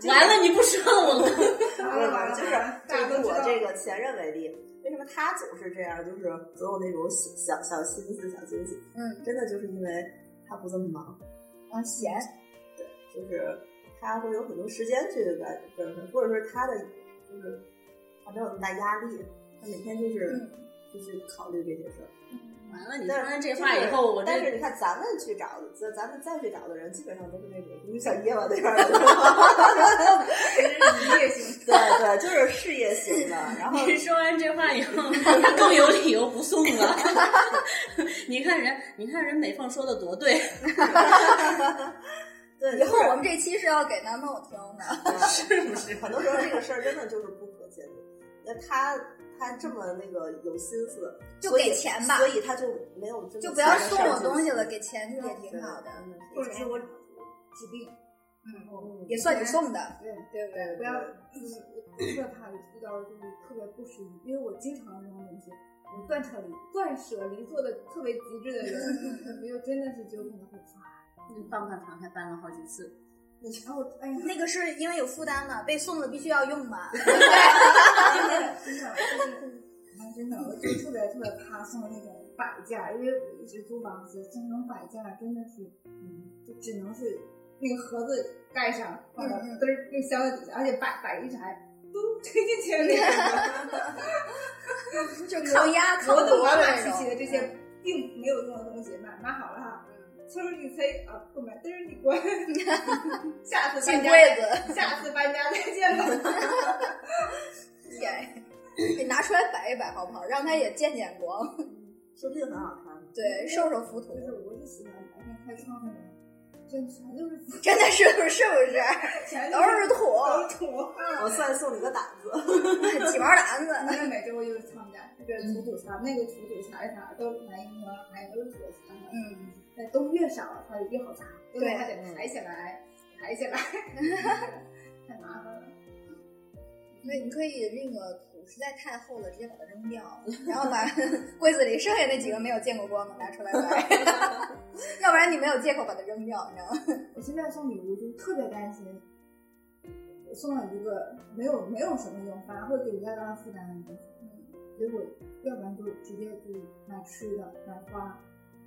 Speaker 6: 完了，你不说了，我
Speaker 7: 完
Speaker 3: 没有
Speaker 7: 了
Speaker 3: 吧
Speaker 7: 完了，
Speaker 3: 就是就
Speaker 7: 大家都
Speaker 3: 以
Speaker 7: 知
Speaker 3: 我
Speaker 7: 道
Speaker 3: 这个前任为例，为什么他总是这样？就是总有那种小小小心思、小惊喜。
Speaker 4: 嗯，
Speaker 3: 真的就是因为他不这么忙，
Speaker 4: 啊，闲，
Speaker 3: 就是他会有很多时间去完成，或者是他的就是他没有那么大压力，他每天就是、就去考虑这些事儿。
Speaker 6: 完了，你说
Speaker 3: 但
Speaker 6: 完
Speaker 3: 是
Speaker 6: 这话以后，我
Speaker 3: 但
Speaker 6: 这
Speaker 3: 是你看咱们去找的，咱咱们再去找的人，基本上都是那种就是小夜晚那样的，
Speaker 7: 就是你也行。
Speaker 3: 对对，就是事业型的。然后
Speaker 6: 你说完这话以后， 他更有理由不送了。 你看人，你看人美凤说的多对，
Speaker 3: 对，
Speaker 4: 以后我们这期是要给男朋友听的。
Speaker 3: 是不是？很多时候这个事儿真的就是不可见的。那他他这么那个有心思，
Speaker 4: 就
Speaker 3: 所以
Speaker 4: 给钱吧
Speaker 3: 所以他就没有真的
Speaker 4: 就不要
Speaker 3: 想
Speaker 4: 送
Speaker 3: 上
Speaker 4: 我
Speaker 3: 进嗯
Speaker 4: 东西
Speaker 3: 心
Speaker 4: 了，给钱也挺好的，
Speaker 7: 或者是我指定，然
Speaker 6: 嗯
Speaker 7: 后
Speaker 4: 也算你送的，
Speaker 7: 对，
Speaker 4: 对不对？
Speaker 7: 不要就是我特别怕遇到就是特别不适应，因为我经常这种东西，我断舍离断舍离做的特别极致的人，我 就真的是就可能会发。
Speaker 6: 棒棒糖还搬了好几次，
Speaker 7: 然后我哎呀，
Speaker 4: 那个是因为有负担嘛，被送了必须要用 嘛。
Speaker 7: 真的真的就是。啊，真的，我就特别特别怕送那种摆件儿，因为我一直租房子，送那种摆件儿真的是，嗯，就只能是那个盒子盖上，放到
Speaker 4: 嗯嗯
Speaker 7: 嘚儿那箱子底下，而且摆摆一排，咚推进去那种。
Speaker 4: 就抗 压抗
Speaker 7: 我
Speaker 4: 毒
Speaker 7: 懂，
Speaker 4: 的
Speaker 7: 满满
Speaker 4: 那
Speaker 7: 实实的
Speaker 4: 种。嗯
Speaker 7: 这些并没有用的东西，买买好了哈，嗖儿一推啊，不买，嘚儿你滚，下次
Speaker 4: 进
Speaker 7: 搬家
Speaker 4: 柜子，
Speaker 7: 再，下次搬家再见吧。
Speaker 4: 耶，哎得拿出来摆一摆，好不好？让他也见见光，
Speaker 3: 说不定啊很好看。
Speaker 4: 对，受受浮
Speaker 7: 就
Speaker 4: 屠，
Speaker 7: 是我就喜欢白天开窗户的人，真全都是
Speaker 4: 真的是不是是不是？
Speaker 7: 全
Speaker 4: 都是土，
Speaker 7: 都是土。啊
Speaker 3: 我算送你个胆子，
Speaker 4: 几毛篮子。
Speaker 7: 那每周又是他们家这个土土茶，那个土土茶啥都是南银河，还有都是土茶，
Speaker 4: 嗯，
Speaker 7: 但都越少它越好查，因为
Speaker 4: 对
Speaker 7: 它 得抬起来，抬起来，太麻烦了。
Speaker 4: 所以你可以那个土实在太厚了，直接把它扔掉，然后把 柜子里剩下那几个没有见过光的拿出来摆， 要不然你没有借口把它扔掉，你知道吗？
Speaker 7: 我现在送礼物就特别担心，送了一个没有没有什么用，反而会给人家造成负担的东西。结果要不然就直接就买吃的、买花，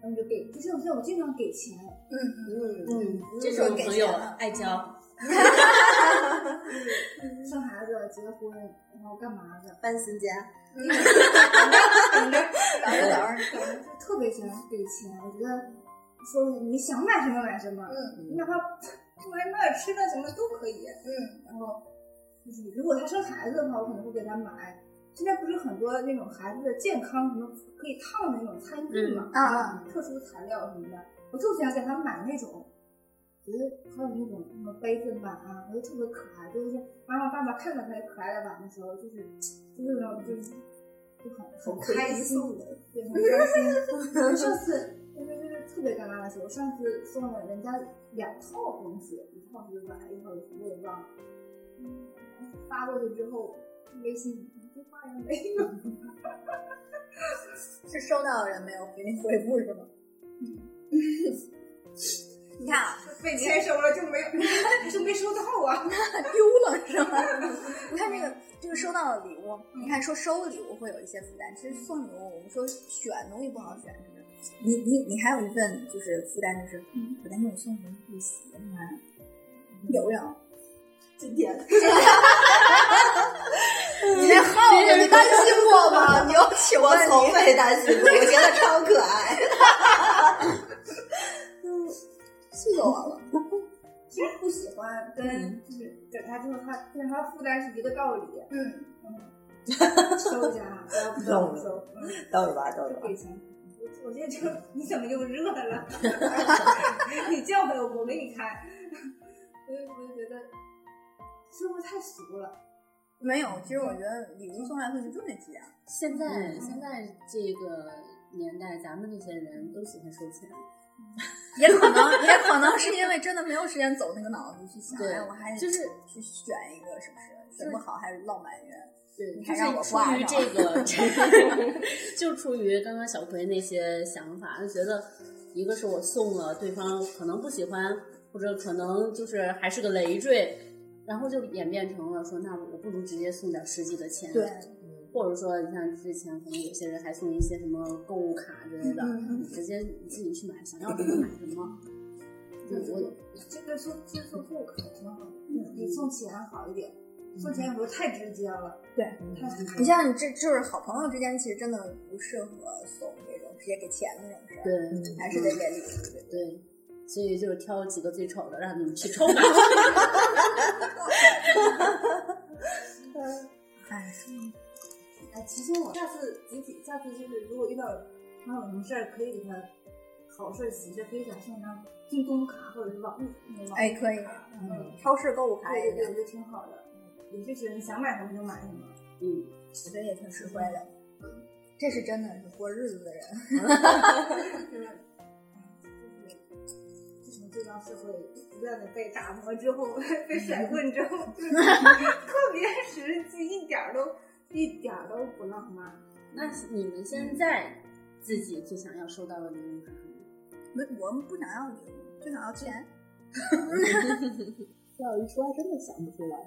Speaker 7: 要么就给，就像像我经常给钱，
Speaker 4: 嗯，
Speaker 3: 嗯，
Speaker 6: 嗯，
Speaker 4: 这
Speaker 6: 这
Speaker 4: 种
Speaker 6: 种
Speaker 4: 给
Speaker 6: 朋
Speaker 4: 钱
Speaker 6: 友
Speaker 4: 了
Speaker 6: 爱交，
Speaker 7: 生孩子、结婚，然后干嘛的，嗯
Speaker 3: 搬新家，
Speaker 4: 等着等着等着，
Speaker 7: 反正就特别喜欢给钱。我觉得说你想买什么买什么，
Speaker 4: 嗯
Speaker 7: 你哪怕买买点吃的什么都可以。
Speaker 4: 嗯
Speaker 7: 然后就是如果他生孩子的话，我可能会给他买。现在不是很多那种孩子的健康什么可以烫的那种餐具嘛，
Speaker 4: 嗯啊
Speaker 7: 特殊材料什么的，我就想给他买那种。觉得还有那种什么杯子碗啊，我觉得特别可爱，就是妈妈爸爸看到他可爱的碗的时候，就是就是那种就是就很很开心，对，很开心。上次就是就是特别尴尬的时候，上次送了人家两套东西，一套是碗，一套是我也忘了。嗯发过去之后，微信一句话也没有。
Speaker 4: 是收到的人没有给你回复是吗？你看啊，
Speaker 7: 被签收了就没有， 就没收到啊。
Speaker 4: 丢了是吗？你看这个，就是收到的礼物，你看说收礼物会有一些负担，其实送礼物，我们说选东西不好选，是不是？你你你还有一份就是负担，就是
Speaker 7: 嗯
Speaker 4: 我担心我送什么不喜欢，有有。
Speaker 3: 今天
Speaker 4: 你这耗子，你担心过 吗？你有请
Speaker 3: 我
Speaker 4: 问
Speaker 3: 从
Speaker 4: 你？
Speaker 3: 没担心过，我觉得超可爱。
Speaker 4: 气死我了！
Speaker 7: 其实不喜欢跟就是给他之后，他让他负担是一个道理。
Speaker 4: 嗯，
Speaker 7: 收一下啊，不要不要不收。嗯
Speaker 3: 逗你玩儿，逗你玩
Speaker 7: 给钱。我这就你怎么又热了？ 你叫我，我给你开。 所以我就觉得生活太俗了。
Speaker 4: 没有。其实我觉得礼物送来送去就那几样。
Speaker 6: 现在、
Speaker 3: 嗯
Speaker 6: 现在这个年代，咱们这些人都喜欢收钱，
Speaker 4: 也可能，也可能是因为真的没有时间走那个脑子去想，
Speaker 6: 对
Speaker 4: 哎，我还
Speaker 6: 就是
Speaker 4: 去选一个，是不是？选不好还是落埋怨。
Speaker 6: 对，
Speaker 4: 你
Speaker 6: 就
Speaker 4: 还
Speaker 6: 是
Speaker 4: 让我
Speaker 6: 出
Speaker 4: 挂
Speaker 6: 于
Speaker 4: 上
Speaker 6: 这个， 就出于刚刚小葵那些想法，就觉得一个是我送了对方可能不喜欢，或者可能就是还是个累赘，然后就演变成了说，那我不如直接送点实际的钱，
Speaker 4: 对，
Speaker 6: 或者说你像之前可能有些人还送一些什么购物卡之类的，
Speaker 4: 嗯
Speaker 6: 你直接你自己去买，想要什么买什么。就我
Speaker 7: 这个送这个送户口挺好，
Speaker 4: 嗯
Speaker 7: 比送钱好一点。送钱有时候太直接了，嗯
Speaker 4: 对
Speaker 7: 太直接
Speaker 4: 你
Speaker 7: 了。
Speaker 4: 像这就是好朋友之间，其实真的不适合送这种直接给钱的那种事儿，
Speaker 6: 对
Speaker 4: 还是得给礼物。
Speaker 6: 对，所以就是挑几个最丑的，让你们去抽吧。
Speaker 4: 哎，
Speaker 7: 哎，提醒我下次集体，下次就是如果遇到朋友有什么事儿，可以给他好事儿喜事，可以给他送张京东卡或者是网那个网
Speaker 4: 哎可以
Speaker 7: 卡嗯，
Speaker 4: 超市购物卡
Speaker 7: 对
Speaker 4: 也
Speaker 7: 对对，
Speaker 4: 有
Speaker 7: 我觉得挺好的，嗯也是觉得你想买什么就买什么。
Speaker 6: 嗯，
Speaker 4: 我觉得也挺实惠的。这是真的是过日子的人，
Speaker 7: 就是，就是自从这段社会不断的被打磨之后，被甩棍之 后，就是特别实际，一点儿都一点儿都不浪漫。
Speaker 6: 那你们现在自己最想要收到的礼物是什么？
Speaker 4: 没我们不想要礼物，就想要钱。
Speaker 6: 要一说还真的想不出来。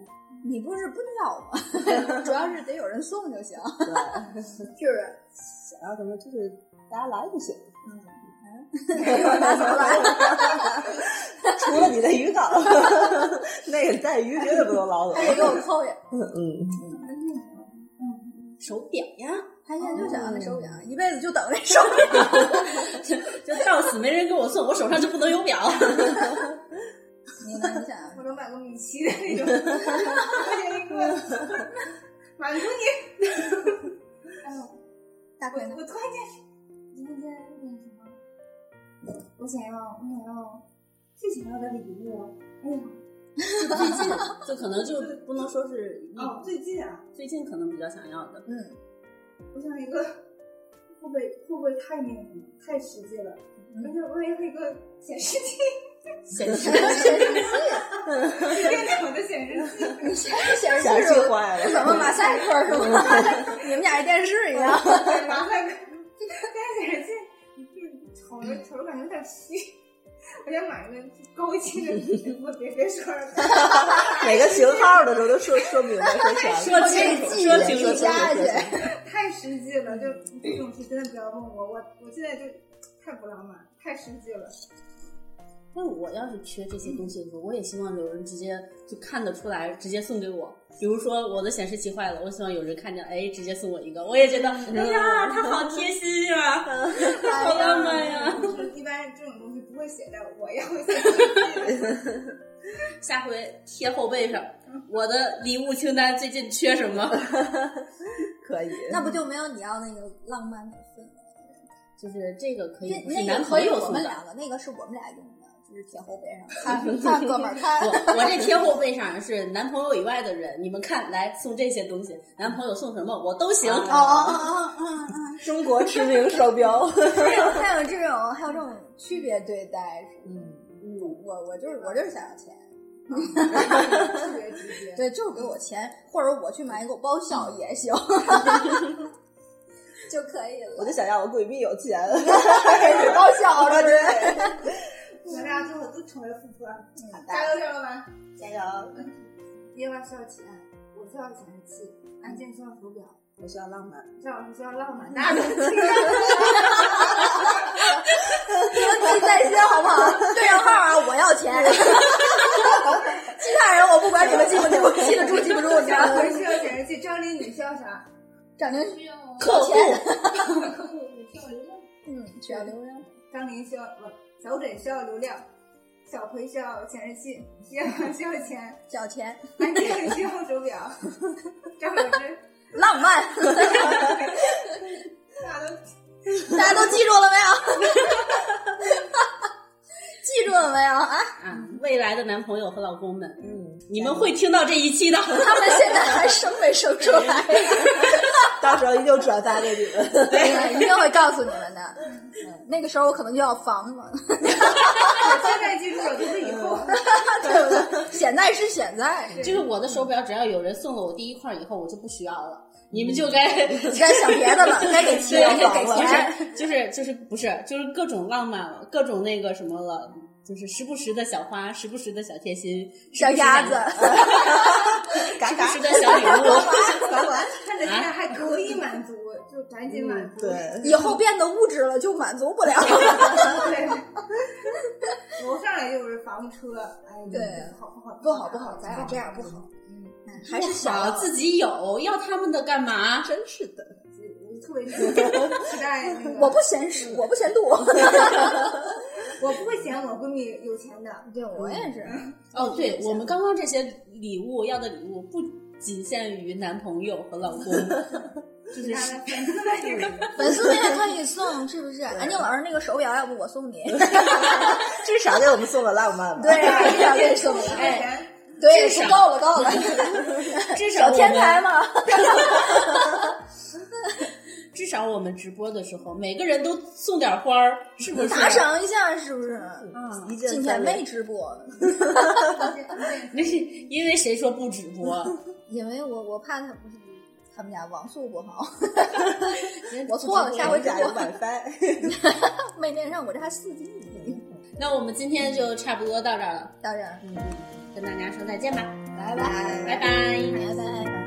Speaker 4: 你不是不要吗？ 主要是得有人送就行，是不是？
Speaker 6: 想要什么就是大家来就行，嗯哎
Speaker 3: 除了你的鱼缸，那个带鱼绝对不能捞走
Speaker 4: 他。也给我扣下，
Speaker 3: 嗯，
Speaker 6: 手表呀，
Speaker 4: 他现在就想要那手表，一辈子就等那手表。
Speaker 6: 就到死没人给我送，我手上就不能有 表。
Speaker 4: 你呢？你想要
Speaker 7: 我能买个米奇的那 种，我有一个满足你。哎呦，
Speaker 4: 嗯大
Speaker 7: 我
Speaker 4: 贵呢？
Speaker 7: 我突然间，今天那个什么，我想要，我想 要最想要的礼
Speaker 4: 哦
Speaker 7: 物，哎呀，
Speaker 6: 最近就可能就不能说是一
Speaker 7: 哦，最近啊，
Speaker 6: 最近可能比较想要的，
Speaker 4: 嗯，
Speaker 7: 我想一个
Speaker 4: 嗯
Speaker 7: 会不会会不会太那个什么太实际了？我想我想要一个显示器，
Speaker 4: 显示显示器，
Speaker 7: 这两个显示器，
Speaker 4: 你显示哎显
Speaker 3: 想
Speaker 4: 示器
Speaker 3: 气
Speaker 4: 是吧
Speaker 3: 坏了。
Speaker 4: 什么马赛克是吗？ 你们俩一电视一样。
Speaker 7: 麻烦戴显示器，嗯瞅着瞅着感觉有点虚。 我想买个高清的，我别别说了，
Speaker 3: 每个型号的时候都说说明白说全了。
Speaker 4: 我给你寄
Speaker 3: 说
Speaker 4: 寄
Speaker 3: 清楚
Speaker 4: 家去。
Speaker 7: 太实际了。就这种事真的不要问我，我我现在就太不浪漫，太实际了。
Speaker 6: 但我要是缺这些东西的时候，我也希望有人直接就看得出来，直接送给我。比如说我的显示器坏了，我希望有人看见，哎，直接送我一个，我也觉得，哎呀，他好贴心啊，他好浪漫呀、
Speaker 7: 就是一般这种东西不会写在我要写的
Speaker 6: 下回贴后背上，我的礼物清单最近缺什么？
Speaker 3: 可以，
Speaker 6: 嗯
Speaker 4: 那不就没有你要那个浪漫的氛围？
Speaker 6: 就是这个可以
Speaker 4: 这
Speaker 6: 是
Speaker 4: 那
Speaker 6: 男
Speaker 4: 个
Speaker 6: 朋
Speaker 4: 可以
Speaker 6: 友
Speaker 4: 我
Speaker 6: 送
Speaker 4: 们
Speaker 6: 的。
Speaker 4: 两个，那个是我们俩用的，就是贴后背上。他他哥们儿，他
Speaker 6: 我我这贴后背上是男朋友以外的人，你们看来送这些东西，男朋友送什么我都行。
Speaker 4: 哦哦哦哦哦哦，
Speaker 3: 中国驰名双标。
Speaker 4: 还有还有这种还有这种区别对待，
Speaker 3: 嗯，
Speaker 4: 嗯，我我就是我就是想要钱，
Speaker 7: 特别直接。
Speaker 4: 对，就是给我钱，或者我去买一个包笑也行， 就可以
Speaker 3: 我
Speaker 4: 了。
Speaker 3: 就想让我闺蜜有钱。
Speaker 4: 包笑了，对，
Speaker 7: 咱俩最后都成为富婆，嗯
Speaker 4: 好的
Speaker 7: 加油，小老板！
Speaker 3: 加油！
Speaker 7: 夜晚需要钱，我需要显示器，安静需要手表，
Speaker 3: 我需要浪漫，
Speaker 7: 赵老师需要浪漫，大家都
Speaker 4: 你们自己在心好不好？ 对上号啊，我要钱。 其他人我不管你们记不记不记得住记不住，你知啊道吗
Speaker 7: 我？需要显示器，张琳你需要啥？
Speaker 4: 张宁，
Speaker 5: 需要
Speaker 4: 客户
Speaker 5: 客户需要流量，
Speaker 4: 嗯，需要流量。
Speaker 7: 张琳需要不？小枕需要流量，小葵需要显示器，夜晚需要钱，
Speaker 4: 小钱，
Speaker 7: 安静需要手表，赵老师，
Speaker 4: 浪 漫，
Speaker 7: 大家都
Speaker 4: 大家都记住了没有？ 记住了没有啊？
Speaker 6: 啊，未来的男朋友和老公们，
Speaker 3: 嗯，
Speaker 6: 你们会听到这一期的。
Speaker 4: 他们现在还生没生出来？
Speaker 3: 到时候一定转发给你们。
Speaker 4: 对，一定会告诉你们的。嗯，那个时候我可能就要房了，
Speaker 7: 现在记住了，都是以后。
Speaker 4: 对不对？现在是现在，
Speaker 6: 就是我的手表，只要有人送了我第一块以后，我就不需要了。你们就该
Speaker 4: 你该想别的了，该给
Speaker 6: 对
Speaker 4: 钱，该给
Speaker 6: 不
Speaker 4: 钱。
Speaker 6: 是就是就是不是就是各种浪漫了，各种那个什么了，就是时不时的小花，时不时的小贴心，
Speaker 4: 小鸭子，
Speaker 3: 嘎
Speaker 6: 时不
Speaker 3: 嘎
Speaker 6: 时的小礼 物。
Speaker 3: 嘎嘎，
Speaker 7: 看着现在还可以满足，就赶紧满足。
Speaker 3: 对，
Speaker 4: 以后变得物质了就满足不了。
Speaker 7: 对，楼上来就是房车，哎，
Speaker 4: 对
Speaker 7: 好不好？
Speaker 4: 不好不好，咱俩这样不好。嗯，还是
Speaker 6: 小
Speaker 4: 小
Speaker 6: 自己有，要他们的干嘛？真是的，
Speaker 7: 我特别期待那个，
Speaker 4: 我不嫌少，我不嫌多。
Speaker 7: 我不会嫌我闺蜜有钱的，
Speaker 4: 对，我也是。
Speaker 6: 哦，
Speaker 4: 嗯
Speaker 6: 对，我们刚刚这些礼物要的礼物不仅限于男朋友 和老公，
Speaker 7: 就是她的粉丝们 这个，
Speaker 4: 粉丝那个可以 送，是不是？安静老师那个手表，要不我送你？
Speaker 3: 至少给我们送了浪漫吧。
Speaker 4: 对，啊
Speaker 7: 啊
Speaker 4: 至少给你送 你。
Speaker 7: 哎，钱
Speaker 4: 对，不够了， 够了。
Speaker 6: 至少
Speaker 4: 小
Speaker 6: 我
Speaker 4: 天才
Speaker 6: 们
Speaker 4: 嘛，
Speaker 6: 至少我们直播的时候，每个人都送点花儿，是不是？啊
Speaker 4: 打赏嗯一下，是不是？
Speaker 3: 一键
Speaker 4: 今天
Speaker 3: 三
Speaker 4: 没
Speaker 3: 连。
Speaker 4: 直播，
Speaker 6: 那是因为谁说不直播？
Speaker 4: 因为我我怕他不是他们家网速不 好，我错了，下
Speaker 3: 我
Speaker 4: 回
Speaker 3: 们
Speaker 4: 直
Speaker 3: 家有
Speaker 4: 播
Speaker 3: WiFi，
Speaker 4: 没连上，我这还四 G 呢。
Speaker 6: 那我们今天就差不多到这儿了，
Speaker 4: 当然，
Speaker 6: 嗯，跟大家说再见吧，
Speaker 4: 拜拜，
Speaker 6: 拜拜。
Speaker 4: 拜拜。